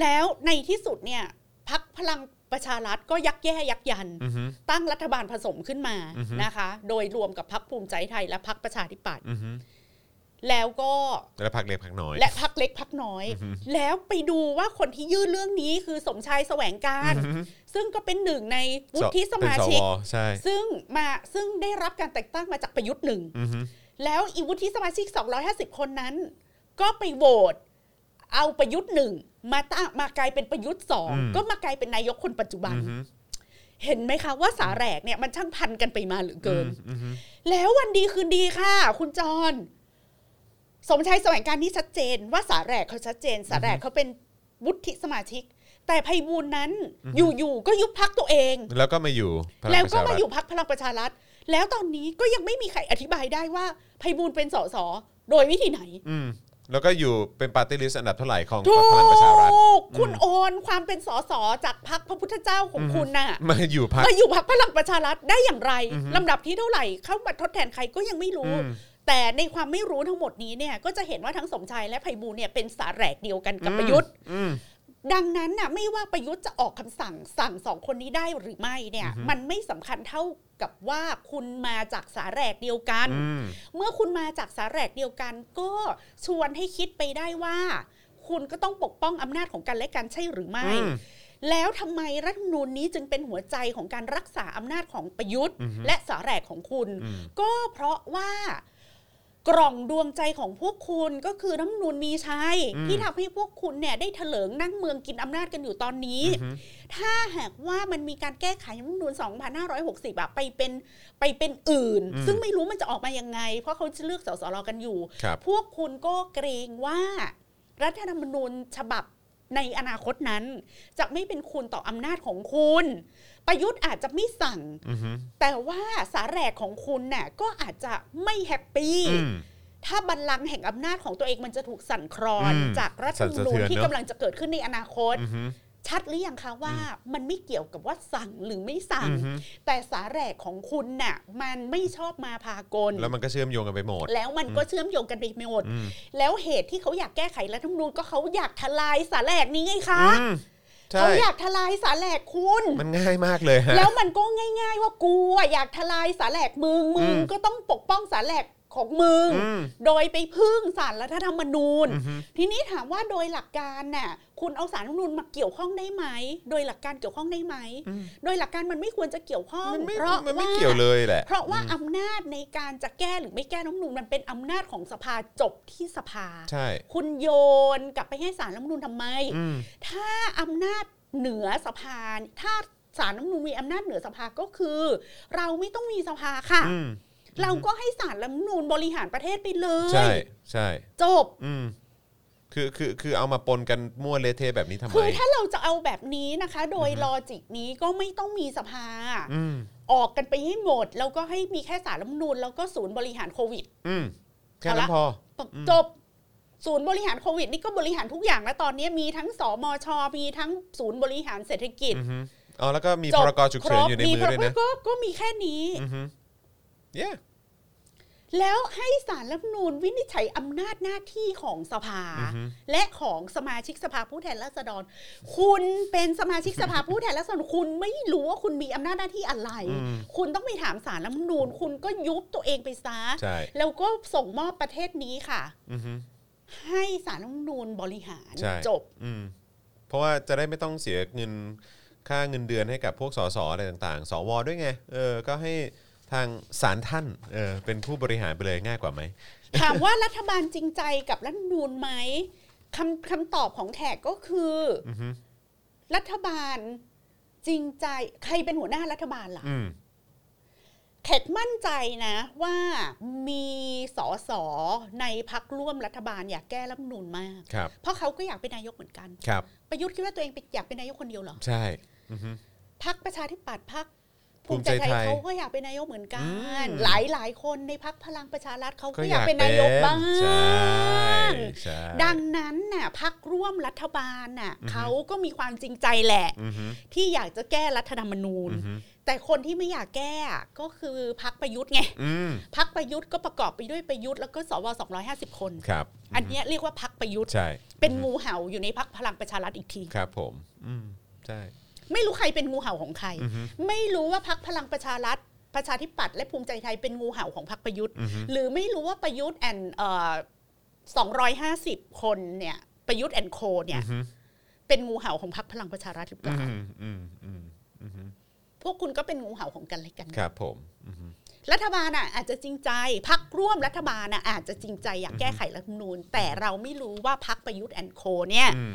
C: แล้วในที่สุดเนี่ยพักพลังประชารัฐก็ยักแย่ยักยัน
B: อืมอือฮึ
C: ตั้งรัฐบาลผสมขึ้นมา
B: อือฮึ
C: นะคะ โดยรวมกับพักภูมิใจไทยและพักประชาธิปัตย์
B: อือฮึ
C: แล้วก็
B: และพักเล็กพักน้อย
C: และพักเล็กพักน้อย
B: อือฮึ
C: แล้วไปดูว่าคนที่ยื่นเรื่องนี้คือสมชายแสวงการ
B: อือฮึ
C: ซึ่งก็เป็นหนึ่งในวุฒิสมาชิก
B: เป็นวใช่
C: ซึ่งมาซึ่งได้รับการแต่งตั้งมาจากประยุทธ์หนึ่ง
B: อือฮึ
C: แล้วอีวุฒิสมาชิก 250 คนนั้น ก็ไปโหวตเอาประยุทธ์หนึ่งมาตั้งมากลายเป็นประยุทธ์สอง
B: อืม
C: ก็มากลายเป็นนายกคนปัจจุบัน
B: อือฮึ
C: เห็นไหมคะว่าสาแหรกเนี่ยมันช่างพันกันไปมาเหลือเกิน
B: อือฮึ
C: แล้ววันดีคืนดีค่ะ คุณจร สมชายแสวงการนี่ชัดเจน ว่าสาแหรกเขาชัดเจน สาแหรกเขาเป็นวุฒิสมาชิก แต่ไพบูลย์นั้นอยู่ๆก็ยุบพักตัวเอง
B: แล้วก็มาอยู่พง
C: แล้ว
B: ประ
C: ก็
B: ชรัฐ
C: มาอยู่พักพลังประชารัฐ แล้วตอนนี้ก็ยังไม่มีใครอธิบายได้ว่าไพบูลย์เป็นสสโดยวิธีไหน
B: อืมแล้วก็อยู่เป็นปาร์ตี้ลิสต์อันดับเท่าไหร่ของ
C: ถู
B: พลังประชารัฐ
C: กคุณโอนความเป็นสสจากพักพระพุทธเจ้าของ
B: อือฮึ
C: คุณน่ะ
B: มาอยู่พัก
C: มาอยู่พักพลังประชารัฐได้อย่างไร
B: อือฮึ
C: ลำดับที่เท่าไหร่เข้ามาทดแทนใครก็ยังไม่รู้
B: อืม
C: แต่ในความไม่รู้ทั้งหมดนี้เนี่ยก็จะเห็นว่าทั้งสมชายและไพบูลย์เนี่ยเป็นสาแหรกเดียวกันกับ
B: อืม
C: ประยุทธ์
B: อืม
C: ดังนั้นน่ะไม่ว่าประยุทธ์จะออกคำสั่งสั่งสองคนนี้ได้หรือไม่เนี่ย
B: อือฮึ
C: มันไม่สำคัญเท่ากับว่าคุณมาจากสาแหรกเดียวกัน
B: อืม
C: เมื่อคุณมาจากสาแหรกเดียวกัน ก็ชวนให้คิดไปได้ว่า คุณก็ต้องปกป้องอำนาจของกันและกันใช่หรือไม่
B: อืม
C: แล้วทำไมรัฐธรรมนูญนี้จึงเป็นหัวใจของการรักษาอำนาจของประยุทธ์
B: อือฮึ
C: และสาแหรกของคุณ
B: อืม
C: ก็เพราะว่า กล่องดวงใจของพวกคุณก็คือน้ำนูนมีชัยที่ทำให้พวกคุณเนี่ยได้เถลิงนั่งเมืองกินอำนาจกันอยู่ตอนนี้
B: อือฮึ
C: ถ้าหากว่ามันมีการแก้ไขรัฐธรรมนูญ2560อะไปเป็นไปเป็นอื่น
B: อืม
C: ซึ่งไม่รู้มันจะออกมายังไง เพราะเขาจะเลือกสสรกันอยู่
B: ครับ
C: พวกคุณก็เกรงว่ารัฐธรรมนูญฉบับในอนาคตนั้น จะไม่เป็นคุณต่ออำนาจของคุณ ประยุทธ์อาจจะไม่สั่ง
B: อือฮึ
C: แต่ว่าสาแหรกของคุณน่ะก็อาจจะไม่แฮปปี้
B: อืม
C: ถ้าบัลลังก์แห่งอำนาจของตัวเองมันจะถูกสั่นคลอน
B: อืม
C: จากรัฐธรรม
B: สั่นสะ
C: นูญ
B: เทือน
C: ที่
B: เนอะ
C: กำลังจะเกิดขึ้นในอนาคต
B: อือฮึ
C: ชัดหรือยังคะว่ามันไม่เกี่ยวกับว่าสั่งหรือไม่สั่ง
B: อือฮึ
C: แต่สาแหรกของคุณน่ะมันไม่ชอบมาพากล
B: แล้วมันก็เชื่อมโยงกันไปหมด
C: แล้วมันก็เชื่อมโยงกันไปหมด
B: อืม
C: แล้วเหตุที่เขาอยากแก้ไขรัฐธรรมนูญก็เขาอยากทลายสาแหลกนี้ไงคะ
B: อืมใช่
C: เขาอยากทลายสาแหลกคุณ
B: มันง่ายมากเลยฮะ
C: แล้วมันก็ง่าย ๆ ว่ากูอะอยากทลายสาแหลกมึงมึง
B: อืม
C: ก็ต้องปกป้องสาแหลกของมึง
B: อืม
C: โดยไปพึ่งสารรัฐธรรมนูญ
B: อือฮึ
C: ทีนี้ถามว่าโดยหลักการน่ะคุณเอาสารรัฐธรรมนูญมาเกี่ยวข้องได้ไหม โดยหลักการเกี่ยวข้องได้ไหม
B: อืม
C: โดยหลักการมันไม่ควรจะเกี่ยวข้อง
B: มันไม่
C: เพราะ
B: มันไม่
C: ว่า
B: เกี่ยวเลยแหละ
C: [LAUGHS] เพราะว่าอำนาจในการจะแก้หรือไม่แก้รัฐธรรมนูญมันเป็นอำนาจของสภาจบที่สภา
B: ใช่
C: คุณโยนกลับไปให้สารรัฐธรรมนูญทำไม
B: อืม
C: ถ้าอำนาจเหนือสภา ถ้าสารรัฐธรรมนูญมีอำนาจเหนือสภาก็คือ เราไม่ต้องมีสภาค่ะ
B: อืม
C: เราก็ให้สารรัฐธรรมนูญบริหารประเทศไปเล
B: ใช่
C: ย
B: ใช่
C: จบ
B: อืมคือคือคือเอามาปนกันมั่วเละเทะแบบนี้ทำไม
C: คือถ้าเราจะเอาแบบนี้นะคะ โดยลอจิกนี้ก็ไม่ต้องมีสภา
B: อืม
C: ออกกันไปให้หมด แล้วก็ให้มีแค่สารรัฐธรรมนูญแล้วก็ศูนย์บริหารโควิด
B: อืมแค่นั้นพอ อืม
C: จบศูนย์บริหารโควิดนี่ก็บริหารทุกอย่างแล้วตอนนี้มีทั้งสมช มีทั้งศูนย์บริหารเศรษฐกิจ
B: อือฮึอ๋อแล้วก็มี
C: จ
B: พ
C: บ
B: รกฉุกเฉินอยู่ในมือด้วยนะ
C: ครบมีพรกก็ก็มีแค่นี้
B: อือฮึเย้
C: แล้วให้สารรัฐธรรมนูญวินิจฉัยอำนาจหน้าที่ของสภา
B: อือฮึ
C: และของสมาชิกสภาผู้แทนราษฎร คุณเป็นสมาชิกสภาผู้แทนราษฎรคุณไม่รู้ว่าคุณมีอำนาจหน้าที่อะไร
B: อืม
C: คุณต้องไปถามสารรัฐธรรมนูญ คุณก็ยุบตัวเองไปซะ
B: ใช่
C: แล้วก็ส่งมอบประเทศนี้ค่ะ
B: อือฮึ
C: ให้สารรัฐธรรมนูญบริหาร
B: ใช่
C: จบ
B: อืมเพราะว่าจะได้ไม่ต้องเสียเงินค่าเงินเดือนให้กับพวกสสอะไรต่างๆ สวด้วยไงเออก็ให้ทางสารท่านเออเป็นผู้บริหารไปเลยง่ายกว่าไหม
C: [LAUGHS] ถามว่ารัฐบาลจริงใจกับรัฐธรรมนูนไหมคำคำตอบของแขกก็คือ
B: อือฮึ
C: รัฐบาลจริงใจใครเป็นหัวหน้ารัฐบาลล่ะ
B: อืม
C: แขกมั่นใจนะว่ามีสอสอในพักร่วมรัฐบาลอยากแก้รัฐธรรมนูนมาก
B: ครับ
C: เพราะเขาก็อยากเป็นนายกเหมือนกัน
B: ครับ
C: ประยุทธ์คิดว่าตัวเองเป็นอยากเป็นนายกคนเดียวเหรอ
B: ใช่อือฮึ
C: พักประชาธิปัตย์พัก
B: ภูมิใจไทย
C: เขาก็อยากเป็นนายกเหมือนกั
B: อื
C: น
B: ม
C: หลายหลายๆคนในพักพลังประชารัฐเขา
B: ก็
C: ก็
B: อา
C: อ
B: ย
C: ยาก ก
B: เป็
C: เป็น
B: นาน
C: นาย ย
B: ก
C: ก
B: บ้า
C: บ้าง ง
B: ใช่ใช่
C: ดังนั้นน่ะพักร่วมรัฐบาลน่ะเขาก็มีความจริงใจแหละ
B: อือฮึ
C: ที่อยากจะแก้รัฐธรรมนูญ
B: อือฮึ
C: แต่คนที่ไม่อยากแก้อะก็คือพักประยุทธ์ไง
B: อืม
C: พักประยุทธ์ก็ประกอบไปด้วยประยุทธ์แล้วก็สว250 คน
B: ครับ
C: อันเนี้ยเรียกว่าพักประยุทธ์
B: ใช่
C: เป็นงูเห่าอยู่ในพักพลังประชารัฐอีกที
B: ครับผมอืมใช่
C: ไม่รู้ใครเป็นงูเห่าของใคร
B: อือฮึ
C: ไม่รู้ว่าพักพลังประชารัฐ ประชาธิปัตย์และภูมิใจไทยเป็นงูเห่าของพักประยุทธ์
B: อือฮึ
C: หรือไม่รู้ว่าประยุทธ์แอนสองร้อยห้าสิบคนเนี่ยประยุทธ์แอนโคเนี่ย
B: อือฮึ
C: เป็นงูเห่าของพรรคพลังประชารัฐหรือเป
B: อื
C: ล่า
B: มอืมอืมอือฮึ
C: พวกคุณก็เป็นงูเห่าของกันและกัน
B: ครับผมอือฮึ
C: รัฐบาลอ่ะอาจจะจริงใจ พักร่วมรัฐบาลอ่ะอาจจะจริงใจอยากแก้ไขรัฐธรรมนูญ แต่เราไม่รู้ว่าพักประยุทธ์แอนโคเนี่ย
B: อืม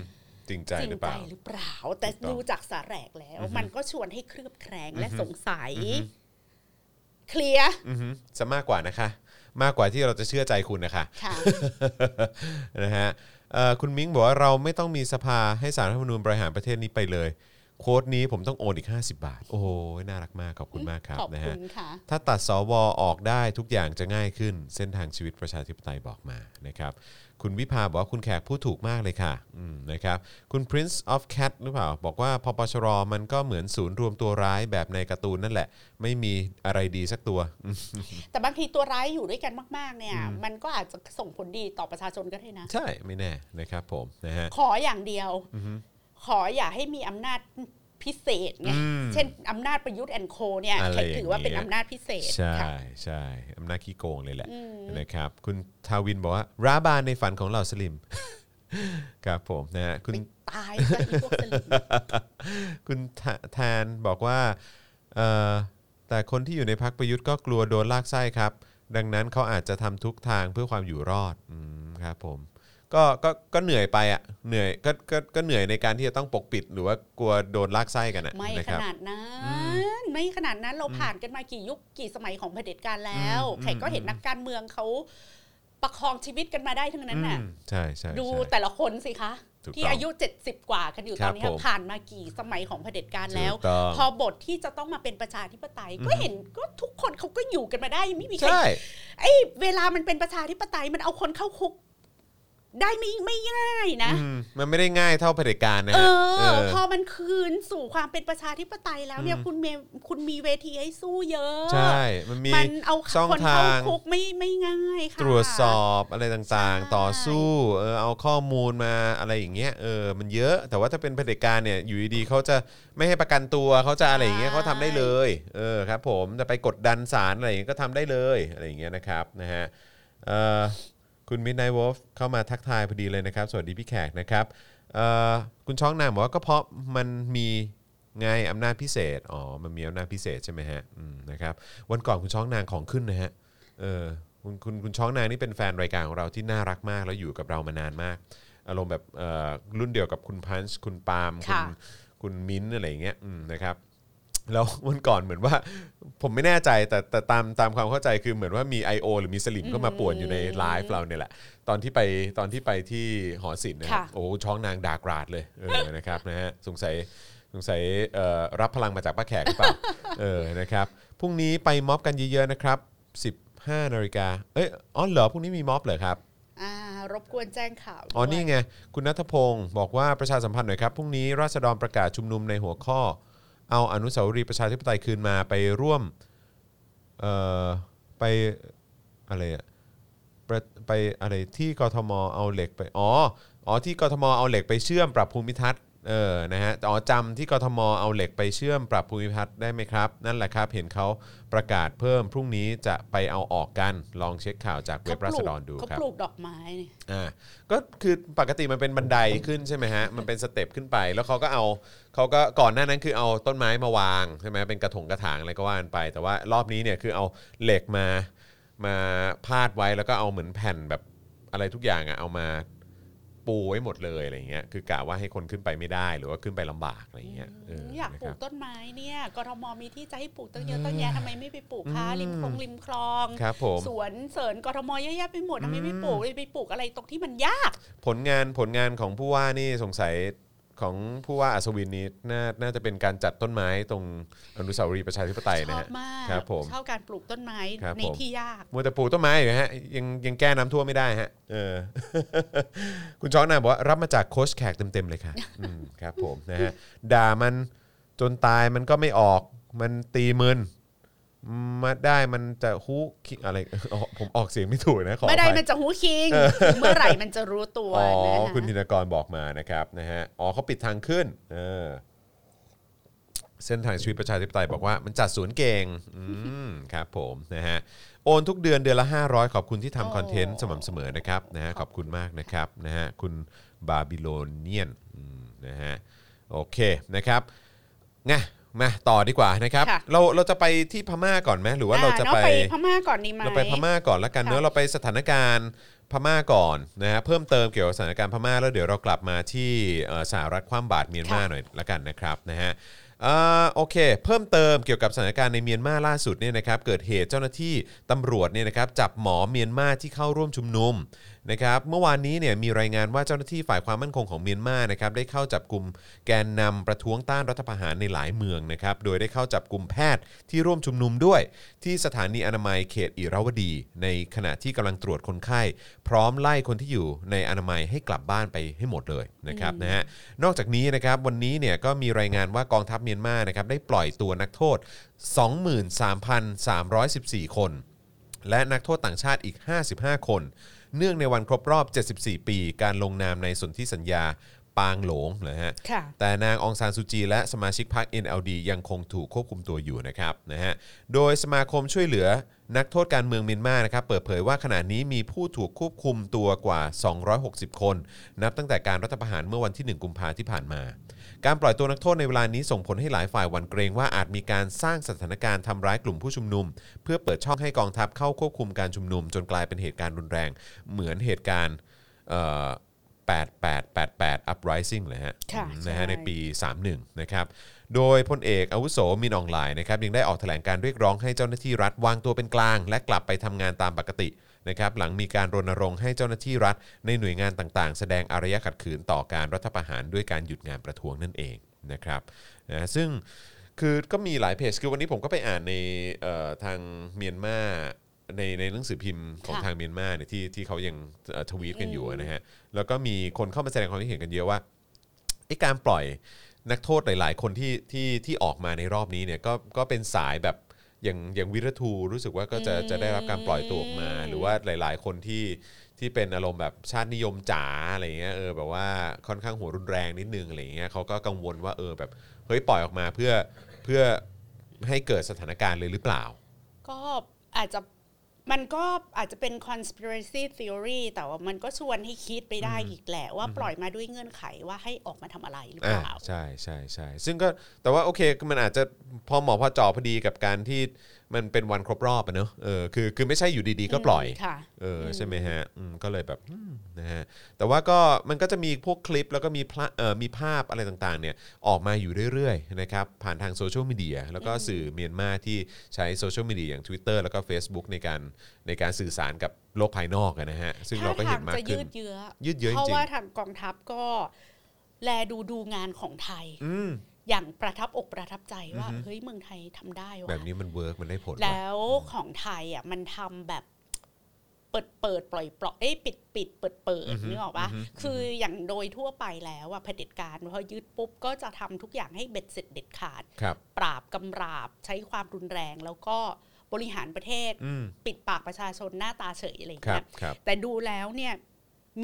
B: จริงใจ
C: จริ
B: หรือง เป
C: ใจ
B: ล่า
C: หรือเปล่า แต่
B: ถูกต้อง
C: ดูจากสาแหรกแล้ว
B: อือฮึ
C: มันก็ชวนให้เครือบแคลงและ
B: อือฮึ
C: สงสัย
B: อือฮึ
C: เคลียร์
B: อือฮึจะมากกว่านะคะ มากกว่าที่เราจะเชื่อใจคุณ [LAUGHS] นะคะ
C: ค่ะ
B: นะฮะเอ่อคุณมิ้งบอกว่าเราไม่ต้องมีสภาให้สารรัฐธรรมนูญบริหารประเทศนี้ไปเลย โค้ดนี้ผมต้องโอนอีก 50 บาท โอ้โหน่ารักมาก ขอบคุณมากครับ
C: ขอบ
B: นะ
C: คุ
B: ฮะ
C: ณค่ะ
B: ถ้าตัดสวออกได้ทุกอย่างจะง่ายขึ้น เส้นทางชีวิตประชาธิปไตยบอกมานะครับคุณวิภาบอกว่าคุณแขกพูดถูกมากเลยค่ะอืมนะครับคุณ Prince of Cat หรือเปล่า บอกว่าพปชรมันก็เหมือนศูนย์รวมตัวร้ายแบบในการ์ตูนนั่นแหละ ไม่มีอะไรดีสักตัว
C: แต่บางทีตัวร้ายอยู่ด้วยกันมาก ๆ เนี่ย มันก็อาจจะส่งผลดีต่อประชาชนก็ได้นะ
B: ใช่ไม่แน่นะครับผมนะฮะ
C: ขออย่างเดียว ขออย่าให้มีอำนาจพิเศษไง
B: อืม
C: เช่นอำนาจประยุทธ์แอนโคเนี่ย
B: อะไร
C: แขกถือว่า
B: อย่างเงี้ย
C: เป็นอำนาจพิเศษ
B: ใช่
C: ค่ะ
B: ใช่อำนาจขี้โกงเลยแหละ
C: อืม
B: นะครับ คุณทาวินบอกว่าราบานในฝันของเหล่าสลิม [LAUGHS] ครับผมนะฮะคุณ
C: ไปตายซะอีพวกส
B: [LAUGHS]
C: ลิม
B: คุณทะทานบอกว่าเอ่อแต่คนที่อยู่ในพักประยุทธ์ก็กลัวโดนลากไส้ครับ ดังนั้นเขาอาจจะทำทุกทางเพื่อความอยู่รอดอืมครับผมก็ก็ก็เหนื่อยไปอ่ะเหนื่อยก็ก็ก็เหนื่อยในการที่จะต้องปกปิดหรือว่ากลัวโดนลากไส้กันอ่ะ
C: ไม่
B: นะ
C: ข
B: ครับ
C: นาดนั้น ไม่ขนาดนั้นเราผ่านกันมากี่ยุคกี่สมัยของเผด็จการแล้ว
B: อืม
C: ใครก็เห็น
B: อืม
C: นักการเมืองเขาประคองชีวิตกันมาได้ทั้งนั้นน่ะ
B: อืมใช่ใช่ใช่
C: ดูแต่ละคนสิคะ
B: ถูกต้อง
C: ที่อายุ 70 กว่ากันอยู่
B: ค
C: ต
B: รั
C: อบ นเนี้ย
B: ผม
C: ผ่านมากี่สมัยของเผด็จการแล้ว
B: ถูกต้อง
C: พอบทที่จะต้องมาเป็นประชาธิปไตย ก็เห็นก็ทุกคนเขาก็อยู่กันมาได้ไม่มีใคร
B: ใช่
C: ไอ้เวลามันเป็นประชาธิปไตยมันเอาคนเข้าคุก ได้ไม่ไม่ง่ายนะ
B: อืมมันไม่ได้ง่ายเท่าเผด็จการนะ
C: เอ
B: ฮะเอ
C: อ
B: อ
C: พอมันคืนสู่ความเป็นประชาธิปไตยแล้วเนี่ย
B: อืม
C: คุณเมคุณมีเวทีให้สู้เยอะ
B: ใช่มันมี
C: มันเอา
B: ช่อง
C: คนเข้า
B: ทาง
C: คุกไม่ไม่ง่ายค่ะ
B: ตรวจสอบอะไรต่าง
C: ใช่
B: ๆ ต่อสู้เออเอาข้อมูลมาอะไรอย่างเงี้ยเออมันเยอะแต่ว่าถ้าเป็นเผด็จการเนี่ยอยู่ดีๆเขาจะไม่ให้ประกันตัวเขาจะอะไรอย่างเงี้ยเขาทำได้เลยเออครับผมจะไปกดดันศาลอะไรอย่างเงี้ยก็ทำได้เลยอะไรอย่างเงี้ยนะครับนะฮะเอ่อคุณมิดไนท์วอลฟ์เข้ามาทักทายพอดีเลยนะครับ สวัสดีพี่แขกนะครับเอ่อคุณช้องนางบอกว่าก็เพราะมันมีไงอำนาจพิเศษอ๋อมันมีอำนาจพิเศษใช่ไหมฮะอืมนะครับวันก่อนคุณช้องนางของขึ้นนะฮะ เออคุณคุณคุณช้องนางนี่เป็นแฟนรายการของเราที่น่ารักมาก แล้วอยู่กับเรามานานมาก อารมณ์แบบเอ่อรุ่นเดียวกับคุณพันช์คุณปาล์มคุณ
C: ค่ะ
B: คุณมิ้นท์อะไรอย่างเงี้ยอืมนะครับ แล้ว [LAUGHS] วันก่อนเหมือนว่า ผมไม่แน่ใจแต่แต่ตามตามความเข้าใจคือเหมือนว่ามี I.O. หรือมีสลิมก็มาป่วนอยู่ในไลฟ์เราเนี่ยแหละ ตอนที่ไปตอนที่ไปที่หอศิลป์นะครับ
C: ค่ะ
B: โอ้ช้องนางด่ากราดเลยเออนะครับนะฮะสงสัยสงสัยเอ่อรับพลังมาจากป้าแขกหรือเปล่า [LAUGHS] เออนะครับพรุ่งนี้ไปม็อบกันเยอะๆนะครับ 15นาฬิกาเอ้ยอ๋อเหรอพรุ่งนี้มีม็อบเหรอครับ
C: อ่ารบกวนแจ้งข่าว
B: อ๋อ
C: ด้วย
B: นี่ไง คุณนัทพงศ์บอกว่าประชาสัมพันธ์หน่อยครับพรุ่งนี้ราษฎรประกาศชุมนุมในหัวข้อ เอาอนุสาวรีย์ประชาธิปไตยคืนมาไปร่วมเอ่อไปอะไรอะประไปอะไรที่กทมเอาเหล็กไปอ๋ออ๋อที่กทมเอาเหล็กไปเชื่อมปรับภูมิทัศน์เออนะฮะอ๋อจำที่กทมเอาเหล็กไปเชื่อมปรับภูมิทัศน์ได้ไหมครับ นั่นแหละครับเห็นเขาประกาศเพิ่มพรุ่งนี้จะไปเอาออกกันลองเช็คข่าวจากเว็บราษฎรดู
C: เขา
B: ครับ
C: ปลูกดอกไม้เนี่ย
B: อ่าก็คือปกติมันเป็นบันไดขึ้นใช่ไหมฮะ มันเป็นสเต็ปขึ้นไป แล้วเขาก็เอาเขาก็ก่อนหน้านั้นคือเอาต้นไม้มาวางใช่ไหมเป็นกระถงกระถางอะไรก็ว่ากันไป แต่ว่ารอบนี้เนี่ยคือเอาเหล็กมามาพาดไว้แล้วก็เอาเหมือนแผ่นแบบอะไรทุกอย่างอะเอามาปูไว้หมดเลยอะไรอย่างเงี้ยคือกะว่าให้คนขึ้นไปไม่ได้หรือว่าขึ้นไปลำบากอะไรอย่างเงี้ยเออ
C: อยาก
B: นะ
C: ป
B: ค
C: ลู
B: รั
C: ก
B: บ
C: ต้นไม้เนี่ยกรทมมีที่จะให้ปลูกตั้งเยอะตั้งแยะทำไมไม่ไปปลูกคะ
B: อืม
C: ริมคลองริมคลอง
B: ครับผม
C: สวนเสริญกรทมเยอะแยะไปหมดทำไมไม่ปลูกเลยไปปลูกอะไรตรงที่มันยาก
B: ผลงานผลงานของผู้ว่านี่สงสัยของผู้ว่าอัศวินนี้น่าน่าจะเป็นการจัดต้นไม้ตรงอนุสาวรีย์ประชาธิปไตย
C: ช
B: นะ
C: อบ
B: ฮะ
C: มาก
B: ครับผม
C: ชอบการปลูกต้นไม้
B: ครับ
C: ใน
B: ผม
C: ที่ยาก
B: มัวแต่ปลูกต้นไม้อยู่ฮะยังยังแก้น้ำท่วมไม่ได้ฮะเออ [LAUGHS] คุณช้องนาบอกว่ารับมาจากโค้ชแขกเต็มๆเลย
C: [LAUGHS]
B: ค่ะอืมครับผมนะฮะด่ามันจนตายมันก็ไม่ออก มันตีมึนมาได้มันจะฮู้คิอะไร [LAUGHS] อ๋อผมออกเสียงไม่ถูกนะขออ
C: ไม่ได้
B: ภัย
C: มันจะหูคิง เมื่อไหร่มันจะรู้ตัว
B: อ๋อ
C: นะคะ
B: คุณธินกรบอกมานะครับนะฮะ อ๋อเขาปิดทางขึ้นเออเส้นทางชีวิตประชาธิปไตยบอกว่ามันจัดศูนย์เก่งอืมครับผมนะฮะ โอนทุกเดือนเดือนละ 500 ขอบคุณที่ทำคอนเทนต์สม่ำเสมอนะครับนะฮะขอบคุณมากนะครับนะฮะคุณบาบิโลเนียนอืมนะฮะโอเคนะครับไงมาต่อดีกว่านะครับ เราเราจะไปที่พม่าก่อนไหมหรือว่าเราจะ
C: อ่
B: ไป
C: นพม่าก่อนดีไหม
B: เราไปพม่าก่อนละกันเนอะ
C: ค่ะ
B: เราไปสถานการณ์พม่าก่อนนะฮะเพิ่มเติมเกี่ยวกับสถานการณ์พม่าแล้วเดี๋ยวเรากลับมาที่เอ่อสหรัฐคว่ำบาตรเมียนมา
C: ค่ะ
B: หน่อยละกันนะครับนะฮะเอ่อโอเค เพิ่มเติมเกี่ยวกับสถานการณ์ในเมียนมาล่าสุดเนี่ยนะครับเกิดเหตุเจ้าหน้าที่ตำรวจเนี่ยนะครับจับหมอเมียนมาที่เข้าร่วมชุมนุมนะครับเมื่อวานนี้เนี่ยมีรายงานว่าเจ้าหน้าที่ฝ่ายความมั่นคงของเมียนมานะครับได้เข้าจับกลุ่มแกนนำประท้วงต้านรัฐประหารในหลายเมืองนะครับโดยได้เข้าจับกลุ่มแพทย์ที่ร่วมชุมนุมด้วย ที่สถานีอนามัยเขตอิราวดี ในขณะที่กำลังตรวจคนไข้ พร้อมไล่คนที่อยู่ในอนามัยให้กลับบ้านไปให้หมดเลยนะครับนะฮะนอกจากนี้นะครับวันนี้เนี่ยก็มีรายงานว่ากองทัพเมียนมานะครับได้ปล่อยตัวนักโทษ 23,314 คน และนักโทษต่างชาติอีก 55 คน เนื่องในวันครบรอบ 74 ปีการลงนามในสนธิสัญญาปางโหลงนะฮะ
C: ค่ะ
B: แต่นางองซานซูจีและสมาชิกพรรค NLD ยังคงถูกควบคุมตัวอยู่นะครับนะฮะ โดยสมาคมช่วยเหลือนักโทษการเมืองเมียนมานะครับเปิดเผยว่าขณะนี้มีผู้ถูกควบคุมตัวกว่า 260 คน นับตั้งแต่การรัฐประหารเมื่อวันที่ 1 กุมภาที่ผ่านมา การปล่อยตัวนักโทษในเวลานี้ส่งผลให้หลายฝ่ายหวั่นเกรงว่าอาจมีการสร้างสถานการณ์ทำร้ายกลุ่มผู้ชุมนุม เพื่อเปิดช่องให้กองทัพเข้าควบคุมการชุมนุม จนกลายเป็นเหตุการณ์รุนแรง เหมือนเหตุการณ์เอ่อ8888 uprising เลยฮะ
C: ค่ะ
B: นะฮะ
C: ใช่
B: ในปี 31 นะครับ โดยพลเอกอาวุโสมินอองไลน์นะครับยังได้ออกแถลงการเรียกร้องให้เจ้าหน้าที่รัฐวางตัวเป็นกลาง และกลับไปทำงานตามปกตินะครับหลังมีการรณรงค์ให้เจ้าหน้าที่รัฐ ในหน่วยงานต่างๆ แสดงอารยะขัดขืนต่อการรัฐประหารด้วยการหยุดงานประท้วงนั่นเองนะครับนะซึ่งคือก็มีหลายเพจคือวันนี้ผมก็ไปอ่านในเอ่อทางเมียนมาในในหนังสือพิมพ์ของ
C: ค่ะ
B: ทางเมียนมาเนี่ยที่ที่เขายังเอ่อทวีตกันอยู่นะฮะแล้วก็มีคนเข้ามาแสดงความคิดเห็นกันเยอะว่า ไอ้การปล่อยนักโทษหลาย ๆ คนที่ที่ที่ออกมาในรอบนี้เนี่ยก็ก็เป็นสายแบบอย่างอย่างวิรทูรู้สึกว่าก็จะ
C: อืม
B: จะได้รับการปล่อยตัวออกมา หรือว่าหลาย ๆ คนที่ที่เป็นอารมณ์แบบชาตินิยมจ๋าอะไรเงี้ยเออแบบว่าค่อนข้างหัวรุนแรงนิดนึงอะไรเงี้ยเขาก็กังวลว่าเออแบบเฮ้ยปล่อยออกมาเพื่อเพื่อให้เกิดสถานการณ์เลยหรือเปล่า
C: ก็อาจจะมันก็อาจจะเป็น conspiracy theory แต่ว่ามันก็ชวนให้คิดไปได้อีกแหละ ว่าปล่อยมาด้วยเงื่อนไขว่าให้ออกมาทำอะไรหรือเป
B: อ่า
C: ล่า
B: ใช่ใช่ใช่ซึ่งก็แต่ว่าโอเคมันอาจจะพอเหมาะพอเจอพอดีกับการที่มันเป็นวันครบรอบอะเนอะเออคือคือไม่ใช่อยู่ดีๆก็ปล่อย
C: มค่ะ
B: เออใช่ไหมฮะอืมก็เลยแบบอืมนะฮะแต่ว่าก็มันก็จะมีพวกคลิปแล้วก็มีพระเอ่อมีภาพอะไรต่างๆเนี่ยออกมาอยู่เรื่อยๆนะครับผ่านทางโซเชียลมีเดียแล้วก็สื่อเมียนมาที่ใช้โซเชียลมีเดียอย่าง Twitter แล้วก็ Facebook ในการในการสื่อสารกับโลกภายนอกอะนะฮะซึ่งเราก็เห็นมาก
C: ท่ทงจะ
B: ขึ้
C: ยื
B: น
C: ดเยื้อ
B: ยืดเยื้อจริงๆ
C: เพราะว่าทางกองทัพก็แลดูดูงานของไทย
B: อืม
C: อย่างประทับอกประทับใจว่า
B: อือฮึ
C: เฮ้ยเมืองไทยทำได้
B: แบ
C: ว่ะ
B: บนี้มันเวิร์กมันได้ผลว่ะ
C: แล้วของไทยอ่ะมันทำแบบเปิดเปิดปล่อยปล่อยเอ้ยปิดปิดเปิดเปิ
B: อื
C: ด
B: อฮึ
C: นึกออกปะ
B: อือฮึ
C: คืออย่างโดยทั่วไปแล้วอ่ะเผด็จการพอยึดปุ๊บก็จะทำทุกอย่างให้เบ็ดเสร็จเด็ดขาด
B: ครับ
C: ปราบกำราบใช้ความรุนแรงแล้วก็บริหารประเทศ
B: อืม
C: ปิดปากประชาชนหน้าตาเฉยอะไรอย่าง
B: ครั
C: เงี้
B: บ
C: ย
B: ครับ
C: แต่ดูแล้วเนี่ย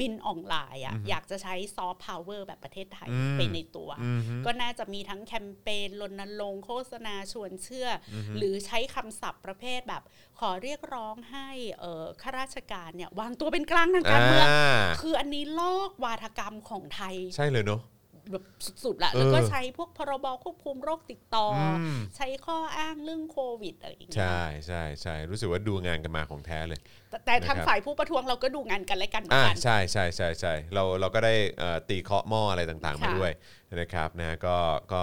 C: มินออนไลน์อ่ะ
B: อือฮึ
C: อยากจะใช้ซอฟต์พาวเวอร์แบบประเทศไทย
B: อืม
C: ไปในตัว
B: อืมฮึ
C: ก็น่าจะมีทั้งแคมเปญรณรงค์โฆษณาชวนเชื่ออหรือใช้คำศัพท์ประเภทแบบ ขอเรียกร้องให้เอ่อข้าราชการเนี่ยวางตัวเป็นกลางทางการเมือง คืออันนี้ลอกวาทกรรมของไทย
B: ใช่เลยเนาะ
C: แบบสุดๆละ
B: เออ
C: แล้วก็ใช้พวกพรบควบคุมโรคติดต่ออ
B: ม
C: ใช้ข้ออ้างเรื่องโควิดอะไรอย่างเงี้ย
B: ใช่ใช่ใช่รู้สึกว่าดูงานกันมาของแท้เลย
C: แต่แต่ทาง
B: นะครับ
C: ฝ่ายผู้ประท้วงเราก็ดูงานกันและกันเหมือ
B: อ่าน
C: กัน
B: ใช่ใช่ใช่ใช่เราเราก็ได้เอ่อตีเคาะหม้ออะไรต่างๆ มา
C: ค่ะ
B: ด้วยนะครับนะก็ก็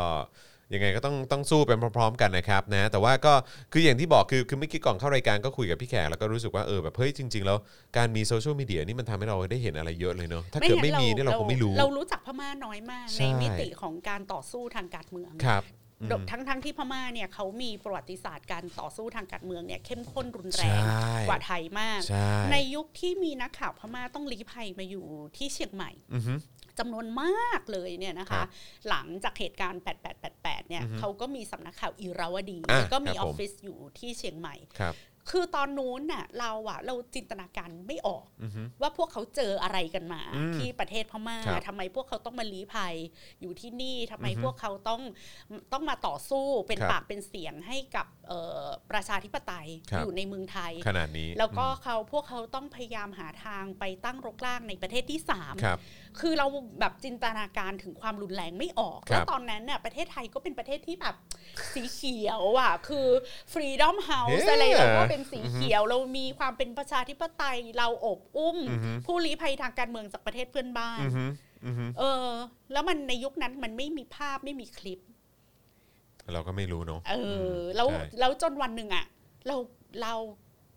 B: ยังไงก็ต้องต้องสู้เป็นพร้อม ๆ กันนะครับนะแต่ว่าก็คืออย่างที่บอกคือคือเมื่อกี้ก่อนเข้ารายการก็คุยกับพี่แขกแล้วก็รู้สึกว่าเออแบบเฮ้ยจริง ๆ แล้วการมีโซเชียลมีเดียนี่มันทำให้เราได้เห็นอะไรเยอะเลยเนาะถ้าเกิดไม่มีเนี่ยเราคงไม่รู้
C: เรารู้จักพม่าน้อยมาก
B: ใช่
C: ในมิติของการต่อสู้ทางการเมือง
B: ครับอืม
C: ทั้งทั้งที่พม่าเนี่ยเขามีประวัติศาสตร์การต่อสู้ทางการเมืองเนี่ยเข้มข้นรุนแร
B: ใช่
C: งกว่าไทยมาก
B: ใช่
C: ในยุคที่มีนักข่าวพม่าต้องลี้ภัยมาอยู่ที่เชียงใหม่
B: อือฮึ
C: จำนวนมากเลยเนี่ยนะ
B: ครั
C: คะ
B: บ
C: หลังจากเหตุการณ์ 8888 เนี่ย
B: อือฮึ
C: เขาก็มีสำนักข่าวอิราวดี
B: อ่ะ
C: แล้วก็มี
B: ค
C: อ
B: รับผม
C: อฟฟิศอยู่ที่เชียงใหม่
B: ครับ
C: คือตอนนู้นน่ะเราอะเราจินตนาการไม่ออก
B: อือฮึ
C: ว่าพวกเขาเจออะไรกันมา
B: อืม
C: ที่ประเทศพม่า
B: ครับ
C: ทำไมพวกเขาต้องมาลี้ภัยอยู่ที่นี่ทำไม
B: อือฮึ
C: พวกเขาต้องต้องมาต่อสู้เป็น
B: ครับ
C: ปากเป็นเสียงให้กับเอ่อประชาธิปไตย
B: ครับ
C: อยู่ในเมืองไทย
B: ขนาดนี้
C: แล้วก็เขาพวกเขาต้องพยายามหาทางไปตั้งรกรากในประเทศที่
B: อืม
C: 3
B: ครับ
C: คือเราแบบจินตนาการถึงความรุนแรงไม่ออก
B: ครับ
C: แล้วตอนนั้นน่ะประเทศไทยก็เป็นประเทศ
B: [LAUGHS]
C: ที่แบบ สีเขียวอ่ะ คือ Freedom House
B: เฮ้ย
C: อะไรเราก็เป็นสีเขียว เรามีความเป็นประชาธิปไตยเราอบอุ้ม
B: อือฮึ
C: ผู้ลี้ภัยทางการเมืองจากประเทศเพื่อนบ้าน
B: อือฮึอือฮึ
C: เออ แล้วมันในยุคนั้นมันไม่มีภาพไม่มีคลิป
B: เราก็ไม่รู้เนาะ
C: เออแล้ว
B: ใช่
C: แล้วจนวันหนึ่งอ่ะ เราเรา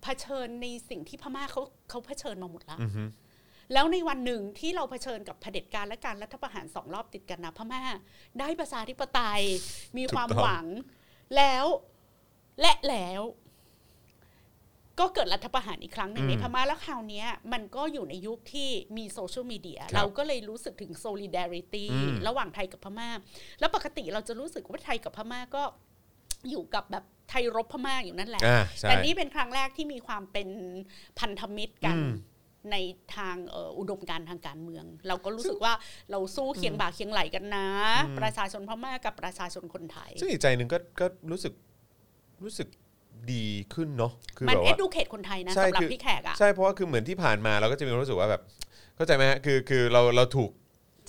C: เผชิญในสิ่งที่พม่าเขาเขาเผชิญมาหมดแล้ว
B: อือฮึ
C: แล้วในวันหนึ่งที่เราเผชิญกับเผด็จการและการรัฐประหารสองรอบติดกันนะพม่า ได้ประชาธิปไตย มี
B: ถูก
C: ความ
B: ต้อง
C: หวัง แล้วและแล้ว ก็เกิดรัฐประหารอีกครั้งหนึ่งในพม่าแล้วคราวเนี้ย มันก็อยู่ในยุคที่มีโซเชียลมีเดีย
B: ครับ
C: เราก็เลยรู้สึกถึง solidarity
B: อืม
C: ระหว่างไทยกับพม่า แล้วปกติเราจะรู้สึกว่าไทยกับพม่าก็อยู่กับแบบไทยรบพม่าอยู่นั่นแหละ
B: อ่าใช่
C: แต่นี่เป็นครั้งแรกที่มีความเป็นพันธมิตรกัน
B: อืม
C: ในทางเอ่ออุดมการณ์ทางการเมือง เราก็รู้สึกว่าเราสู้เคียงบ่าเคียงไหลกันนะ
B: อืม
C: ประชาชนพม่ากับประชาชนคนไทย
B: ซึ่งอีกใจหนึ่งก็ก็รู้สึกรู้สึกดีขึ้นเนาะคือ
C: มัน
B: แบบ
C: เอ
B: ว่า
C: ดูเคทคนไทยนะ
B: ใช่
C: สำหรั
B: คื
C: บ
B: อ
C: พี่แขกอะ
B: ใช่เพราะว่าคือเหมือนที่ผ่านมาเราก็จะมีความรู้สึกว่าแบบ เข้าใจไหมฮะคือคือเราเราถูก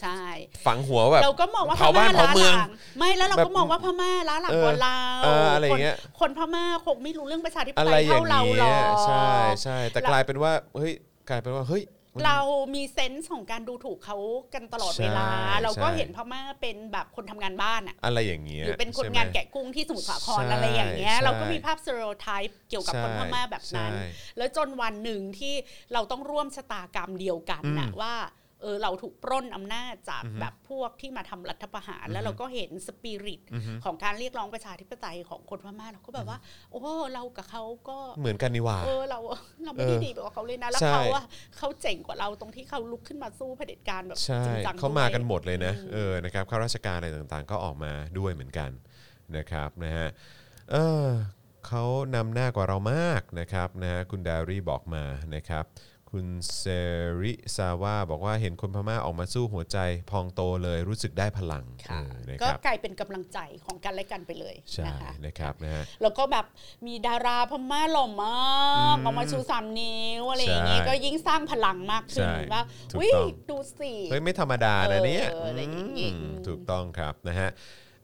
C: ใช่
B: ฝังหัวแบบ
C: เราก็มองว่าพ
B: เผาบ้า
C: ม่าน ล้า
B: เผาเมื
C: ห
B: อง
C: ลังไม่แล้วเรา
B: แบบ
C: ก็มองว่าพม่าล้าหลัง
B: เออก
C: ว่าเรา
B: เอออะไรอย่างเงี้ย
C: คนคนพม่าคงไม่รู้เรื่องประชาธิป
B: อะ
C: ไต
B: ไร
C: ย
B: อย่า
C: เท่าง เราหร
B: เงี้
C: อย ก
B: ใช่ใช่แต่
C: เรา
B: กลายเป็นว่าเฮ้ยกลายเป็นว่าเฮ้ยมัน
C: เรามีเซนส์ของการดูถูกเขากันตลอดเวลา
B: ใช่
C: เราก็
B: ใช่
C: เห็นพม่าเป็นแบบคนทำงานบ้านอะ
B: อะไรอย่างเงี้ย
C: หรือเป็นคน
B: ใช่ไหม
C: งานแกะกุ้งที่สมุทรสาคร
B: ใช่
C: อะไรอย่างเงี้ย
B: ใช่
C: เราก็มีภาพส t ต r e o ไทป์เกี่ยวกับคน
B: ใช่
C: พม่าแบบนั้น
B: ใช่
C: แล้วจนวันหนึ่งที่เราต้องร่วมชะตากรรมเดียวกันนะ
B: อืม
C: ว่าเออเราถูกปล้นอำนาจจาก
B: อือฮึ
C: แบบพวกที่มาทำรัฐประหาร
B: อือฮึ
C: แล้วเราก็เห็นสปิริต
B: อือฮึ
C: ของการเรียกร้องประชาธิปไตยของคนพม่าเราก็แบบว่า โอ้เรากับเขาก็
B: เหมือนกันนี่หว่า
C: เออเราเราไม่
B: เอ
C: ได้
B: อ
C: ดีไปกว่าเขาเลยนะแล้ว
B: ใช่
C: เขาอะเขาเจ๋งกว่าเราตรงที่เขาลุกขึ้นมาสู้เผด็จการแบบ
B: ใช่
C: จริงจัง
B: เขามากัน
C: ด้วย
B: หมดเลยนะ
C: อืม
B: เออนะครับข้าราชการอะไรต่างๆ ก็ออกมาด้วยเหมือนกันนะครับนะฮะเออเขานำหน้ากว่าเรามากนะครับนะฮะคุณดารี่บอกมานะครับ คุณเซริซาวาบอกว่าเห็นคนพม่าออกมาสู้หัวใจพองโตเลยรู้สึกได้พลัง
C: ค่ะ
B: เออนะค
C: ก็
B: รับ
C: กลายเป็นกำลังใจของกันและกันไปเลย
B: ใช่
C: นะคะ
B: นะครับนะฮะ
C: แล้วก็แบบมีดาราพม่าหล่อมาก
B: อืม
C: ออกมาชูสามนิ้วอะไรอย่างงี้
B: ใช่
C: ก็ยิ่งสร้างพลังมากขึ้น
B: ใช่
C: ว่า
B: ถูก
C: วิ่
B: ต้อง
C: ดูสิ
B: เฮ้ยไม่ธรรมดานะเนี่ย
C: เอออะไรอย่างงี้
B: อืมถูกต้องครับนะฮะ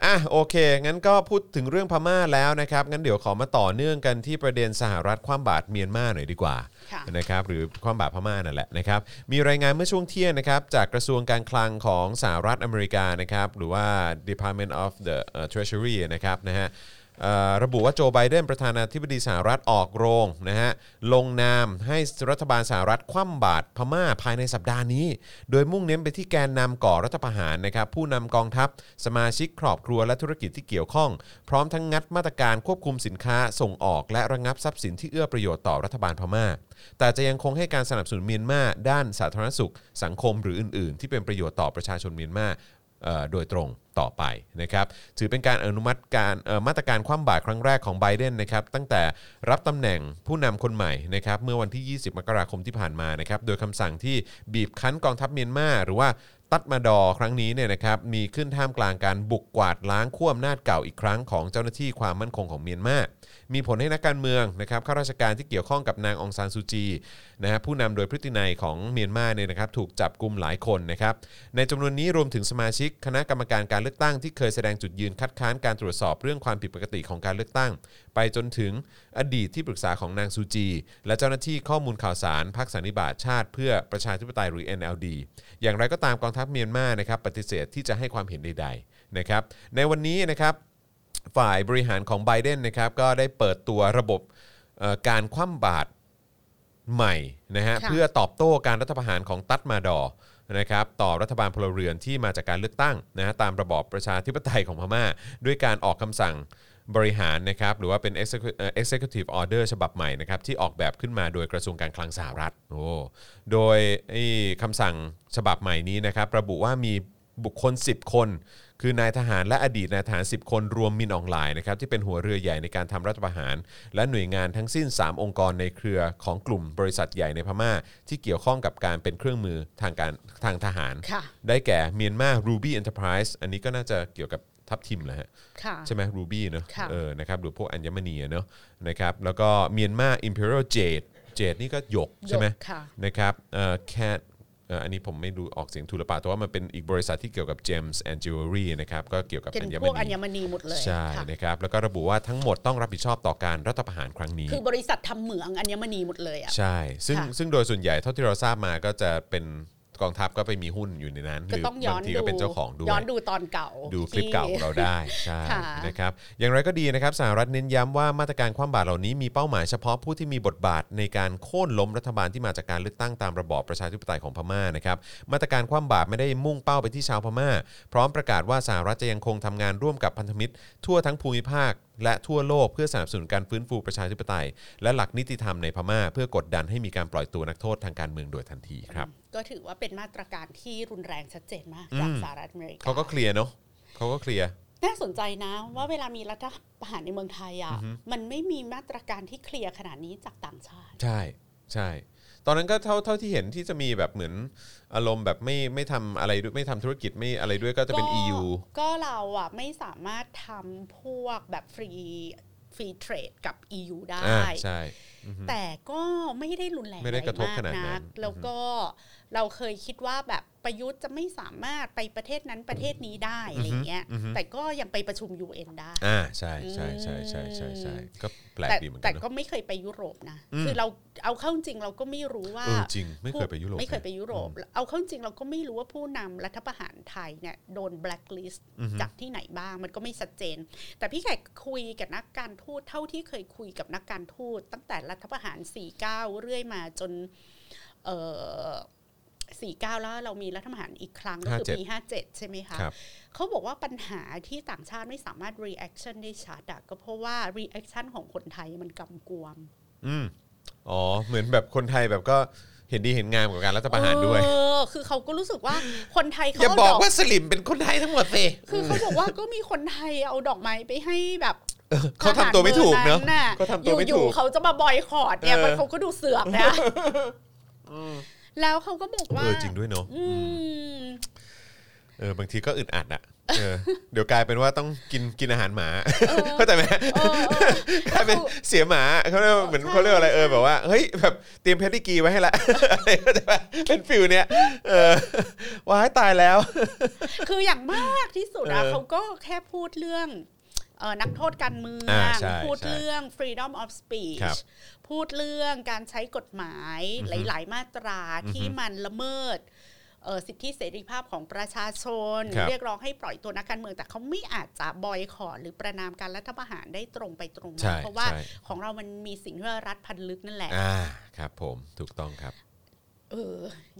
B: อ่ะโอเค งั้นก็พูดถึงเรื่องพม่าแล้วนะครับ งั้นเดี๋ยวขอมาต่อเนื่องกันที่ประเด็นสหรัฐความบาตรเมียนมาหน่อยดีกว่า
C: ค่ะ
B: นะครับหรือความบาปพม่านั่นแหละนะครับมีรายงานเมื่อช่วงเที่ยงนะครับจากกระทรวงการคลังของสหรัฐอเมริกานะครับหรือว่า Department of the เอ่อ Treasury นะครับนะฮะเอ่อระบุว่าโจไบเดนประธานาธิบดีสหรัฐออกโรงนะฮะลงนามให้รัฐบาลสหรัฐคว่ำบาตรพม่าภายในสัปดาห์นี้ โดยมุ่งเน้นไปที่แกนนำก่อรัฐประหารนะครับผู้นำกองทัพ สมาชิกครอบครัวและธุรกิจที่เกี่ยวข้อง พร้อมทั้งงัดมาตรการควบคุมสินค้าส่งออกและระงับทรัพย์สินที่เอื้อประโยชน์ต่อรัฐบาลพม่า แต่จะยังคงให้การสนับสนุนเมียนมาด้านสาธารณสุข สังคมหรืออื่น ๆ ที่เป็นประโยชน์ต่อประชาชนเมียนมาเอ่อโดยตรงต่อไปนะครับถือเป็นการอนุมัติการเอ่อมาตรการคว่ำบาตรครั้งแรกของไบเดนนะครับตั้งแต่รับตำแหน่งผู้นำคนใหม่นะครับเมื่อวันที่ 20 มกราคมที่ผ่านมานะครับโดยคำสั่งที่บีบคั้นกองทัพเมียนมาหรือว่า ตัดมาดอร์ครั้งนี้เนี่ยนะครับมีขึ้นท่ามกลางการบุกกวาดล้างขั้วอำนาจเก่าอีกครั้งของเจ้าหน้าที่ความมั่นคงของเมียนมา มีผลให้นักการเมืองนะครับข้าราชการที่เกี่ยวข้องกับนางองซานซูจีนะฮะผู้นำโดยพฤตินัยของเมียนมาเนี่ยนะครับถูกจับกลุ่มหลายคนนะครับในจำนวนนี้รวมถึงสมาชิกคณะกรรมการการเลือกตั้งที่เคยแสดงจุดยืนคัดค้านการตรวจสอบเรื่องความผิดปกติของการเลือกตั้ง ไปจนถึงอดีตที่ปรึกษาของนางซูจี และเจ้าหน้าที่ข้อมูลข่าวสารพรรคสันนิบาตชาติเพื่อประชาธิปไตยหรือ NLD อย่างไรก็ตามกองทัพเมียนมานะครับปฏิเสธที่จะให้ความเห็นใดๆนะครับในวันนี้นะครับ ฝ่ายบริหารของไบเดนนะครับก็ได้เปิดตัวระบบเอ่อการคว่ำบาตรใหม่นะฮะ
C: ค่ะ
B: เพื่อตอบโต้การรัฐประหารของตัดมาดอร์นะครับต่อรัฐบาลพลเรือนที่มาจากการเลือกตั้งนะฮะตามระบอบประชาธิปไตยของพม่า ด้วยการออกคำสั่งบริหารนะครับหรือว่าเป็น execu- เอ่อ executive order ฉบับใหม่นะครับที่ออกแบบขึ้นมาโดยกระทรวงการคลังสหรัฐโอ้โดยไอ้คำสั่งฉบับใหม่นี้นะครับระบุว่ามี บุคคล 10 คน คือนายทหารและอดีตนายทหาร 10 คนรวมมินอองไลน์นะครับที่เป็นหัวเรือใหญ่ในการทำรัฐประหาร และหน่วยงานทั้งสิ้น 3 องค์กรในเครือของกลุ่มบริษัทใหญ่ในพม่า ที่เกี่ยวข้องกับการเป็นเครื่องมือทางการทางทหาร
C: ค่ะ
B: ได้แก่เมียนมา Ruby Enterprise อันนี้ก็น่าจะเกี่ยวกับทัพทิมแหละฮะ
C: ค่ะ
B: ใช่ไหมรูบี้เนอะ
C: ค่ะ
B: เออนะครับหรือพวกอัญมณีอะเนอะนะครับแล้วก็เมียนมาอิมพีเรียลเจดเจดนี่ก็หยกใช่ไหม
C: ยกค่ะ
B: นะครับเอ่อแคทเอ่ออันนี้ผมไม่ดูออกเสียงถูกหรือเปล่าแต่ว่ามันเป็นอีกบริษัทที่เกี่ยวกับ Gems and Jewelry นะครับก็เกี่ยวกับ
C: เป็น
B: อัญ
C: พ
B: ม
C: วกอั
B: ณี
C: ญมณีหมดเลย
B: ใช่
C: ค่ะ
B: นะครับแล้วก็ระบุว่าทั้งหมดต้องรับผิดชอบต่อการรัฐประหารครั้งนี้
C: คือบริษัททำเหมืองอัญมณีหมดเลยอะ
B: ใช่ ซึ่ง
C: ค่ะ
B: ซึ่งโดยส่วนใหญ่เท่าที่เราทราบมาก็จะเป็นกองทัพก็ไปมีหุ้นอยู่ในนั้นห
C: ก็
B: รือ
C: ต้องย้อบ
B: านงที
C: ดู
B: ก็เป็นเจ้าของด้วย
C: ย้อนดูตอนเก่า
B: ดูคลิปเก่า
C: ที่
B: ของเราได้ใช่
C: ค่ะ
B: นะครับอย่างไรก็ดีนะครับสหรัฐเน้นย้ำว่ามาตรการคว่ำบาตรเหล่านี้มีเป้าหมายเฉพาะผู้ที่มีบทบาทในการโค่นล้มรัฐบาลที่มาจากการเลือกตั้งตามระบอบประชาธิปไตยของพม่านะครับมาตรการคว่ำบาตรไม่ได้มุ่งเป้าไปที่ชาวพม่า พร้อมประกาศว่าสหรัฐจะยังคงทำงานร่วมกับพันธมิตร ทั่วทั้งภูมิภาค และทั่วโลกเพื่อสนับสนุนการฟื้นฟูประชาธิปไตย และหลักนิติธรรมในพม่า เพื่อกดดันให้มีการปล่อยตัวนักโทษทางการเมืองโดยทันทีครับ
C: ก็ถือว่าเป็นมาตรการที่รุนแรงชัดเจนมากจากสหรัฐอเมริกา
B: เขาก็เคลียร์เนาะเขาก็เคลียร์
C: น่าสนใจนะว่าเวลามีรัฐประหารในเมืองไทยอ่ะมันไม่มีมาตรการที่เคลียร์ขนาดนี้จากต่างชาติ
B: ใช่ใช่ ตอนนั้นก็เท่าเท่าที่เห็นที่จะมีแบบเหมือนอารมณ์แบบไม่ไม่ทำอะไรด้วยไม่ทำธุรกิจไม่อะไรด้วยก็จะเป็น
C: ก็
B: EU
C: ก็เราอ่ะไม่สามารถทำพวกแบบฟรีฟรีเทรดกับ EU ได้
B: อ่าใช่
C: แต่ก็ไม่ได้รุนแรง
B: ไม่ได้กระทบ
C: อ
B: ขนาดนั้น
C: กแล้วก็ เราเคยคิดว่าแบบประยุทธ์จะไม่สามารถไปประเทศนั้นประเทศนี้ได้อะไรเงี้ย
B: อือฮึ
C: แต่ก็ยังไปประชุม UN ได้
B: อ่าใช่ใช่ใช่ใช่ใช่ใช่ก็แปลก
C: แต่
B: ดีเหมือนกั
C: แต่
B: นเนอะ
C: ก็ไม่เคยไปยุโรปนะ
B: อืม
C: คือเราเอาเข้าจริงเราก็ไม่รู้ว่า
B: เออจริงไม่เคยไปยุโรป
C: ไม่เคยไปยุโรป เอาเข้าจริงเราก็ไม่รู้ว่าผู้นำรัฐประหารไทยเนี่ยโดนแบล็คลิสต์
B: อือฮึ
C: จากที่ไหนบ้างมันก็ไม่ชัดเจน แต่พี่แขกคุยกับนักการทูตเท่าที่เคยคุยกับนักการทูตตั้งแต่รัฐประหาร 49 เรื่อยมาจนเอ่อ49 แล้วเรามีรัฐประหารอีกครั้งก็คือปี 57 ใช่ไหมคะ
B: ครับ
C: เขาบอกว่าปัญหาที่ต่างชาติไม่สามารถ reaction ได้ชัดอะก็เพราะว่า reaction ของคนไทยมันกำกวม
B: อืมอ๋อเหมือนแบบคนไทยแบบก็เห็นดีเห็นงามกับการรัฐประหารด้วย
C: เออ คือเขาก็รู้สึกว่าคนไทยเขา
B: อย่า
C: เอา
B: บ
C: ด
B: อก
C: อก
B: ว่าสลิมเป็นคนไทยทั้งหมดสิ
C: คือเขาบอกว่าก็มีคนไทยเอาดอกไม้ไปให้แบบ
B: เขาทำตัวไม่ถูกเนอะ
C: ทหรบอ
B: เขาทำตัวไม่
C: อยู่
B: ถูก
C: ๆเขาจะมาบอยคอรดเนี่ย
B: เออ
C: มันเขาก็ดูเสือกนะแล้วเขาก็บอกว่า
B: เออจริงด้วยเนาะ
C: อืม
B: เออบางทีก็อึดอัดอ่ะเออเดี๋ยวกลายเป็นว่าต้องกินกินอาหารหมาเข้าใจไหม
C: เออเออ
B: ถ้าเป็นเสียหมาเขาเรียกว่าเหมือน
C: ใช่
B: เขาเรียกว่าอะไรเออแบบว่าเฮ้ยแบบเตรียมเพดดิกรีไว้ให้ละ [LAUGHS] อะไรเข้าใจปะเป็นฟิลเนี้ยเออว้ายตายแล้ว
C: คืออย่างมากที่สุดอะ
B: เออ
C: เขาก็แค่พูดเรื่องเอ่อนักโทษการเมือง
B: อ่าใช่
C: พูด
B: ใช่
C: เรื่อง freedom of
B: ครั
C: speech
B: บ
C: พูดเรื่องการใช้กฎหมาย
B: อือฮึ
C: หลาย ๆ มาตราที่
B: อือฮึ
C: มันละเมิดเอ่อสิทธิเสรีภาพของประชาชน
B: ครับ
C: เรียกร้องให้ปล่อยตัวนักการเมือง แต่เขาไม่อาจจะบอยคอรหรือประนามการรัฐประหารได้ตรงไปตรงมา
B: ใช่
C: เพราะว่า
B: ใช่
C: ของเรามันมีสิ่งที่ว่ารัฐพันลึกนั่นแหละ
B: อ่าครับ ผมถูกต้องครับ
C: เอ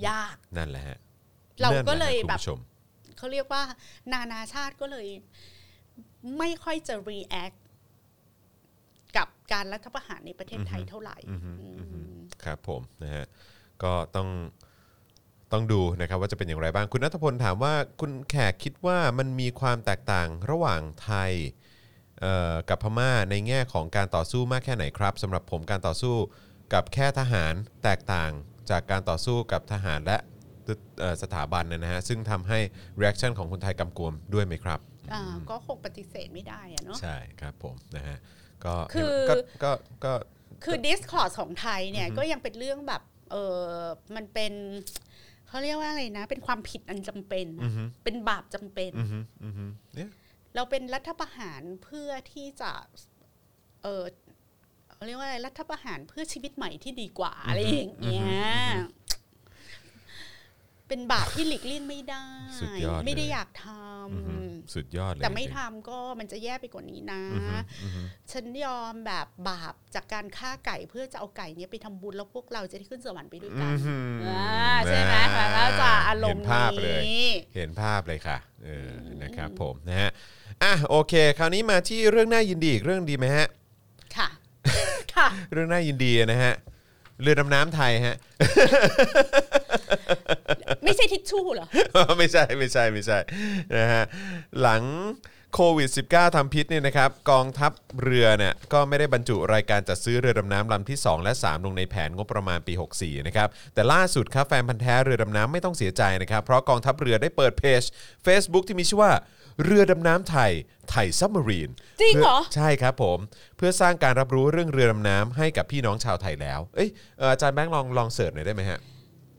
C: อยาก
B: นั่นแหละฮะ
C: เรา
B: นั่นแหะ
C: ก็เลย
B: คุณ
C: แบบ
B: ผู้ชม
C: เขาเรียกว่านานาชาติก็เลยไม่ค่อยจะ react กับการรัฐประหารในประเทศไทย
B: อือฮึ
C: เท่าไหร่
B: อือฮึ
C: อืม
B: อือฮึครับผมนะฮะก็ต้องต้องดูนะครับว่าจะเป็นอย่างไรบ้างคุณนัทพลถามว่าคุณแขกคิดว่ามันมีความแตกต่างระหว่างไทยเอ่อกับพม่าในแง่ของการต่อสู้มากแค่ไหนครับสำหรับผมการต่อสู้กับแค่ทหารแตกต่างจากการต่อสู้กับทหารและเอ่อสถาบันนะฮะซึ่งทำให้ reaction ของคนไทยกำกวมด้วยไหมครับ
C: อ่าก็คงปฏิเสธไม่ได้อะเนาะ
B: ใช่ครับผมนะฮะก็
C: คือ
B: ก็ก็ก็
C: คือ discourse ของไทยเนี่ยก็ยังเป็นเรื่องแบบเออมันเป็นเขาเรียกว่าอะไรนะ เป็นความผิดอันจำเป็น
B: อือฮึ
C: เป็นบาปจำเป็น
B: อือฮึอือฮึเนี่ย
C: เราเป็นรัฐประหารเพื่อที่จะเออเขาเรียกว่าอะไรรัฐประหารเพื่อชีวิตใหม่ที่ดีกว่าอะไรอย่างเงี้ย เป็นบาปที่หลีกเลี่ยงไม่ได้
B: สุดยอดเลย
C: ไม่ได้อยากท
B: อือฮึ
C: ำ
B: สุดยอดเลย
C: แต่ไม่
B: จริง
C: ทำก็มันจะแย่ไปกว่านี้นะ
B: อือฮึอือฮึ
C: ฉันยอมแบบบาปจากการฆ่าไก่เพื่อจะเอาไก่เนี้ยไปทำบุญแล้วพวกเราจะได้ขึ้นสวรรค์ไปด้วยกันอ่าใช่ไหมแล้วจะอารมณ์
B: เห็นภาพเลย
C: นี้
B: เห็นภาพเลยค่ะเออนะครับผมนะฮะอ่ะโอเค คราวนี้มาที่เรื่องน่ายินดีอีกเรื่องดีไหมฮะ
C: ค่ะ [LAUGHS] ค่ะ
B: เรื่องน่ายินดีนะฮะเรือดำน้ำไทยฮะ
C: ไม่ใช่ทิชชู่เหรอ
B: [LAUGHS] ไม่ใช่ไม่ใช่ไม่ใช่นะฮะหลังโควิด -19 ทำพิษเนี่ยนะครับกองทัพเรือเนี่ยก็ไม่ได้บรรจุรายการจัดซื้อเรือดำน้ำลำที่ 2 และ 3 ลงในแผนงบประมาณปี 64 นะครับ แต่ล่าสุดครับแฟนพันธ์แท้เรือดำน้ำไม่ต้องเสียใจนะครับ เพราะกองทัพเรือได้เปิดเพจ Facebook ที่มีชื่อว่า เรือดำน้ำไทยไทยซับมารีน
C: จริงเหรอ
B: ใช่ครับผมเพื่อสร้างการรับรู้เรื่องเรือดำน้ำให้กับพี่น้องชาวไทยแล้วเอ้ยเอ่ออาจารย์แบงค์ลองลองเสิร์ชหน่อยได้ไหมฮะ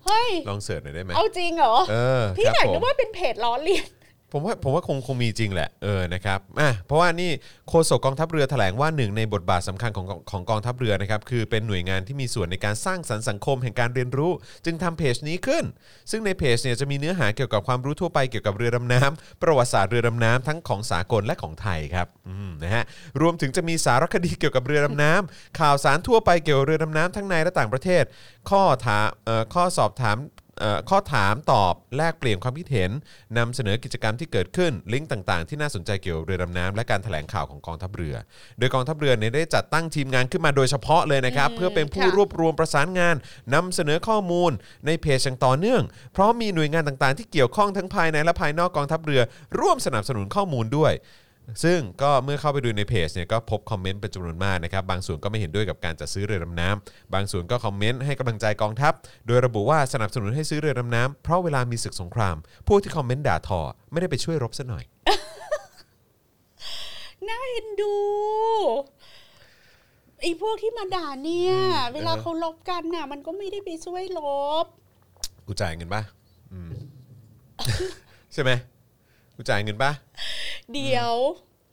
C: เฮ้ย
B: ลองเสิร์ชหน่อยได้ไหม
C: เอาจริงเหรอ
B: เออ
C: พี่
B: ครับ
C: ไหน
B: ผม
C: นึกว่าเป็นเพจล้อเลียน [LAUGHS]
B: ผมว่าผมว่าคงคงมีจริงแหละเออนะครับอ่ะเพราะว่านี่โฆษกกองทัพเรือแถลงว่าหนึ่งในบทบาทสำคัญของของของกองทัพเรือนะครับคือเป็นหน่วยงานที่มีส่วนในการสร้างสรรค์สังคมแห่งการเรียนรู้ จึงทำเพจนี้ขึ้น ซึ่งในเพจเนี่ยจะมีเนื้อหาเกี่ยวกับความรู้ทั่วไปเกี่ยวกับเรือดำน้ำประวัติศาสตร์เรือดำน้ำทั้งของสากลและของไทยครับอืมนะฮะรวมถึงจะมีสารคดีเกี่ยวกับเรือดำน้ำข่าวสารทั่วไปเกี่ยวกับเรือดำน้ำทั้งในและต่างประเทศ ข้อถามเอ่อข้อสอบถาม เอ่อข้อถามตอบแลกเปลี่ยนความคิดเห็นนำเสนอกิจกรรมที่เกิดขึ้น ลิงก์ต่างๆ ที่น่าสนใจเกี่ยวกับเรือดำน้ำและการแถลงข่าวของกองทัพเรือ โดยกองทัพเรือเนี่ยได้จัดตั้งทีมงานขึ้นมาโดยเฉพาะเลยนะครับ เพื่อเป็นผู้
C: ค่ะ
B: รวบรวมประสานงานนำเสนอข้อมูลในเพจอย่างต่อเนื่อง เพราะมีหน่วยงานต่างๆ ที่เกี่ยวข้องทั้งภายในและภายนอกกองทัพเรือ ร่วมสนับสนุนข้อมูลด้วย ซึ่งก็เมื่อเข้าไปดูในเพจเนี่ยก็พบคอมเมนต์เป็นจำนวนมากนะครับ บางส่วนก็ไม่เห็นด้วยกับการจัดซื้อเรือดำน้ำบางส่วนก็คอมเมนต์ให้กำลังใจกองทัพ โดยระบุว่าสนับสนุนให้ซื้อเรือดำน้ำเพราะเวลามีศึกสงคราม พวกที่คอมเมนต์ด่าทอไม่ได้ไปช่วยรบซะหน่อย
C: น่าเอ็นดูไอ้พวกที่มาด่าเนี่ย เวลาเขาลบกันน่ะ มันก็ไม่ได้ไปช่วยลบ
B: กูจ่ายเงินปะอืม [LAUGHS] ใช่ไหมกูจ่ายเงินปะ
C: เดี๋ยว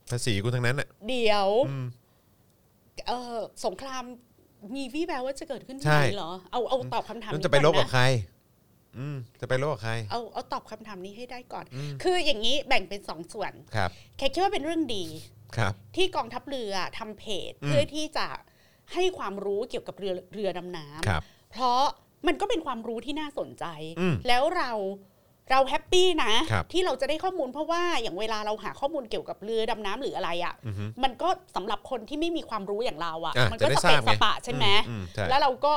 B: ภาษีกูทั้งนั้นอ่ะ
C: เดี๋ยว
B: อืม
C: เออสงครามมีวี่แววว่าจะเกิดขึ้นที่
B: ใช่
C: ไหนเหรอเอาเอาตอบคำถาม
B: แล้ว
C: นี้
B: จะไปลบ
C: ก่อ
B: กับ
C: นนะ
B: ใคร อืม จะไปลบกับใคร
C: เอาเอาตอบคำถามนี้ให้ได้ก่อน
B: อืม
C: คืออย่างนี้แบ่งเป็นสองส่วน
B: ครับ
C: แขกคิดว่าเป็นเรื่องดี
B: ครับ
C: ที่กองทัพเรือทำเพจ
B: อืม
C: เพื่อที่จะให้ความรู้เกี่ยวกับเรือเรือดำน้ำ
B: ครับ
C: เพราะมันก็เป็นความรู้ที่น่าสนใจ
B: อืม
C: แล้วเราเราแฮปปี้นะครับ ที่เราจะได้ข้อมูลเพราะว่าอย่างเวลาเราหาข้อมูลเกี่ยวกับเรือดำน้ำหรืออะไรอะ่ะ
B: อือฮึ
C: มันก็สำหรับคนที่ไม่มีความรู้อย่างเรา
B: อ่ะ
C: อะ่ะ มั
B: จะ
C: ก็
B: ได้
C: ส
B: ทราบไง
C: เปะสปะใช่ไหม
B: อือืใช่
C: แล้วเราก็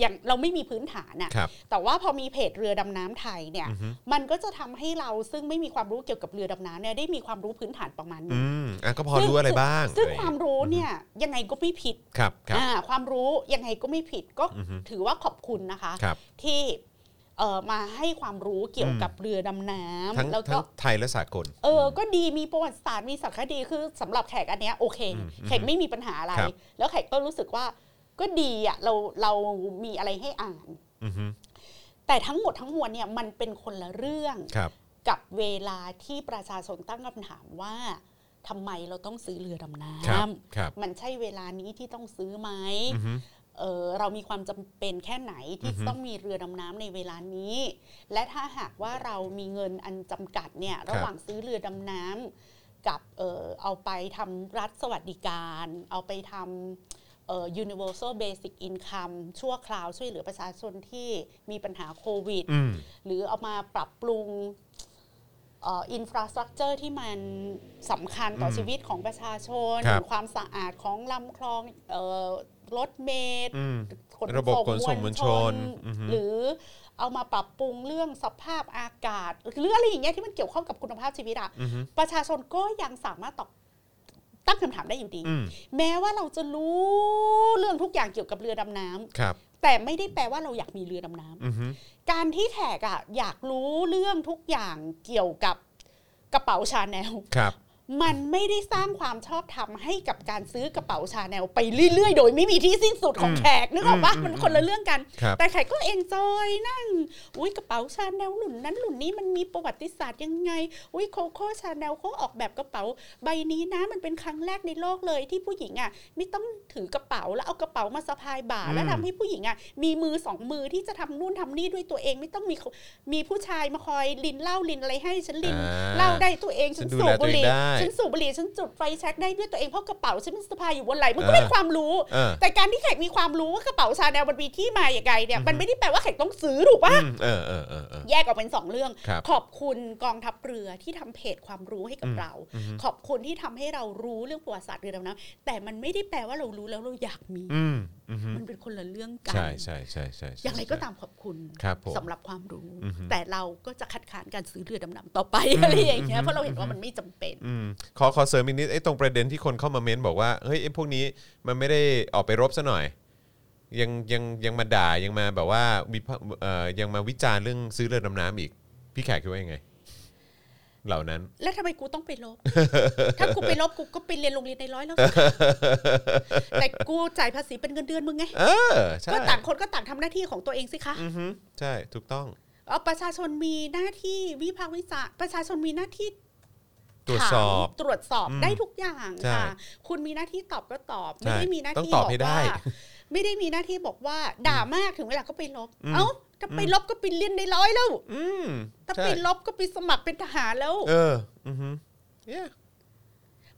C: อย่างเราไม่มีพื้นฐานอ่ะ
B: ครับ
C: แต่ว่าพอมีเพจเรือดำน้ำไทยเนี่ย
B: อือฮึ
C: มันก็จะทำให้เราซึ่งไม่มีความรู้เกี่ยวกับเรือดำน้ำเนี่ยได้มีความรู้พื้นฐานประมาณหนึ
B: อื
C: ง
B: มอ่ะก็พอรู้อะไรบ้าง
C: ซึ่ง
B: อะไรอย่
C: ความ
B: เย
C: รู้เนี่ยยังไงก็ไม่ผิด
B: ครับครับ
C: อ่าความรู้ยังไงก็ไม่ผิดก็
B: อือฮึ
C: ถือว่าขอบคุณนะคะ
B: ครับ
C: ที่เอ่อมาให้ความรู้เกี่ยว
B: อืม
C: กับเรือดำน้
B: ทั้ง
C: ำแล้ว
B: ทั้
C: ก็
B: งไทยและสากล
C: เออก็ดีมีประวัติศาสตร์มีสารคดีคือสำหรับแขกอันเนี้ยโอเค
B: อืมอืม
C: แขกไม่มีปัญหาอะไร
B: ครับ
C: แล้วแขกก็รู้สึกว่าก็ดีอ่ะเราเรามีอะไรให้อ่าน
B: อือฮึ
C: แต่ทั้งหมดทั้งมวลเนี่ยมันเป็นคนละเรื่อง
B: ครับ
C: กับเวลาที่ประชาชนตั้งคำถามว่าทำไมเราต้องซื้อเรือดำน้
B: ครับ
C: ำ
B: ครับ
C: มันใช่เวลานี้ที่ต้องซื้อไหม
B: อือฮึ
C: เออเรามีความจำเป็นแค่ไหนที่
B: อือฮึ
C: จะต้องมีเรือดำน้ำในเวลานี้ และถ้าหากว่าเรามีเงินอันจำกัดเนี่ยระหว่างซื้อเรือดำน้ำกับเออเอาไปทำรัฐสวัสดิการ เอาไปทำเอ่อ universal basic income ชั่วคราวช่วยเหลือประชาชนที่มีปัญหาโควิด
B: ืม
C: หรือเอามาปรับปรุงอินฟราสตรักเจอร์ที่มันสำคัญต่ออ
B: ม
C: ชีวิตของประชาชน
B: ครับ
C: ความสะอาดของลำคลองเอ่อรถเมล์
B: อืม
C: ขน
B: ระบบขนส่งมวลชนอือฮึ
C: หรือเอามาปรับปรุงเรื่องสภาพอากาศ หรืออะไรอย่างเงี้ยที่มันเกี่ยวข้องกับคุณภาพชีวิตอะ
B: อือฮึ
C: ประชาชนก็ยังสามารถตอบตั้งคำถามได้อยู่ดี
B: อืม
C: แม้ว่าเราจะรู้เรื่องทุกอย่างเกี่ยวกับเรือดำน้ำ
B: ครับ
C: แต่ไม่ได้แปลว่าเราอยากมีเรือดำน้ำ
B: อือฮึ
C: การที่แขกอะอยากรู้เรื่องทุกอย่างเกี่ยวกับกระเป๋าชาแนล [LAUGHS]
B: ครับ
C: มันไม่ได้สร้างความชอบธรรมให้กับการซื้อกระเป๋าชาแนลไปเรื่อยๆ โดยไม่มีที่สิ้นสุดของแขกนึกออกปะมันคนละเรื่องกัน
B: ครับ
C: แต่แขกก็เอนจอยนั่ง อุ้ยกระเป๋าชาแนลหลุ่นนั้นหลุ่นนี้มันมีประวัติศาสตร์ยังไง อุ้ยโคโค่ชาแนลเขาออกแบบกระเป๋า ใบนี้นะมันเป็นครั้งแรกในโลกเลยที่ผู้หญิงอ่ะไม่ต้องถือกระเป๋าแล้วเอากระเป๋ามาสะพายบ่า แล้วทำให้ผู้หญิงอ่ะมีมือสองมือที่จะทำนู่นทำนี่ด้วยตัวเองไม่ต้องมีมีผู้ชายมาคอยลินเหล้าลินอะไรให้ฉันลิน
B: อ่
C: เล่าได้ตัวเอง
B: ฉั
C: ฉั
B: น
C: น
B: ดู
C: สู
B: แล
C: บบุหรี่
B: ตัวเองได้
C: ฉันสูบบุหรี่ฉันจุดไฟแช็กได้ด้วยตัวเองเพราะกระเป๋าฉันมันสะพายอยู่บนไหล่มันก็เป็น
B: เออ
C: ความรู้
B: เออ
C: แต่การที่แขกมีความรู้ว่ากระเป๋าชาแนลมันมีที่มาอย่างไรเนี่
B: อื
C: ย
B: อฮึ
C: มันไม่ได้แปลว่าแขกต้องซื้อถูกปะ
B: อืมเออเออเออเออ
C: แยกออกเป็นสองเรื่อง
B: ครับ
C: ขอบคุณกองทัพเรือที่ทำเพจความรู้ให้กับ
B: อืม
C: เรา
B: อือฮึ
C: ขอบคุณที่ทำให้เรารู้เรื่องประวัติศาสตร์เรือดำน้ำแต่มันไม่ได้แปลว่าเรารู้แล้วเราอยากมี
B: อืมอือฮึ
C: มันเป็นคนละเรื่องกั
B: ใช่ใช่ใช่ใช่
C: อย่างไรก็ตามขอบคุณ
B: ครับผม
C: สำหรับความรู้
B: อือฮึ
C: แต่เราก็จะคัดค้านการซื้อเรือดำน้ำต่อไป
B: อืม
C: อะไรอย่างเงี้
B: อื
C: ย
B: อฮึ
C: เพราะเราเห็นว่ามันไม่จำเป็น
B: อืมขอขอเสริมอีกนิดไอ้ตรงประเด็นที่คนเข้ามาเม้นบอกว่าเฮ้ยไอ้พวกนี้มันไม่ได้ออกไปรบซะหน่อย ยังยังยังมาด่ายังมาแบบว่าวิพากษ์เอ่อยังมาวิจารณ์เรื่องซื้อเรือดำน้ำอีก พี่แขกคิดว่ายังไง เหล่านั้น
C: แล้วทำไมกูต้องไปลบ ถ้ากูไปลบกูก็ไปเรียนโรงเรียนใน
B: [LAUGHS]
C: ร้อยแล้ว แต่กูจ่ายภาษีเป็นเงินเดือนมึงไง
B: เออ ใช่
C: ก็ต่างคนก็ต่างทำหน้าที่ของตัวเองสิคะ
B: อือฮึใช่ถูกต้อง
C: เอาประชาชนมีหน้าที่วิพากษ์วิจารณ์ประชาชนมีหน้าที่
B: ตรวจสอบ
C: ถามตรวจสอบ
B: อืม
C: ได้ทุกอย่าง
B: ใช่
C: ค่ะ คุณมีหน้าที่ตอบก็ตอบ
B: ใช่
C: ไม่ได้มีหน้า
B: ต้อง
C: ที่
B: ตอ
C: บบ อ
B: ให้
C: ก
B: ได้
C: ว่าไม่ได้มีหน้าที่บอกว่า ด่ามากถึงเวลาก็ไปลบ
B: อืม
C: เอ้าถ้าไป
B: อืม
C: ลบก็ไปเรียนในร้อยแล้ว
B: อืม
C: ถ้า
B: ใช่
C: ไปลบก็ไปสมัครเป็นทหารแล้ว
B: เออ อือฮึ yeah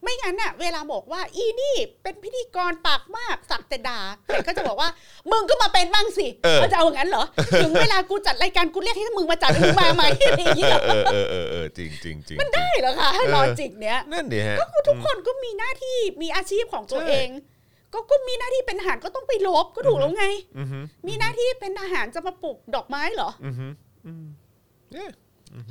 C: ไม่งั้นน่ะเวลาบอกว่าอีนี่เป็นพิธีกรปากมากสักแต่ด่าแต่ก็จะบอกว่า มึงก็มาเป็นบ้างสิ
B: เออ
C: เขาจะเอาอย่างนั้นเหรอ ถึงเวลากูจัดรายการกูเรียกให้มึงมาจัดมึงมาไหมอะไรอย่างเงี้ย
B: เออเออเออเออจริงจริงจริงจริง
C: ได้เหรอคะ
B: เออ
C: ลอจิกเนี้ย
B: นั่นดิฮะ
C: ทุกคนก็มีหน้าที่มีอาชีพของตัว
B: ใช่
C: เอง ก็ก็มีหน้าที่เป็นทหารก็ต้องไปลบก็ถูกแล้วไง
B: อือฮึ
C: มีหน้าที่เป็นทหารจะมาปลูกดอกไม้เหรอ
B: อือฮึอืม yeah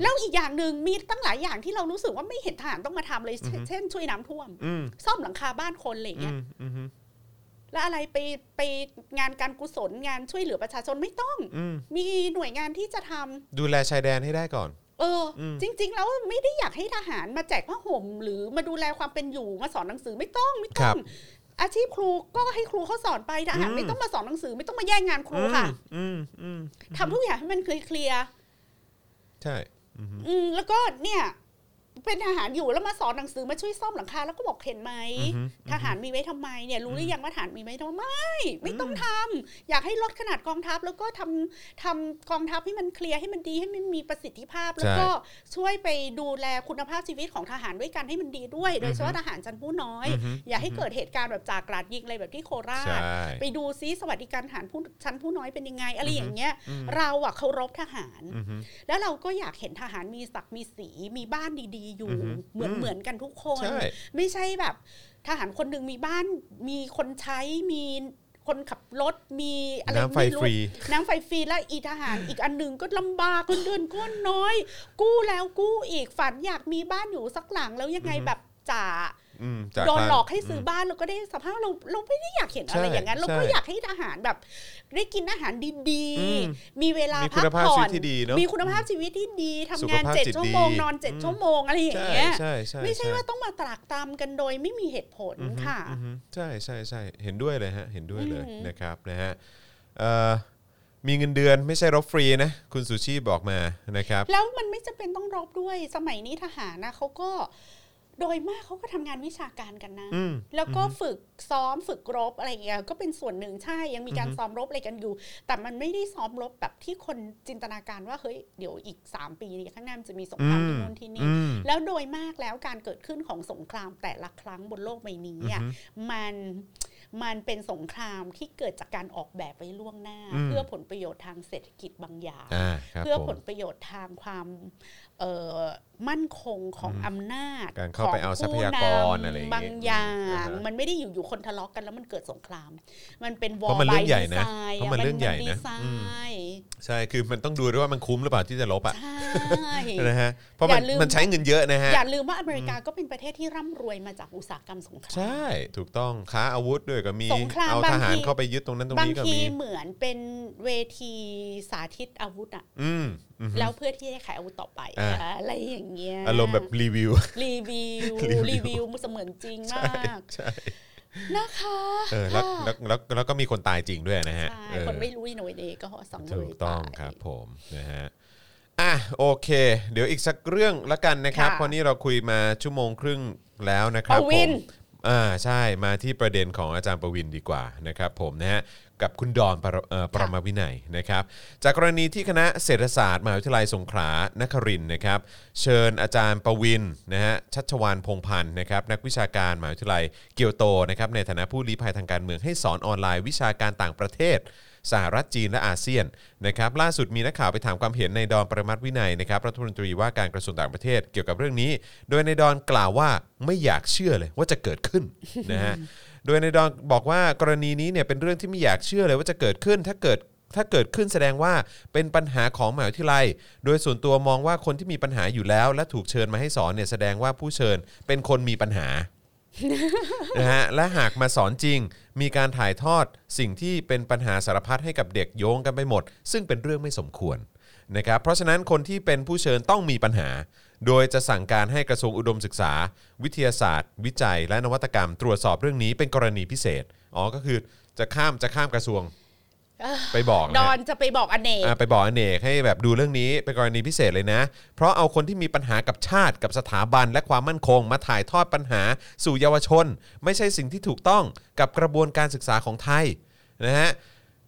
C: แล้วอีกอย่างหนึ่งมีตั้งหลายอย่างที่เรารู้สึกว่าไม่เห็นทหารต้องมาทำเลย
B: อือฮึ
C: เช่นช่วยน้ำท่วม
B: อืม
C: ซ่อมหลังคาบ้านคนอะไรอย่าง
B: อื
C: เงี้ย
B: มอือฮึ
C: แล้วอะไรไปไปงานการกุศลงานช่วยเหลือประชาชนไม่ต้อง
B: อืม
C: มีหน่วยงานที่จะทำ
B: ดูแลชายแดนให้ได้ก่อน
C: เอออ
B: ม
C: จริง ๆ แล้วไม่ได้อยากให้ทหารมาแจกผ้าห่ม หรือมาดูแลความเป็นอยู่มาสอนหนังสือไม่ต้องไม่ต้อง อาชีพครูก็ให้ครูเขาสอนไปทหาร
B: อืม
C: ไม่ต้องมาสอนหนังสือไม่ต้องมาแย่งงานครูค่ะ
B: อืมอืม
C: ทำทุกอย่างให้มันเคลียร์
B: ใช่
C: ๆอืมแล้วก็เนี่ย เป็นทหารอยู่แล้วมาสอนหนังสือมาช่วยซ่อมหลังคาแล้วก็บอกเห็นไหม
B: อือฮึ
C: ทหารมีไว้ทำไมเนี่ย รู้หรือยังว่าทหารมีไว้ทำไมไม่ไม่ต้องทำอยากให้ลดขนาดกองทัพ แล้วก็ทำทำกองทัพให้มันเคลียร์ให้มันดีให้มันมีประสิทธิภาพ แล้วก็ช่วยไปดูแลคุณภาพชีวิตของทหารด้วยกันให้มันดีด้วย โดยเฉพาะทหารชั้นผู้น้อย
B: อือฮึ
C: อย่าให้เกิดเหตุการณ์แบบจากกราดยิงอะไรแบบที่โคราช
B: ใช่
C: ไปดูซิสวัสดิการทหารผู้ชั้นผู้น้อยเป็นยังไง อะไร
B: อือฮึ
C: อย่างเงี้ย
B: อืม
C: เราอะเคารพทหาร
B: อืม
C: แล้วเราก็อยากเห็นทหารมีศักดิ์มีสีมีบ้านดี ๆ อยู่
B: อือฮึ
C: เหมือน
B: อืม
C: เหมือนกันทุกคน
B: ใช่
C: ไม่ใช่แบบ ทหารคนหนึ่งมีบ้าน มีคนใช้มีคนขับรถมีอะไร
B: น้ำไฟ
C: ไม่รู้
B: ฟรี
C: น้ำไฟฟรีและอีทหาร อีกอันหนึ่งก็ลำบากคนเดือนก็น้อย กู้แล้วกู้อีกฝันอยากมีบ้านอยู่สักหลังแล้วยังไง
B: อือฮึ
C: แบบจ่า
B: อืมจาก
C: โดน
B: บ้า
C: หลอกให้ซื้อบ้านเราก็ได้สภาพเราเราไม่ได้อยากเห็นอะไร
B: ใช่
C: อย่างนั้น เราก็
B: ใช่
C: อยากให้อาหารแบบ ได้กินอาหารดี
B: อืม
C: ๆ มีเวลา
B: มีคุ
C: พั
B: ณ
C: ก
B: ภาพ
C: ผ่อ
B: ชีวิ
C: น
B: ตที่ดีเนอะ
C: มีคุณภาพชีวิตที่ดีทำ
B: สุข
C: งาน
B: ภาพ
C: เจ็ด
B: จิต
C: ชั่วโมง
B: ดี
C: นอนเจ็ด
B: อืม
C: ชั่วโมงอะไรอย่าง
B: ใช่
C: เงี้ย
B: ใช่ใช่
C: ไม่ใช่ว่าต้องมาตรากตามกันโดยไม่มีเหตุผล
B: อือฮึ
C: ค่ะ
B: อือฮึใช่ใช่ใช่เห็นด้วยเลยฮะเห็นด้วยเลย
C: อือฮึ
B: นะครับนะฮะเอ่อมีเงินเดือนไม่ใช่รบฟรีนะ คุณสุชีพบอกมานะครับ
C: แล้วมันไม่จำเป็นต้องรบด้วยสมัยนี้ทหารนะเขาก็โดยมากเขาก็ทำงานวิชาการกันนะ
B: อืม
C: แล้วก็ฝึกซ้อมฝึกรบอะไรอย่างเงี้ยก็เป็นส่วนหนึ่งใช่ยังมีการ
B: อือฮึ
C: ซ้อมรบอะไรกันอยู่ แต่มันไม่ได้ซ้อมรบแบบที่คนจินตนาการว่าเฮ้ยเดี๋ยวอีก 3 ปีเนี่ยข้างหน้ามันจะมีสงคราม
B: อืม
C: ที่นู่นที่
B: อื
C: นี่
B: ม
C: แล้วโดยมากแล้วการเกิดขึ้นของสงครามแต่ละครั้งบนโลกใบนี้อ่ะ
B: อือฮึ
C: มันมันเป็นสงครามที่เกิดจากการออกแบบไว้ล่วงหน้า
B: อืม
C: เพื่อผลประโยชน์ทางเศรษฐกิจบางอย่าง
B: อ่าครับ
C: เพื่อ
B: ผ
C: ผม ลประโยชน์ทางความเอ่อมั่นคงของ
B: อืม
C: อำนาจ
B: การเข้าไปเอา
C: ขง
B: ทรัพยากร
C: ผู้
B: อะไรอย่างงี้
C: บางอย่าง
B: อ่าฮะ
C: มันไม่ได้อยู่ๆคนทะเลาะกันแล้วมันเกิดสงคราม มันเป็นวอ
B: เพราะมันเรื่องใหญ่นะ
C: น์
B: เพราะมันเรื่องใหญ่นะ
C: ดีไซน์
B: ใช่คือมันต้องดูด้วยว่ามันคุ้มหรือเปล่าที่จะลบอ่ะ
C: ใช่
B: นะฮะเพราะมัน
C: อย่าลืม
B: มันใช้เงินเยอะนะฮะ
C: อย่าลืมว่าอเมริกาก็เป็นประเทศที่ร่ำรวยมาจากอุตสาหกรรมสงคราม
B: ใช่ถูกต้องค้าอาวุธด้วยก็มี
C: สงคราม
B: เอาทหา
C: บาง
B: ร
C: ที
B: เข้าไปยึดตรงนั้นตรง
C: บาง
B: นี้ก็
C: ที
B: มี
C: เหมือนเป็นเวทีสาธิตอาวุธอะ
B: อืมอืม
C: แล้วเพื่อที่จะขายอาวุธต่อไป
B: อ่า
C: อะไรอย่างเงี้ย
B: อารมณ์แบบรีวิว [LAUGHS]
C: รีวิว
B: รีวิว
C: รีวิวเสมือนจริงมาก
B: ใช่
C: นะคะ
B: เออแล้ว
C: ค่ะ
B: แล้วแล้วแล้วก็มีคนตายจริงด้วยนะฮะ
C: ใช่
B: เออ
C: คนไม่รู้อีโหนยเดก็สอง
B: ถู
C: เย
B: กต้อง
C: ไป
B: ครับผมนะฮะอ่ะโอเค เดี๋ยวอีกสักเรื่องละกันนะครับ
C: ค่ะ
B: เพราะนี่เราคุยมาชั่วโมงครึ่งแล้วนะครับ
C: ประวิ
B: ผม
C: น
B: อ่าใช่มาที่ประเด็นของอาจารย์ประวินดีกว่านะครับผมนะฮะกับคุณดอนประเอ่อประมาวินัยนะครับ จากกรณีที่คณะเศรษฐศาสตร์มหาวิทยาลัยสงขลานครินทร์นะครับ เชิญอาจารย์ประวินนะฮะชัชวานพงษ์พันธ์นะครับนักวิชาการมหาวิทยาลัยเกียวโตนะครับในฐานะผู้ลี้ภัยทางการเมืองให้สอนออนไลน์วิชาการต่างประเทศ สหรัฐจีนและอาเซียนนะครับล่าสุดมีนักข่าวไปถามความเห็นในดอนประมัติวินัยนะครับรัฐมนตรีว่าการกระทรวงต่างประเทศเกี่ยวกับเรื่องนี้ โดยในดอนกล่าวว่าไม่อยากเชื่อเลยว่าจะเกิดขึ้น [LAUGHS] นะฮะโดยในดอนบอกว่ากรณีนี้เนี่ยเป็นเรื่องที่ไม่อยากเชื่อเลยว่าจะเกิดขึ้นถ้าเกิด ถ้าเกิดขึ้นแสดงว่าเป็นปัญหาของมหาวิทยาลัย โดยส่วนตัวมองว่าคนที่มีปัญหาอยู่แล้ว และถูกเชิญมาให้สอนเนี่ยแสดงว่าผู้เชิญเป็นคนมีปัญหา [LAUGHS] นะฮะและหากมาสอนจริง มีการถ่ายทอดสิ่งที่เป็นปัญหาสารพัดให้กับเด็กโยงกันไปหมด ซึ่งเป็นเรื่องไม่สมควรนะครับเพราะฉะนั้นคนที่เป็นผู้เชิญต้องมีปัญหา โดยจะสั่งการให้กระทรวงอุดมศึกษา วิทยาศาสตร์ วิจัย และนวัตกรรม ตรวจสอบเรื่องนี้เป็นกรณีพิเศษอ๋อก็คือจะข้ามจะข้ามกระทรวง
C: เอ้อ
B: ไปบอกนะ
C: ด
B: ฮะ
C: อนจะไปบอกอเนก
B: อ่ะไปบอกอเนกให้แบบดูเรื่องนี้เป็นกรณีพิเศษเลยนะ เพราะเอาคนที่มีปัญหากับชาติกับสถาบันและความมั่นคง มาถ่ายทอดปัญหาสู่เยาวชน ไม่ใช่สิ่งที่ถูกต้องกับกระบวนการศึกษาของไทยนะฮะ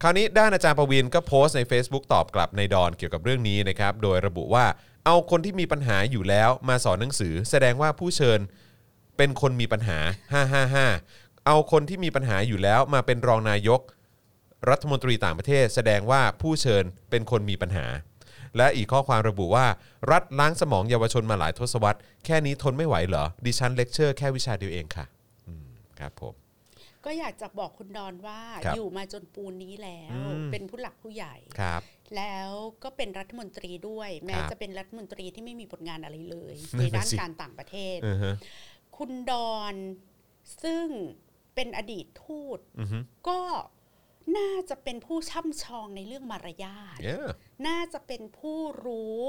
B: คราวนี้ด้านอาจารย์ประวินก็โพสต์ใน Facebook ตอบกลับในดอนเกี่ยวกับเรื่องนี้นะครับ โดยระบุว่าเอาคนที่มีปัญหาอยู่แล้วมาสอนหนังสือ แสดงว่าผู้เชิญ เป็นคนมีปัญหา 555 เอาคนที่มีปัญหาอยู่แล้วมาเป็นรองนายก รัฐมนตรีต่างประเทศ แสดงว่าผู้เชิญเป็นคนมีปัญหา และอีกข้อความระบุว่า รัฐล้างสมองเยาวชนมาหลายทศวรรษ แค่นี้ทนไม่ไหวเหรอ ดิฉันเลคเชอร์แค่วิชาเดียวเองค่ะ อืมครับผม
C: ก็อยากจะบอกคุณดอนว่า
B: ครับ
C: อยู่มาจนปูนนี้แล้ว
B: อืม
C: เป็นผู้หลักผู้ใหญ่
B: ครับ
C: แล้วก็เป็นรัฐมนตรีด้วย แม้
B: ครับ
C: จะเป็นรัฐมนตรีที่ไม่มีผลงานอะไรเลย ในด้านการต่างประเทศ
B: อือฮะ
C: คุณดอนซึ่งเป็นอดีตทูต
B: อือฮึ
C: ก็น่าจะเป็นผู้ช่ำชองในเรื่องมารยาท
B: เย้
C: น่าจะเป็นผู้รู้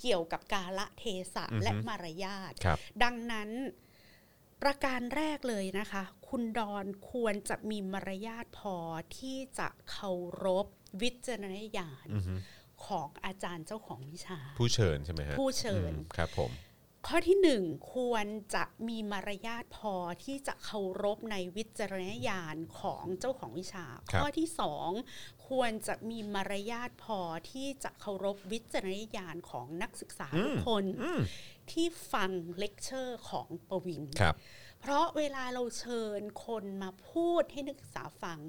C: เกี่ยวกับกาละเทศะ
B: อือฮึ
C: และมารยาท
B: ครับ
C: ดังนั้น ประการแรกเลยนะคะ คุณดอนควรจะมีมารยาทพอที่จะเคารพวิจารณญาณ
B: อือฮึ
C: ของอาจารย์เจ้าของวิชา
B: ผู้เชิญใช่ไหมฮะ
C: ผู้เชิญ
B: อืมครับผม
C: ข้อที่หนึ่งควรจะมีมารยาทพอที่จะเคารพในวิจารณญาณของเจ้าของวิชา
B: ครับ
C: ข้อที่สองควรจะมีมารยาทพอที่จะเคารพวิจารณญาณของนักศึกษาทุกคน
B: อืม
C: ที่ฟังเลคเชอร์ของประวิน
B: ครับ
C: เพราะเวลาเราเชิญคนมาพูดให้นักศึกษาฟัง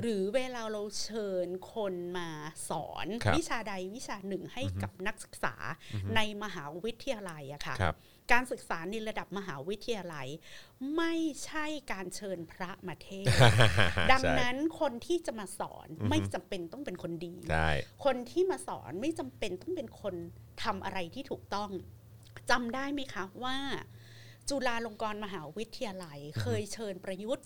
C: หรือเวลาเราเชิญคนมาสอน
B: ครับ
C: วิชาใดวิชาหนึ่งให้กับนักศึกษาในมหาวิทยาลัยอะค่ะ
B: ครับ
C: การศึกษาในระดับมหาวิทยาลัย ไม่ใช่การเชิญพระมาเทศน์ ดังนั้นคนที่จะมาสอนไม่จำเป็นต้องเป็นคนดี
B: ได้
C: คนที่มาสอนไม่จำเป็นต้องเป็นคนทำอะไรที่ถูกต้องจำได้ไหมคะว่า จุฬาลงกรณ์มหาวิทยาลัย เคยเชิญประยุทธ์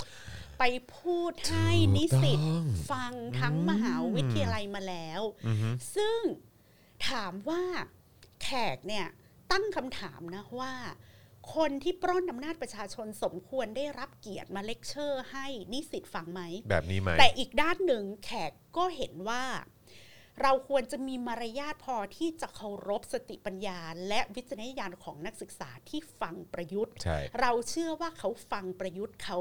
C: ไปพูดให้นิสิต
B: ถูกต้อง
C: ฟังทั้งมหาวิทยาลัยมาแล้ว
B: อือฮึ
C: ซึ่งถามว่าแขกเนี่ยตั้งคำถามนะว่า คนที่ปล้นอำนาจประชาชนสมควรได้รับเกียรติมาเลคเชอร์ให้นิสิตฟังไหม
B: แบบนี้ไหม
C: แต่อีกด้านหนึ่งแขกก็เห็นว่า เราควรจะมีมารยาทพอที่จะเคารพสติปัญญา และวิจารณญาณของนักศึกษาที่ฟังประยุทธ์
B: ใช่
C: เราเชื่อว่าเขาฟังประยุทธ์เขา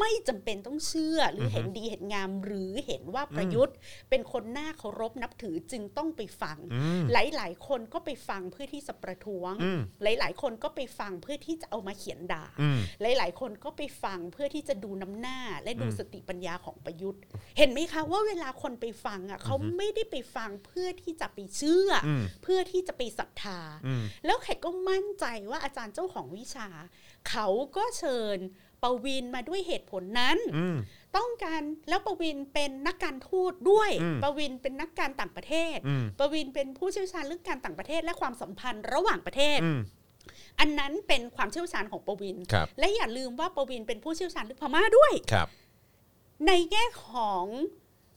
C: ไม่จำเป็นต้องเชื่อหรืออเห็นดีเห็นงาม หรือเห็นว่าประยุทธ์ เป็นคนน่าเคารพนับถือจึงต้องไปฟัง
B: อืม
C: หลาย ๆ คนก็ไปฟังเพื่อที่จะประท้วง
B: อืม
C: หลาย ๆ คนก็ไปฟังเพื่อที่จะเอามาเขียนด่า
B: อืม
C: หลาย ๆ คนก็ไปฟังเพื่อที่จะดูน้ำหน้าและดู
B: อืม
C: สติปัญญาของประยุทธ์ เห็นไหมคะว่าเวลาคนไปฟังอ่ะเขาไม่ได้ไปฟังเพื่อที่จะไปเชื่ออ
B: ม
C: เพื่อที่จะไปศรัทธา
B: อืม
C: แล้วแขกก็มั่นใจว่าอาจารย์เจ้าของวิชา เขาก็เชิญประวินมาด้วยเหตุผลนั้น
B: อืม
C: ต้องการแล้วประวินเป็นนักการทูตด้วย
B: อืม
C: ประวินเป็นนักการต่างประเทศ
B: อืม
C: ประวินเป็นผู้เชี่ยวชาญเรื่องการต่างประเทศ และความสัมพันธ์ระหว่างประเทศ
B: อืม
C: อันนั้นเป็นความเชี่ยวชาญของประวิน
B: ครับ
C: และอย่าลืมว่าประวินเป็นผู้เชี่ยวชาญเรื่องพม่าด้วย
B: ครับ
C: ในแง่ของ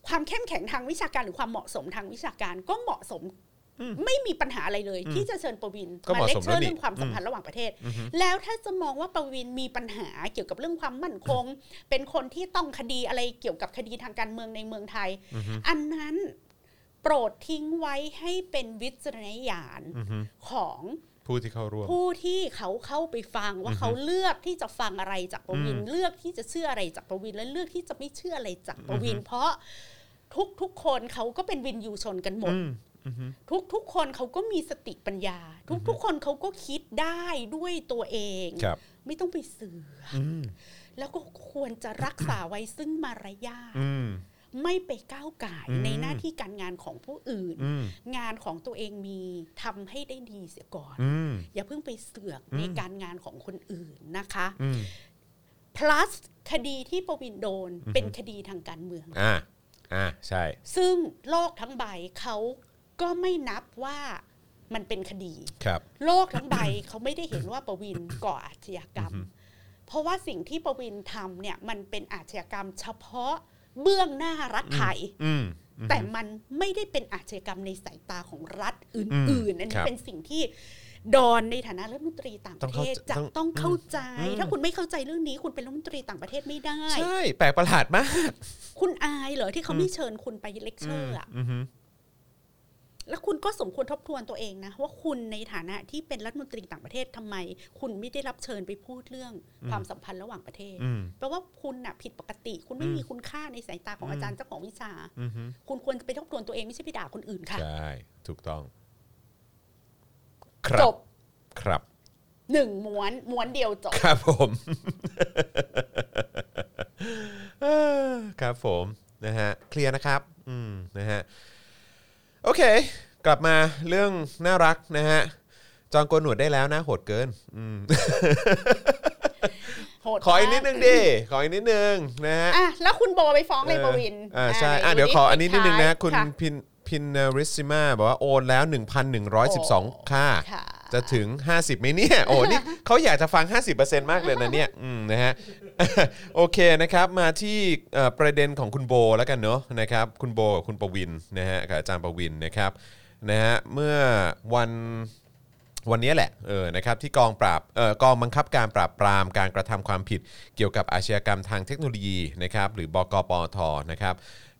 C: ความเข้มแข็งทางวิชาการหรือความเหมาะสมทางวิชาการก็เหมาะสม ไม่มีปัญหาอะไรเลย ที่จะเชิญประวิน
B: ก็เหมาะ
C: เล
B: สม
C: เช
B: แล้
C: อ
B: ว
C: ร์
B: นี่
C: เรื่องความสัมพันธ์ระหว่างประเทศ แล้วถ้าจะมองว่าประวินมีปัญหาเกี่ยวกับเรื่องความมั่นคง เป็นคนที่ต้องคดีอะไรเกี่ยวกับคดีทางการเมืองในเมืองไทย อันนั้นโปรดทิ้งไว้ให้เป็นวิจารณญาณ
B: อือฮึ
C: ของ
B: ผู้ที่เข้าร่วม
C: ผู้ที่เขาเข้าไปฟังว่าเขาเลือกที่จะฟังอะไรจากประวิน
B: อืม
C: เลือกที่จะเชื่ออะไรจากประวินและเลือกที่จะไม่เชื่ออะไรจากประวิน เพราะทุกทุกๆคนเขาก็เป็นวินยูชนกันหมด
B: อืม
C: ทุกทุกๆคนเขาก็มีสติปัญญา ทุกทุกๆคนเขาก็คิดได้ด้วยตัวเอง
B: ครับ
C: ไม่ต้องไปเสืออ
B: อืม
C: แล้วก็ควรจะรักษาไว้ซึ่งมารยาท
B: อืม
C: ไม่ไปก้าวไก่าย
B: อืม
C: ในหน้าที่การงานของผู้อื่น
B: อืม
C: งานของตัวเองมีทำให้ได้ดีเสียก่อน
B: อืม
C: อย่าเพิ่งไปเสือก
B: อืม
C: ในการงานของคนอื่นนะคะ
B: อืม
C: plus คดีที่ประวินโดน
B: อือฮึ
C: เป็นคดีทางการเมือง
B: อ่าอ่าใช่
C: ซึ่งโลกทั้งใบเขาก็ไม่นับว่ามันเป็นคดี
B: ครับ
C: โลกทั้งใบ
B: [COUGHS]
C: เขาไม่ได้เห็นว่าประวินก่ออาชญากรรม เพราะว่าสิ่งที่ประวินทำเนี่ยมันเป็นอาชญากรรม เฉพาะเบื้องหน้ารัฐไทย
B: อืมอืม
C: แต่มันไม่ได้เป็นอาชญากรรมในสายตาของรัฐอื่นๆ อัน
B: ค
C: นี้
B: รับ
C: เป็นสิ่งที่ดอนในฐานะรัฐมนตรีต่างประเทศ
B: ต้
C: จะ
B: องเข้าใจ
C: ต้องเข้าใจ
B: อืม
C: ถ้าคุณไม่เข้าใจเรื่องนี้คุณเป็นรัฐมนตรีต่างประเทศไม่ได้
B: ใช่แปลกประหลาดมาก
C: คุณอายเหรอที่เขาไม่เชิญคุณไปเลคเชอร์อะ
B: อืมอืม
C: แล้วคุณก็สมควรทบทวนตัวเองนะ ว่าคุณในฐานะที่เป็นรัฐมนตรีต่างประเทศทำไม คุณไม่ได้รับเชิญไปพูดเรื่องความสัมพันธ์ระหว่างประเทศ
B: อืม
C: แปลว่าคุณน่ะผิดปกติ คุณไม่
B: อืม
C: มีคุณค่าในสายตาของอาจารย์เจ้าของวิชา
B: อืมอืม
C: คุณควรจะไปทบทวนตัวเองไม่ใช่ไปด่าคนอื่นค่ะ
B: ใช่ถูกต้อง
C: จบ
B: ครับ
C: หนึ่งม้วนม้วนเดียวจบ
B: ครับผมเอ้อครับผมนะฮะเคลียร์นะครับอืมนะฮะโอเค กลับมาเรื่องน่ารักนะฮะจองโกนหนวดได้แล้วนะโหดเกินอืม
C: โหด
B: ขออีกนิด
C: มาก
B: นึงดิขออีกนิดนึงนะฮะ
C: อ่ะแล้วคุณโบไปฟ้องเลยปวิน
B: อ่าใช่อ่ะ
C: ะ
B: เดี๋ยวขออันนี้นิดนึงนะ คุณ
C: ะ
B: พินพินริซิมาบอกว่าโอนแล้ว 1,112 ค่า
C: ค่ะ
B: จะถึง 50ไหมเนี่ย โอ้ นี่ เขาอยากจะฟัง 50%มากเลยนะเนี่ย อืม นะฮะ [LAUGHS] โอเคนะครับ มาที่เอ่อประเด็นของคุณโบแล้วกันเนาะนะครับ คุณโบกับคุณประวินนะฮะ กับอาจารย์ประวินนะครับ นะฮะ เมื่อวัน วันนี้แหละเออนะครับที่กองปราบเอ่อกองบังคับการปราบปรามการกระทำความผิดเกี่ยวกับอาชญากรรมทางเทคโนโลยีนะครับหรือ บกปอทนะครับ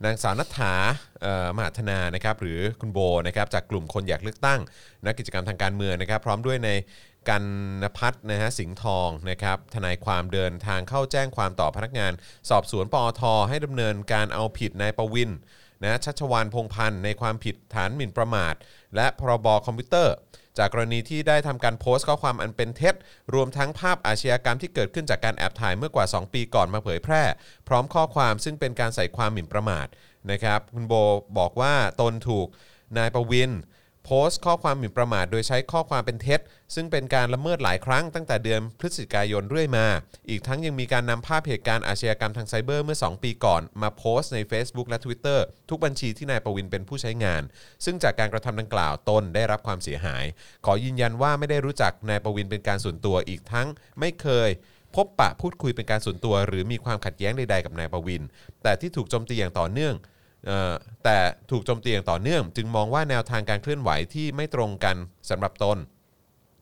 B: นางสาวนัฐฐาเอ่อมหาธนานะครับหรือคุณโบนะครับจากกลุ่มคนอยากเลือกตั้งนักกิจกรรมทางการเมืองนะครับ พร้อมด้วยในกันนพัฒน์นะฮะสิงห์ทองนะครับทนายความเดินทางเข้าแจ้งความต่อพนักงาน สอบสวนปอท ให้ดำเนินการเอาผิดนายประวิน นะชัชวานพงพันธ์ในความผิดฐานหมิ่นประมาท และพรบคอมพิวเตอร์ จากกรณีที่ได้ทำการโพสต์ข้อความอันเป็นเท็จ รวมทั้งภาพอาชญากรรมที่เกิดขึ้นจากการแอบถ่ายเมื่อกว่า 2 ปีก่อนมาเผยแพร่ พร้อมข้อความซึ่งเป็นการใส่ความหมิ่นประมาทนะครับคุณโบบอกว่าตนถูกนายประวิน โพสต์ข้อความหมิ่นประมาท โดยใช้ข้อความเป็นเท็จ ซึ่งเป็นการละเมิดหลายครั้งตั้งแต่เดือนพฤศจิกายนเรื่อยมา อีกทั้งยังมีการนำภาพเหตุการณ์อาชญากรรมทางไซเบอร์เมื่อ 2 ปีก่อน มาโพสต์ใน Facebook และ Twitter ทุกบัญชีที่นายประวินเป็นผู้ใช้งาน ซึ่งจากการกระทำดังกล่าวตนได้รับความเสียหาย ขอยืนยันว่าไม่ได้รู้จักนายประวินเป็นการส่วนตัวอีกทั้งไม่เคย พบปะพูดคุยเป็นการส่วนตัว หรือมีความขัดแย้งใดๆกับนายประวิน แต่ที่ถูกโจมตีอย่างต่อเนื่อง เอ่อแต่ถูกโจมตีอย่างต่อเนื่อง จึงมองว่าแนวทางการเคลื่อนไหวที่ไม่ตรงกันสำหรับตน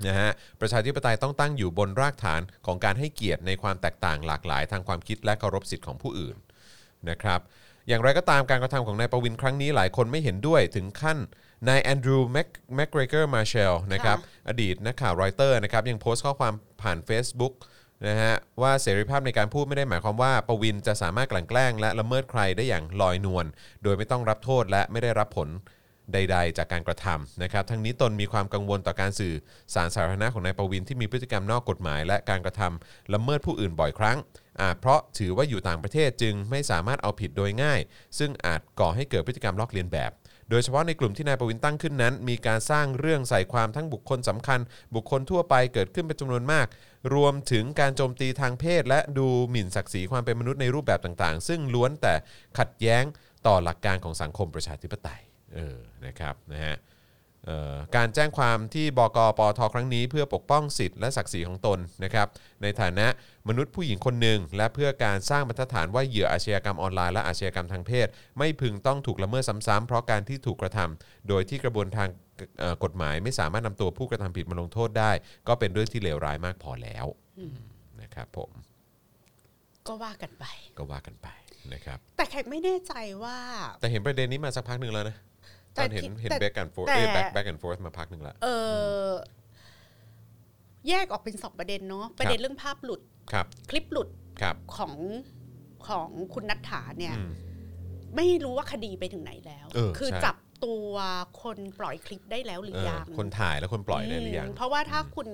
B: นะฮะประชาธิปไตยต้องตั้งอยู่บนรากฐานของการให้เกียรติในความแตกต่างหลากหลายทางความคิดและเคารพสิทธิ์ของผู้อื่นนะครับ อย่างไรก็ตามการกระทำของนายประวินครั้งนี้หลายคนไม่เห็นด้วยถึงขั้นนายแอนดรูว์แม็กเกรเกอร์มาเชลนะครับ อดีตนักข่าวรอยเตอร์นะครับยังโพสต์ข้อความผ่าน Facebook นะฮะว่าเสรีภาพในการพูดไม่ได้หมายความว่าประวินจะสามารถกลั่นแกล้ง และละเมิดใครได้อย่างลอยนวลโดยไม่ต้องรับโทษและไม่ได้รับผลใด ๆ จากการกระทำนะครับทั้งนี้ตนมีความกังวลต่อการสื่อสารสาธารณะของนายประวินที่มีพฤติกรรมนอกกฎหมาย และการกระทำละเมิดผู้อื่นบ่อยครั้งอาจเพราะถือว่าอยู่ต่างประเทศจึงไม่สามารถเอาผิดโดยง่าย ซึ่งอาจก่อให้เกิดพฤติกรรมลอกเลียนแบบ โดยเฉพาะในกลุ่มที่นายประวินตั้งขึ้นนั้น มีการสร้างเรื่องใส่ความทั้งบุคคลสำคัญ บุคคลทั่วไปเกิดขึ้นเป็นจำนวนมาก รวมถึงการโจมตีทางเพศ และดูหมิ่นศักดิ์ศรีความเป็นมนุษย์ในรูปแบบต่างๆ ซึ่งล้วนแต่ขัดแย้งต่อหลักการของสังคมประชาธิปไตยเออนะครับนะฮะ เอ่อการแจ้งความที่บกปอทครั้งนี้ เพื่อปกป้องสิทธิ์และศักดิ์ศรีของตนนะครับในฐานะมนุษย์ผู้หญิงคนหนึ่ง และเพื่อการสร้างบรรทัดฐานว่าเหยื่ออาชญากรรมออนไลน์และอาชญากรรมทางเพศ ไม่พึงต้องถูกละเมิดซ้ำๆเพราะการที่ถูกกระทำโดยที่กระบวนทางเอ่อกฎหมายไม่สามารถนำตัวผู้กระทำผิดมาลงโทษได้ ก็เป็นเรื่องที่เลวร้ายมากพอแล้วนะครับผม
C: ก็ว่ากันไป
B: ก็ว่ากันไปนะครับ
C: แต่แขกไม่แน่ใจว่า
B: แต่เห็นประเด็นนี้มาสักพักหนึ่งแล้วนะต
C: แต่
B: อนเห็นเห็น
C: แต่
B: แบ็กกันโฟร์
C: แต่
B: แบ็กแบ็กกันโฟร์มาพักหนึ่งละ
C: เออแยกออกเป็นสองประเด็นเนาะประเด็นเรื่องภาพหลุด
B: ครับ
C: คลิปหลุด
B: ครับ
C: ของของคุณนัทฐาเนี่ย
B: อืม
C: ไม่รู้ว่าคดีไปถึงไหนแล้ว
B: เออ
C: คือ
B: ใช่
C: จับตัวคนปล่อยคลิปได้แล้วหรื
B: เอ
C: อ
B: อ
C: ยัง
B: คนถ่ายและคนปล่อยได้หรือยัง
C: มเพราะว่าถ้าคุณ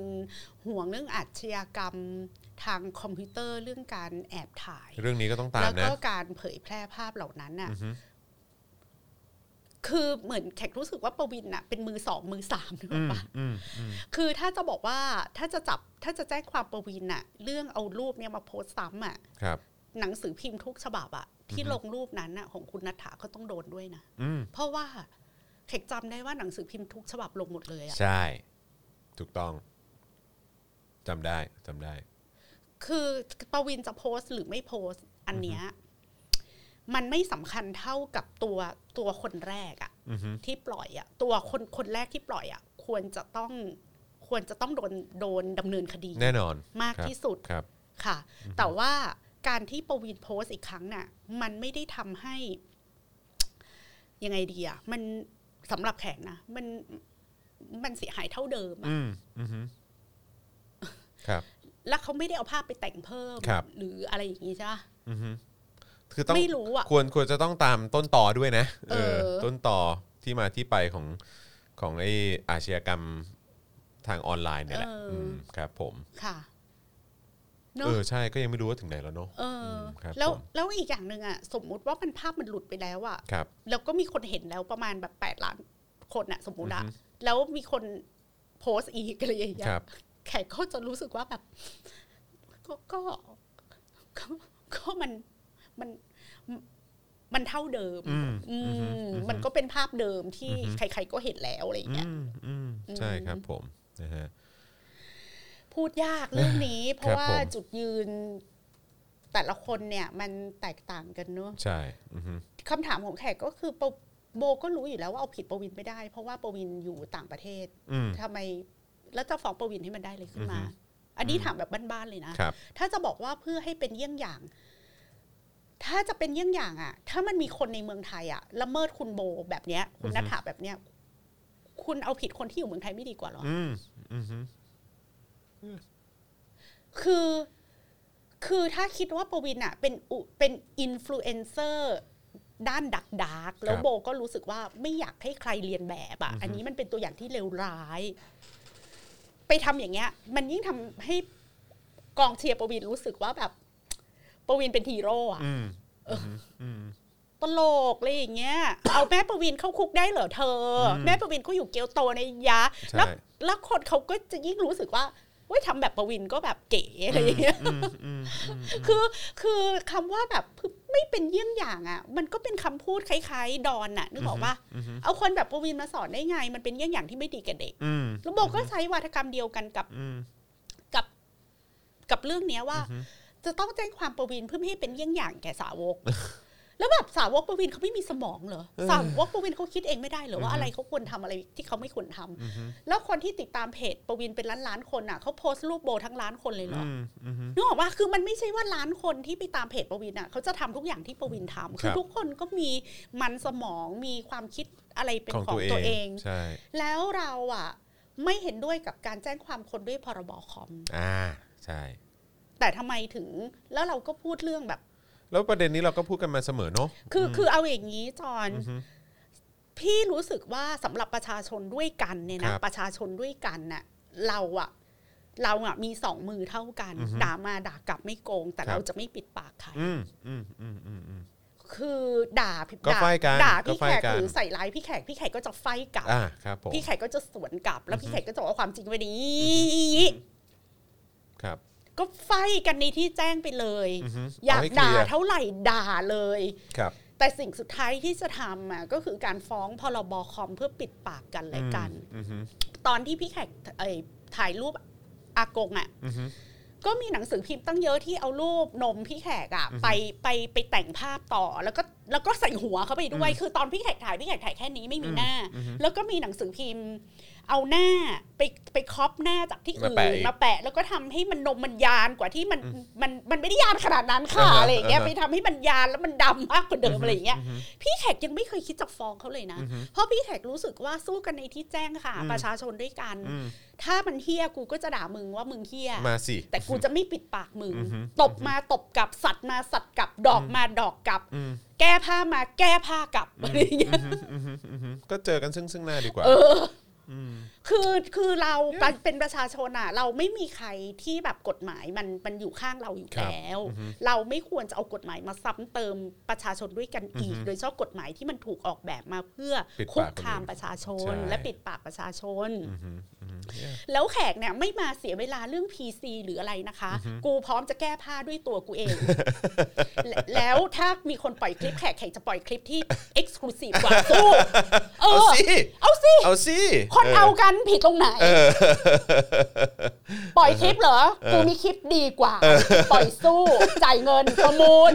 C: ห่วงเรื่องอาชญากรรมทางคอมพิวเตอร์เรื่องการแอบถ่าย
B: เรื่องนี้ก็ต้องตาม
C: แล้ว
B: นะ
C: ก็การเผยแพร่ภาพเหล่านั้นน่ะ
B: อือฮึ
C: คือเหมือนแขกรู้สึกว่าประวินน่ะเป็นมือสองมือสามหรือเป
B: อืม
C: ล่า
B: อืมอืม
C: คือถ้าจะบอกว่าถ้าจะจับถ้าจะแจ้งความประวินน่ะ เรื่องเอารูปเนี่ยมาโพสต์ซ้ำอ่ะ
B: ครับ
C: หนังสือพิมพ์ทุกฉบับอ่ะที่
B: อือฮึ
C: ลงรูปนั้นน่ะของคุณนัทธาก็ต้องโดนด้วยนะ
B: อืม
C: เพราะว่าเขกจำได้ว่าหนังสือพิมพ์ทุกฉบับลงหมดเลยอ่ะ
B: ใช่ ถูกต้องจำได้จำได้
C: คือประวินจะโพสต์หรือไม่โพสต์อันเนี้ยมันไม่สำคัญเท่ากับตัวตัวคนแรกอ่ะ
B: อือฮึ
C: ที่ปล่อยอะตัวคนคนแรกที่ปล่อยอะควรจะต้องควรจะต้องโดนโดนดำเนินคดี
B: แน่นอน
C: มาก
B: ครับ
C: ที่สุด
B: ครับ
C: ค่ะ แต่ว่าการที่ประวินโพสต์อีกครั้งน่ะ มันไม่ได้ทำให้ ยังไงดีอะมันสำหรับแขกนะมันมันเสียหายเท่าเดิมอะ
B: อืมอือฮึครับ
C: แล้วเขาไม่ได้เอาภาพไปแต่งเพิ่ม
B: ครับ
C: หรืออะไรอย่างงี้ใช่ปะ
B: อือฮึคือต้อง
C: ไม่รู้อะ
B: ควรควรจะต้องตามต้นต่อด้วยนะ
C: เออ
B: ต้นต่อที่มาที่ไปของของไออาชญากรรมทางออนไลน์เนี่ยแหละมครับผม
C: ค่ะเน
B: เอ
C: อะ
B: อใช่ก็ยังไม่รู้ว่าถึงไหนแล้วเนาะ
C: เอออ
B: มครับ
C: แล้ว
B: ผม
C: แล้วอีกอย่างหนึ่งอะสมมุติว่ามันภาพมันหลุดไปแล้วอะ
B: ครับ
C: แล้วก็มีคนเห็นแล้วประมาณแบบแปดล้านคนอะสมมุติอะ
B: อือฮึ
C: แล้วมีคนโพสต์อีกอะไรอย่างเงี้
B: ค
C: ย
B: รับ
C: แขกก็จะรู้สึกว่าแบบก็ก็ก็ก็มันมันมันเท่าเดิม
B: อืม
C: อื
B: อือฮึ
C: ม
B: อือฮึ
C: มันก็เป็นภาพเดิมที่
B: อือฮึ
C: ใคร ๆ ก็เห็นแล้วอะไรอย่า
B: อื
C: งเงี้ย
B: มอืม
C: อืม
B: ใช่ครับผมนะฮะ
C: พูดยากเรื่องนี้ เพ
B: ครั
C: ราะ
B: บ
C: ว่า
B: ผม
C: จุดยืน แต่ละคนเนี่ย มันแตกต่างกันเนอะ
B: ใช่อือฮึ
C: คำถามของแขกก็คือปะโบก็รู้อยู่แล้วว่าเอาผิดประวินไม่ได้ เพราะว่าประวินอยู่ต่างประเทศ
B: อืม
C: ทำไม แล้วจะฟ้องประวินให้มันได้เลยขึ้นมา
B: อือฮึ
C: อันนี้ถามแบบบ้านๆเลยนะ
B: ครับ
C: ถ้าจะบอกว่าเพื่อให้เป็นเยี่ยงอย่าง ถ้าจะเป็นเยี่ยงอย่างอะถ้ามันมีคนในเมืองไทยอะละเมิดคุณโบแบบเนี้ย คุณ
B: อือฮึ
C: นัทธาแบบเนี้ย คุณเอาผิดคนที่อยู่เมืองไทยไม่ดีกว่าเหรอ
B: อืมอืมฮึ
C: คือ คือถ้าคิดว่าประวินอะเป็นอุเป็นอินฟลูเอนเซอร์ด้านดักดาร์กแล้วโบก็รู้สึกว่าไม่อยากให้ใครเรียนแบบอะอันนี้มันเป็นตัวอย่างที่เลวร้าย ไปทำอย่างเงี้ย มันยิ่งทำให้กองเชียร์ประวินรู้สึกว่าแบบประวินเป็นฮีโร่อะ
B: อืมอืมฮึอืม
C: ตลกอะไรอย่างเงี้ย เอาแม่ประวินเข้าคุกได้เหรอเธอ
B: อืม
C: แม่ประวินก็อยู่เกียวโตในยะ
B: ใช่
C: แล้วแล้วคนเขาก็จะยิ่งรู้สึกว่าเว้ยทำแบบประวินก็แบบเก๋อะไรอย่างเงี้ย
B: อืมอืมอืมอืม
C: คือคือคำว่าแบบไม่เป็นเยี่ยงอย่างอ่ะ มันก็เป็นคำพูดคล้าย ๆ ดอนน่ะนึกออกปะ
B: อือฮึ
C: เอาคนแบบประวินมาสอนได้ไง มันเป็นเยี่ยงอย่างที่ไม่ดีกับเด็ก
B: อืม
C: แล้วโบก็ใช้วาทกรรมเดียวกันกับ
B: อืม
C: กับกับเรื่องเนี้ยว่า
B: อืม
C: จะต้องแจ้งความประวินเพื่อไม่ให้เป็นเยี่ยงอย่างแก่
B: [LAUGHS]
C: สาวก แล้วแบบสาวกประวินเขาไม่มีสมองเหรอ สาวกประวินเขาคิดเองไม่ได้เหรอว่าอะไรเขาควรทำอะไรที่เขาไม่ควรทำ
B: อือฮึ
C: แล้วคนที่ติดตามเพจประวินเป็นล้านล้านๆคนอ่ะเขาโพสต์รูปโบทั้งล้านคนเลยเหร
B: อื
C: อ
B: มอืมฮึ
C: นึกออกว่าคือมันไม่ใช่ว่าล้านคนที่ไปตามเพจประวินอ่ะเขาจะทำทุกอย่างที่ประวินทำ
B: ค
C: คือ
B: รับ
C: ทุกคนก็มีมันสมองมีความคิดอะไรเป็นของตัวเอง
B: ใช่
C: แล้วเราอ่ะ ไม่เห็นด้วยกับการแจ้งความคนด้วยพรบคอม
B: อ่าใช่
C: แต่ทำไมถึงแล้วเราก็พูดเรื่องแบบ
B: แล้วประเด็นนี้เราก็พูดกันมาเสมอเนาะ
C: คือ
B: ม
C: คือเอาอย่างนี้จอน
B: อือฮึ
C: พี่รู้สึกว่าสำหรับประชาชนด้วยกันเนี่ย
B: ค
C: นะ
B: รับ
C: ประชาชนด้วยกันน่ะเราอะเราอะมีสองมือเท่ากัน
B: อือฮึ
C: ด่ามาด่ากลับไม่โกง แต่
B: ครับ
C: เราจะไม่ปิดปากใคร
B: อืมอืมอืมอืมอืม
C: คือด่าผิด
B: ก็
C: ด่า
B: ไฟกัน
C: ด่า
B: ก็
C: พี่
B: ไฟ
C: แขก
B: กัน
C: หรือใส่ร้ายพี่แขกพี่แขกก็จะไฟกลับ
B: อ่าครับผม
C: พี่แขกก็จะสวนกลับ แล้ว
B: อือฮึ
C: พี่แขกก็จะบอกว่าความจริงเป็นอย่างนี้
B: ครับ
C: ก็ไฟกันในที่แจ้งไปเลย
B: อือฮึ
C: อยาก
B: เให้เค
C: ด่า
B: ลีร์
C: เท่าไหร่ด่าเลย
B: ครับ
C: แต่สิ่งสุดท้ายที่จะทำอ่ะก็คือการฟ้องพรบคอมเพื่อปิดปากกันและกัน
B: อืมอืม
C: ตอนที่พี่แขกเอ่ยถ่ายรูปอากงอ่ะ
B: อืม
C: ก็มีหนังสือพิมพ์ตั้งเยอะที่เอารูปนมพี่แขกอ่ะ
B: อือฮึ
C: ไปไปไปแต่งภาพต่อแล้วก็แล้วก็ใส่หัวเข้าไปด้วย
B: อืม
C: คือตอนพี่แขกถ่ายพี่แขกถ่ายแค่นี้ไม่มี
B: อืม
C: หน้า
B: อือฮึ
C: แล้วก็มีหนังสือพิมพ์ เอาหน้าไปไปครอปหน้าจากที่อื่
B: มาแปะ
C: น
B: อีก
C: มาแปะ แล้วก็ทำให้มันนมมันยานกว่าที่มันมันมันไม่ได้ยานขนาดนั้น
B: อ่า
C: ค่ะ
B: ฮะ
C: อะไรอย่างเงี้ย
B: อ่าฮะ
C: ไปทำให้มันยานแล้วมันดำมากกว่าเดิมอะไรอย่างเงี้ย
B: ม
C: พี่แขกยังไม่เคยคิดจะฟ้องเขาเลยนะ
B: อือฮึ
C: เพราะพี่แขกรู้สึกว่าสู้กันในที่แจ้งค่ะ
B: อืม
C: ประชาชนด้วยกัน
B: อืม
C: ถ้ามันเฮี้ยกูก็จะด่ามึงว่ามึงเฮี้ย
B: มาสิ
C: แต่กูจะไม่ปิดปากมึง
B: อือฮึ
C: ตบมาตบกลับสัตว์มาสัตว์กลับ ดอก
B: อืม
C: มาดอกกลับ
B: อืม
C: แก้ผ้ามาแก้ผ้ากลับอะไรอย่างเงี้ย
B: อืมอืมอืมอืมอืมก็เจอกันซึ่งซึ่งหน้าดีกว่า
C: เออ
B: ม
C: คือคือเราเป็นประชาชนอะเราไม่มีใครที่แบบกฎหมายมันมันอยู่ข้างเราอยู่
B: ครับ
C: แล้ว
B: อือฮึ
C: เราไม่ควรจะเอากฎหมายมาซ้ำเติมประชาชนด้วยกันอีก
B: อือฮึ
C: โดยเฉพาะกฎหมายที่มันถูกออกแบบมาเพื่อ
B: ปิดปาก
C: คุกคาม
B: คนอื่น
C: ประชาชน
B: ใช่
C: และปิดปากประชาชน
B: อืมอืมอืม yeah
C: แล้วแขกเนี่ยไม่มาเสียเวลาเรื่อง PC หรืออะไรนะคะ กูพร้อมจะแก้ผ้าด้วยตัวกู
B: [LAUGHS]
C: เอง และแล้วถ้ามีคนปล่อยคลิปแขกแขกจะปล่อยคลิปที่ exclusive กว่าสู้เอ
B: เอา
C: อ
B: สิ
C: เอาสิ
B: เอาสิ
C: คนเอากันผิดตรงไหน ปล่อยคลิปเหรอ กูมีคลิปดีกว่า ปล่อยสู้ จ่ายเงินประมูล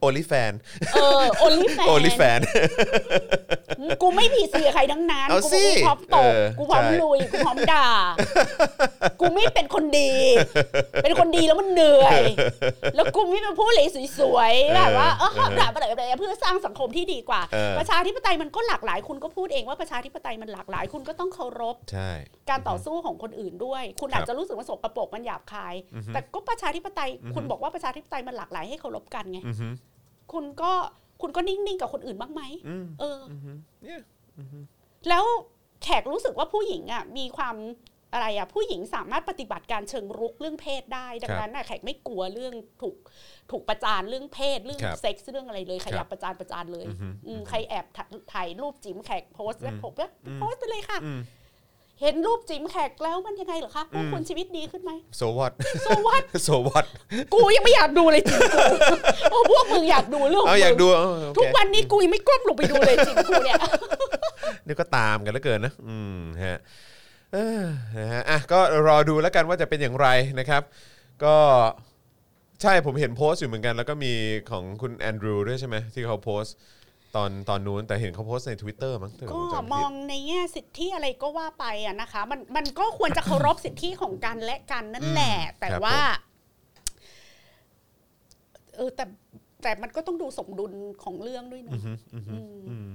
B: โอลิแฟน
C: เออโอลิแฟน
B: โอลิแฟน
C: กูไม่ผิดสีใครทั้งนั้น
B: เอา
C: กู
B: สิ
C: ไม่พร้อมตก
B: เออ
C: กูพร้อม
B: ใช่
C: ลุย กูพร้อมด่า กูไม่เป็นคนดี เป็นคนดีแล้วมันเหนื่อย แล้วกูไม่มาพูดเลยสวยๆแบบว่า เออห้ามด่าอะไรเพื่อสร้างสังคมที่ดีกว่า
B: เออ
C: ประชาธิปไตยมันก็หลากหลาย คุณก็พูดเองว่าประชาธิปไตยมันหลากหลาย คุณก็ต้องเคารพ
B: ใช่
C: การต่อสู้ของคนอื่นด้วย คุณ
B: ครับ
C: อาจจะรู้สึกว่าสกปรกมันหยาบคาย
B: อือฮึ
C: แต่ก็ประชาธิปไตย
B: อือฮึ
C: คุณบอกว่าประชาธิปไตยมันหลากหลายให้เคารพกันไง
B: อืมอืม
C: คุณก็คุณก็นิ่งๆกับคนอื่นบ้างไหม
B: อืม
C: เออ
B: อืม yeah
C: แล้วแขกรู้สึกว่าผู้หญิงอ่ะมีความอะไรอ่ะผู้หญิงสามารถปฏิบัติการเชิงรุกเรื่องเพศได้ ดั
B: ครั
C: ง
B: บ
C: นั้นน่ะแขกไม่กลัวเรื่องถูกถูกประจานเรื่องเพศเรื่อง
B: ครับ
C: เซ็กซ์เรื่องอะไรเลยใคร
B: ครับ
C: อยากประจานประจานเลย
B: อือฮึ
C: อืมใครแอบถ่ายรูปจิ๋มแขกโพสต์แล้ว
B: อืม
C: ผมก็
B: อืม
C: โพสต์ไปเลยค่ะ
B: อืม
C: เห็นรูปจิ๋มแขกแล้วมันยังไงเหรอคะพวก
B: อืม
C: คุณชีวิตดีขึ้นไหม
B: so what
C: โซวัต
B: [LAUGHS] so what
C: กูยังไม่อยากดูเลยจริงกู [LAUGHS] โอ้พวกมึงอยากดูเรื่องข
B: เอา
C: ง
B: อยาก
C: มึ
B: ดู
C: ง
B: เออโอเค
C: ทุกวันนี้กูยังไม่ก้มลงไปดูเลยจริงกูเนี่ย
B: นี่ก็ตามกันแล้วเกินนะ อืมฮะเออนะฮะอ่ะก็รอดูแล้วกันว่าจะเป็นอย่างไรนะครับ ก็ใช่ผมเห็นโพสต์อยู่เหมือนกัน แล้วก็มีของคุณแอนดรูด้วยใช่ไหมที่เขาโพสต์ ตอนตอนนู้นแต่เห็นเขาโพสต์ใน Twitter มั้งถ้า
C: ก็
B: ผมจำ
C: ม
B: ผิด
C: องในแง่สิทธิอะไรก็ว่าไปอะนะคะ มันมันก็ควรจะเคารพสิทธิของกันและกันนั่นแหละ
B: อืม
C: แต่
B: [COUGHS] ครับ
C: ว่า เออแต่แต่มันก็ต้องดูสมดุลของเรื่องด้วยนะ
B: อือฮึอือฮึ อืม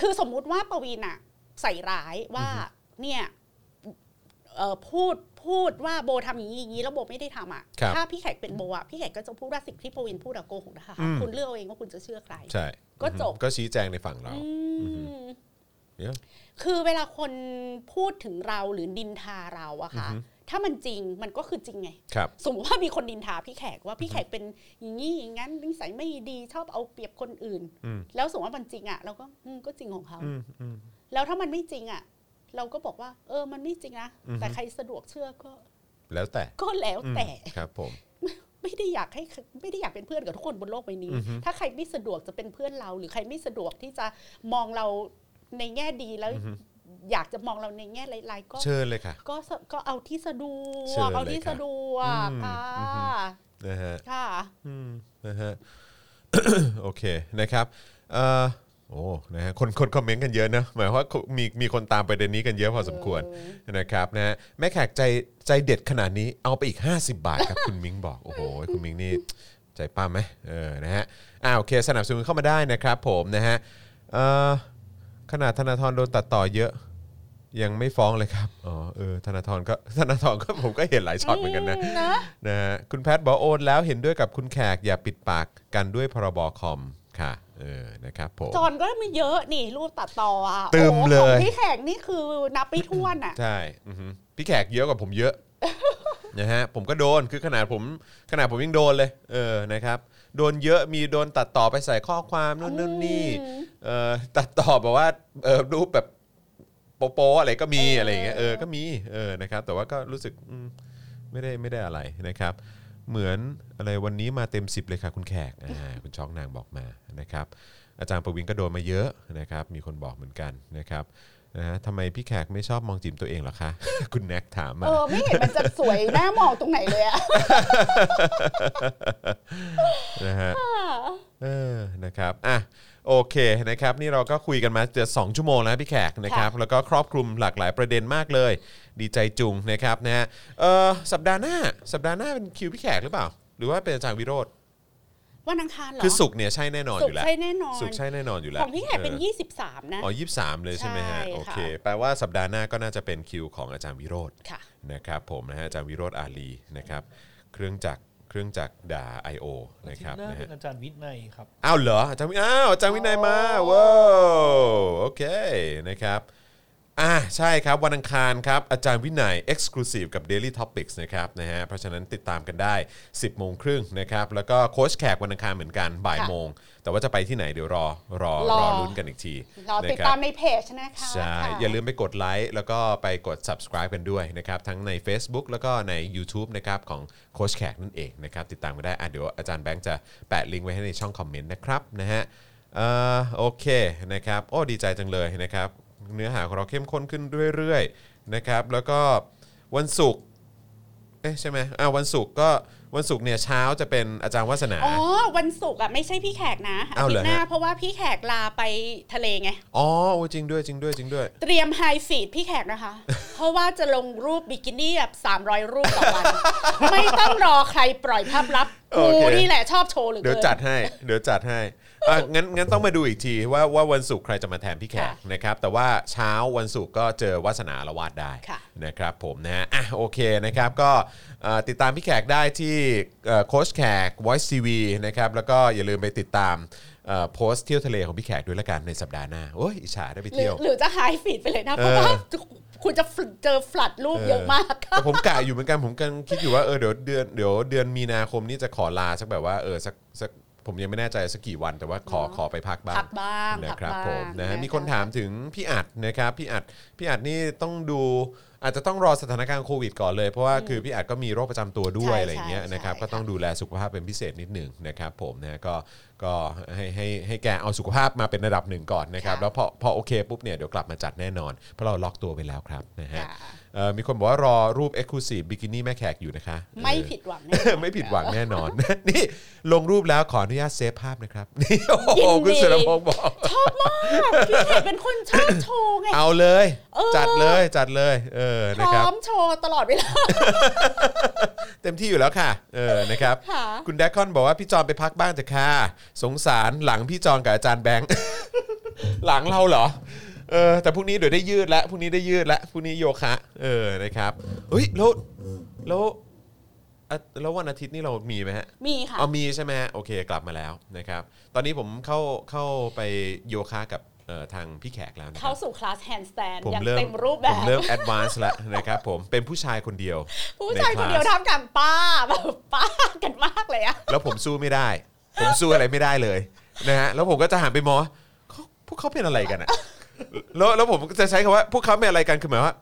C: คือสมมุติว่าประวินอะใส่ร้ายว่า เนี่ยเอ่อพูดพูดว่าโบทำอย่างนี้อย่างนี้แล้วโบไม่ได้ทำอ่ะ
B: ครับ
C: ถ้าพี่แขกเป็นโบอ่ะพี่แขกก็จะพูดว่าสิ่งที่ประวินพูดอะโกหกนะคะ
B: อืม
C: คุณเลือกเอาเองว่าคุณจะเชื่อใคร
B: ใช่
C: ก็จบ
B: ก็ชี้แจงในฝั่งเรา
C: อืม
B: เดี๋ยว
C: คือเวลาคนพูดถึงเราหรือดินทาเราอะค่ะ
B: อือฮึ
C: ถ้ามันจริงมันก็คือจริงไง
B: ครับ
C: สมมติว่ามีคนดินทาพี่แขกว่าพี่แขกเป็นอย่างนี้อย่างนั้นนิสัยไม่ดีชอบเอาเปรียบคนอื่น
B: อืม
C: แล้วสมมติว่ามันจริงอะเราก็อืมก็จริงของเขา
B: อืมอืม
C: แล้วถ้ามันไม่จริงอะเราก็บอกว่า เออมันไม่จริงนะ
B: อือฮึ
C: แต่ใครสะดวกเชื่อก็
B: แล้วแต่
C: ก็แล้ว
B: อืม
C: แต่
B: ครับผม
C: ไม่ได้อยากให้ไม่ได้อยากเป็นเพื่อนกับทุกคนบนโลกใบนี้
B: อือฮึ
C: ถ้าใครไม่สะดวกจะเป็นเพื่อนเรา หรือใครไม่สะดวกที่จะมองเราในแง่ดีแล้ว
B: อือฮึ
C: อยากจะมองเราในแง่ร้ายๆก็
B: เชิญเลยค่ะ
C: ก็สก็เอาที่สะดว
B: เชิญ
C: ก
B: เลย
C: เอาที่สะดวก
B: ค่ะอืมอือฮึ นะ
C: ค่ะ
B: ฮะ
C: ค่ะ
B: อืมนะฮ [COUGHS] ะ โอเคนะครับเอ่อโอ้นะฮะคนคนคอมเมนต์กันเยอะนะหมายความว่ามีมีคนตามประเด็นนี้กันเยอะพอสมควรนะครับนะฮะแม่แขกใจใจเด็ดขนาดนี้เอาไปอีก 50 บาทครับ [COUGHS] คุณมิงบอก โอ้โห คุณมิงนี่ใจป้ามไหมเออนะฮะอ่าโอเค สนับสนุนเข้ามาได้นะครับผมนะฮะเอ่อขนาดธนาธรโดนตัดต่อเยอะ ยังไม่ฟ้องเลยครับอ๋อเออธนาธรก็ธนาธรก็ [LAUGHS] ผมก็เห็นหลายช็อตเหมือนกันนะ นะฮะคุณแพทย์บอกโอนแล้วเห็นด้วยกับคุณแขกอย่าปิดปากกันด้วยพรบคอมค่ะเออนะครับผม
C: จอนก็มีเยอะนี่รูปตัดต่ออ่ะ
B: ตึม
C: โอ้โห
B: เลย
C: ของพี่แขกนี่คือนับไม่ถ้วนอ่ะ
B: ใช่อือฮึพี่แขกเยอะกว่าผมเยอะ [LAUGHS] นะฮะผมก็โดนคือขนาดผมขนาดผมยังโดนเลยเออนะครับโดนเยอะมีโดนตัดต่อไปใส่ข้อความนู่นนู่นนี่
C: อืม
B: เออตัดต่อแบบว่าเออรูปแบบโป๊ะๆอะไรก็มีอะไรอย่างเงี้ยเออก็มีเออนะครับแต่ว่าก็รู้สึกอืมไม่ได้ไม่ได้อะไรนะครับ เหมือนอะไรวันนี้มาเต็ม 10 เลยค่ะคุณแขกอ่ [LAUGHS] าคุณช้องนางบอกมานะครับอาจารย์ประวินก็โดนมาเยอะนะครับมีคนบอกเหมือนกันนะครับนะฮะทำไมพี่แขกไม่ชอบมองจิมตัวเองเหรอคะ [LAUGHS] คุณแน็กถามมา
C: เออไม่เห็นมันจะสวยหน้ามองตรงไหนเลย
B: [LAUGHS]
C: อ่ะ
B: นะฮะเออนะครับอ่ะโอเคนะครับนี่เราก็คุยกันมาเกือบสองชั่วโมงแล้วนะพี่แขกนะครับแล้วก็ครอบคลุมหลากหลายประเด็นมากเลย ดีใจจุงนะครับนะฮะเออสัปดาห์หน้าสัปดาห์หน้าเป็นคิวพี่แขกหรือเปล่า หรือว่าเป็นอาจารย์วิโรธ
C: วันอังคารเหรอ
B: คือสุกร์เนี่ยใช่แน่นอน
C: สุ
B: อกยู่แล้ว
C: ใช่แน่นอน
B: สุกร์ใช่แน่นอนอยู่แล้ว
C: ของพี่แขกเป็น
B: ออ
C: 23 นะ
B: อ๋อยี่สามเลยใช่ไหมฮะ
C: ใช่ค่ะ
B: โอเคแปลว่าสัปดาห์หน้าก็น่าจะเป็นคิวของอาจารย์วิโรธ
C: ค่ะ
B: นะครับผมนะฮะอาจารย์วิโรธอาลีนะครับเครื่องจักรเครื่องจักรด่า I.O.
D: อา
B: นะ
D: ทิ
B: ค
D: ต
B: รับ
D: ย์หน้า
B: นะ
D: เป็
B: ฮะ
D: นอาจารย์วิทย์ในครับ
B: อ้าวเหรออาจารย์วิอ้าวอาจารย์วินัยมาว้าวโอเคนะครับอ่าใช่ครับวันอังคารครับอาจารย์วินัย Exclusive กับ Daily Topics นะครับนะฮะเพราะฉะนั้นติดตามกันได้ 10โมงครึ่งนะครับแล้วก็โค้ชแขกวันอังคารเหมือนกันบ่ายโมง แต่ว่าจะไปที่ไหนเดี๋ยวรอรอร
C: รอ
B: อลุ้นกันอีกที
C: รอติด
B: นะครับ
C: ตามในเพจนะคะ
B: ใช่
C: ค่ะ
B: อย่าลืมไปกดไลค์แล้วก็ไปกด subscribe กันด้วยนะครับ ทั้งใน Facebook แล้วก็ใน YouTube นะครับของโคชแขกนั่นเองนะครับ ติดตามกันได้อ่ะเดี๋ยวอาจารย์แบงค์จะแปะลิงก์ไว้ให้ในช่องคอมเมนต์นะครับนะฮะเอ่อโอเคนะครับ โอ้ ดีใจจังเลยนะครับ เนื้อหาของเราเข้มข้นขึ้นเรื่อยๆนะครับ แล้วก็วันศุกร์เอ๊ะใช่ไหมอ่าวันศุกร์ก็วันศุกร์เนี่ยเช้าจะเป็นอาจารย์วัฒนา
C: อ๋อ วันศุกร์อ่ะไม่ใช่พี่แขกนะอา
B: อ้าว
C: ทิ
B: เหรอ
C: ตย์หน้า
B: ฮะ
C: เพราะว่าพี่แขกลาไปทะเลไง
B: อ๋อโอ้จริงด้วยจริงด้วยจริงด้วย
C: เตรียมไฮฟีดพี่แขก
B: [LAUGHS]
C: นะคะ เพราะว่าจะลงรูปบิกินี่แบบ300 รูปต่อวัน ไม่ต้องรอใครปล่อยภาพลับ
B: โอ
C: กู
B: เค
C: นี่แหละชอบโชว์เหรือ
B: เดี๋ยว
C: เกิน
B: จัดให้ เดี๋ยวจัดให้อ่ะงั้นงั้นต้องมาดูอีกทีว่าว่าวันศุกร์ใครจะมาแทนพี่แขก
C: ค่ะ
B: นะครับ แต่ว่าเช้าวันศุกร์ก็เจอวัสนาละวาดได้
C: ค่ะ
B: นะครับผมนะฮะอ่ะโอเคนะครับก็เอ่อติดตามพี่แขกได้ที่โค้ชแขก Voice TV นะครับแล้วก็อย่าลืมไปติดตามโพสเที่ยวทะเลของพี่แขกด้วยละกันในสัปดาห์หน้าโอ้ยอิจฉาได้ไป
C: หรือ
B: เที่ยว
C: หรือจะไฮฟีดไปเลยนะ
B: เออ
C: เพราะว่าคุณจะเจอฟลัดรูปเยอะมากค่ะ
B: แต่ผมกะอยู่เหมือนกันผมกำลังคิดอยู่ว่าเออเดี๋ยวเดือนเดี๋ยวเดือนมีนาคมนี้จะขอลาสักแบบว่าเออสักสักผมยังไม่แน่ใจสักกี่วันแต่ว่าขอ
C: เนอะ
B: ขอไปพักบ้าง
C: พักบ้าง
B: นะ
C: พัก
B: ครับ
C: บ้าง
B: ผมนะฮะ
C: ะะ
B: มีคนถามถึงพี่อัดนะครับพี่อัดพี่อัดนี่ต้องดู อาจจะต้องรอสถานการณ์โควิดก่อนเลย เพราะว่า
C: อืม
B: คือพี่อาจก็มีโรคประจำตัวด้วย
C: ใช่
B: อะไรอย่างเงี้ย
C: ใช่
B: นะครับ
C: ใช่
B: ก็ต้องดูแลสุขภาพเป็นพิเศษนิดหนึ่งนะครับผมนะก็ก็ให้ให้ให้แกเอาสุขภาพมาเป็นระดับหนึ่งก่อนนะครับแล้วพอพอโอเคปุ๊บเนี่ยเดี๋ยวกลับมาจัดแน่นอน เพราะเราล็อกตัวไปแล้วครับนะฮะ
C: ค่ะ
B: เอ่อมีคนบอกว่ารอรูป Exclusive บิกินี่แม่แขกอยู่นะคะ
C: [LAUGHS] ไม่
B: เออ
C: ผิดหวังแน่นอ
B: [LAUGHS]
C: น
B: ไม่ผิดหวังแน่นอน [LAUGHS] นี่ลงรูปแล้วขออนุญาตเซฟภาพนะครับ [LAUGHS] นี่โอ้โห
C: ยินดี
B: คุณสุรพงษ์บอก
C: ชอบมากพี่แขกเป็นคนชอบโชว์ไง
B: เอาเลย
C: เออ
B: จัดเลยจัดเลยเออ
C: พ
B: นะครับ
C: ร้อมโชว์ตลอดเวลา
B: เต็มที่อยู่แล้วค่ะเออนะครับ
C: ค่ะ
B: คุณแดกคอนบอกว่าพี่จอนไปพักบ้างเถอะค่ะสงสารหลังพี่จอนกับอาจารย์แบงค์ [LAUGHS] หลังเราเหรอเออแต่พรุ่งนี้เดี๋ยวได้ยืดละพรุ่งนี้ได้ยืดละพรุ่งนี้โยคะเออนะครับเฮ้ยแล้วแล้วอ่ะแล้ววันอาทิตย์นี่เรามีไหมฮะ
C: มีค่ะ
B: เอามีใช่ไหมฮะโอเคกลับมาแล้วนะครับ ตอนนี้ผมเข้าเข้าไปโยคะกับเอ่อทางพี่แขกแล้วนะค
C: เข้า
B: รับ
C: สู่คลาสแฮนด์สแตน
B: ผม
C: อย่าง
B: เริ่ม
C: เต็มรูปแบ
B: ผม
C: บ
B: เริ่มแอดวานซ์แล้วนะครับผมเป็นผู้ชายคนเดียว
C: ผู้ชายคนเดียวทำกันป้าแบบป้ากันมากเลยอะ
B: แล้วผมสู้ไม่ได้ ผมสู้อะไรไม่ได้เลยนะฮะแล้วผมก็จะหันไปมองว่าเขาพวกเขาเป็นอะไรกันอะแล้วแล้วผมก็จะใช้คำว่าพวกเขาเป็นอะไรกันคือหมายว่า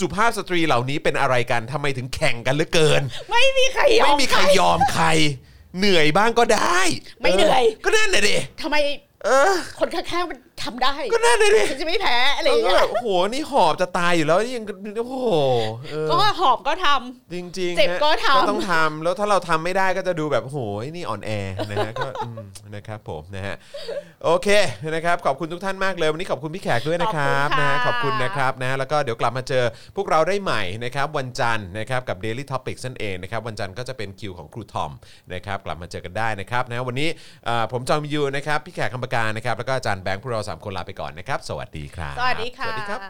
B: สุภาพสตรีเหล่านี้เป็นอะไรกันทำไมถึงแข่งกันเหลือเกิน
C: ไม่มีใครยอม
B: ไม่มีใครยอมใคร เหนื่อยบ้างก็ได้
C: ไม่เหนื่อย
B: ก็นั่นน่ะดิ
C: ทำไม
B: เออ
C: คนข้างๆมันทำได้
B: ก็นั่นน่ะดิ
C: ฉันจะไม่แพ้อะไรอ
B: แล้ก็
C: ย่าว ง
B: แบบ
C: เงี้ย
B: โอ้โห นี่หอบจะตายอยู่แล้วนี่ยังโอ้โหเออ
C: ก็หอมก็ท
B: จริงๆ
C: เจ็บก็ทำ
B: ก็ต้องทำแล้วถ้าเราทำไม่ได้ก็จะดูแบบโอ้โหนี่อ่อนแอนะฮะ
C: [LAUGHS]
B: ก็อืมนะครับผมนะฮะโอเคนะครับขอบคุณทุกท่านมากเลยวันนี้ขอบคุณพี่แขกด้วยนะครับ
C: ขอบคุณ
B: นะฮะขอบคุณนะ
C: ค่ะ
B: ครับนะแล้วก็เดี๋ยวกลับมาเจอพวกเราได้ใหม่นะครับวันจันทร์นะครับกับ Daily Topics นั่นเองนะครับวันจันทร์ก็จะเป็นคิวของครูทอมนะครับกลับมาเจอกันได้นะครับนะวันนี้เอ่อผมจอมยูนะครับพี่แขกคำปากานะครับแล้วก็อาจารย์แบงค์พวกเราสามคนลาไปก่อนนะครับสวัสดีครับ
C: ำสวัสดีค่ะ
B: สวัสดีครับ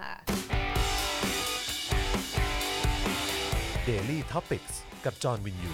A: Daily t o p i c กกับจอห์นวินยู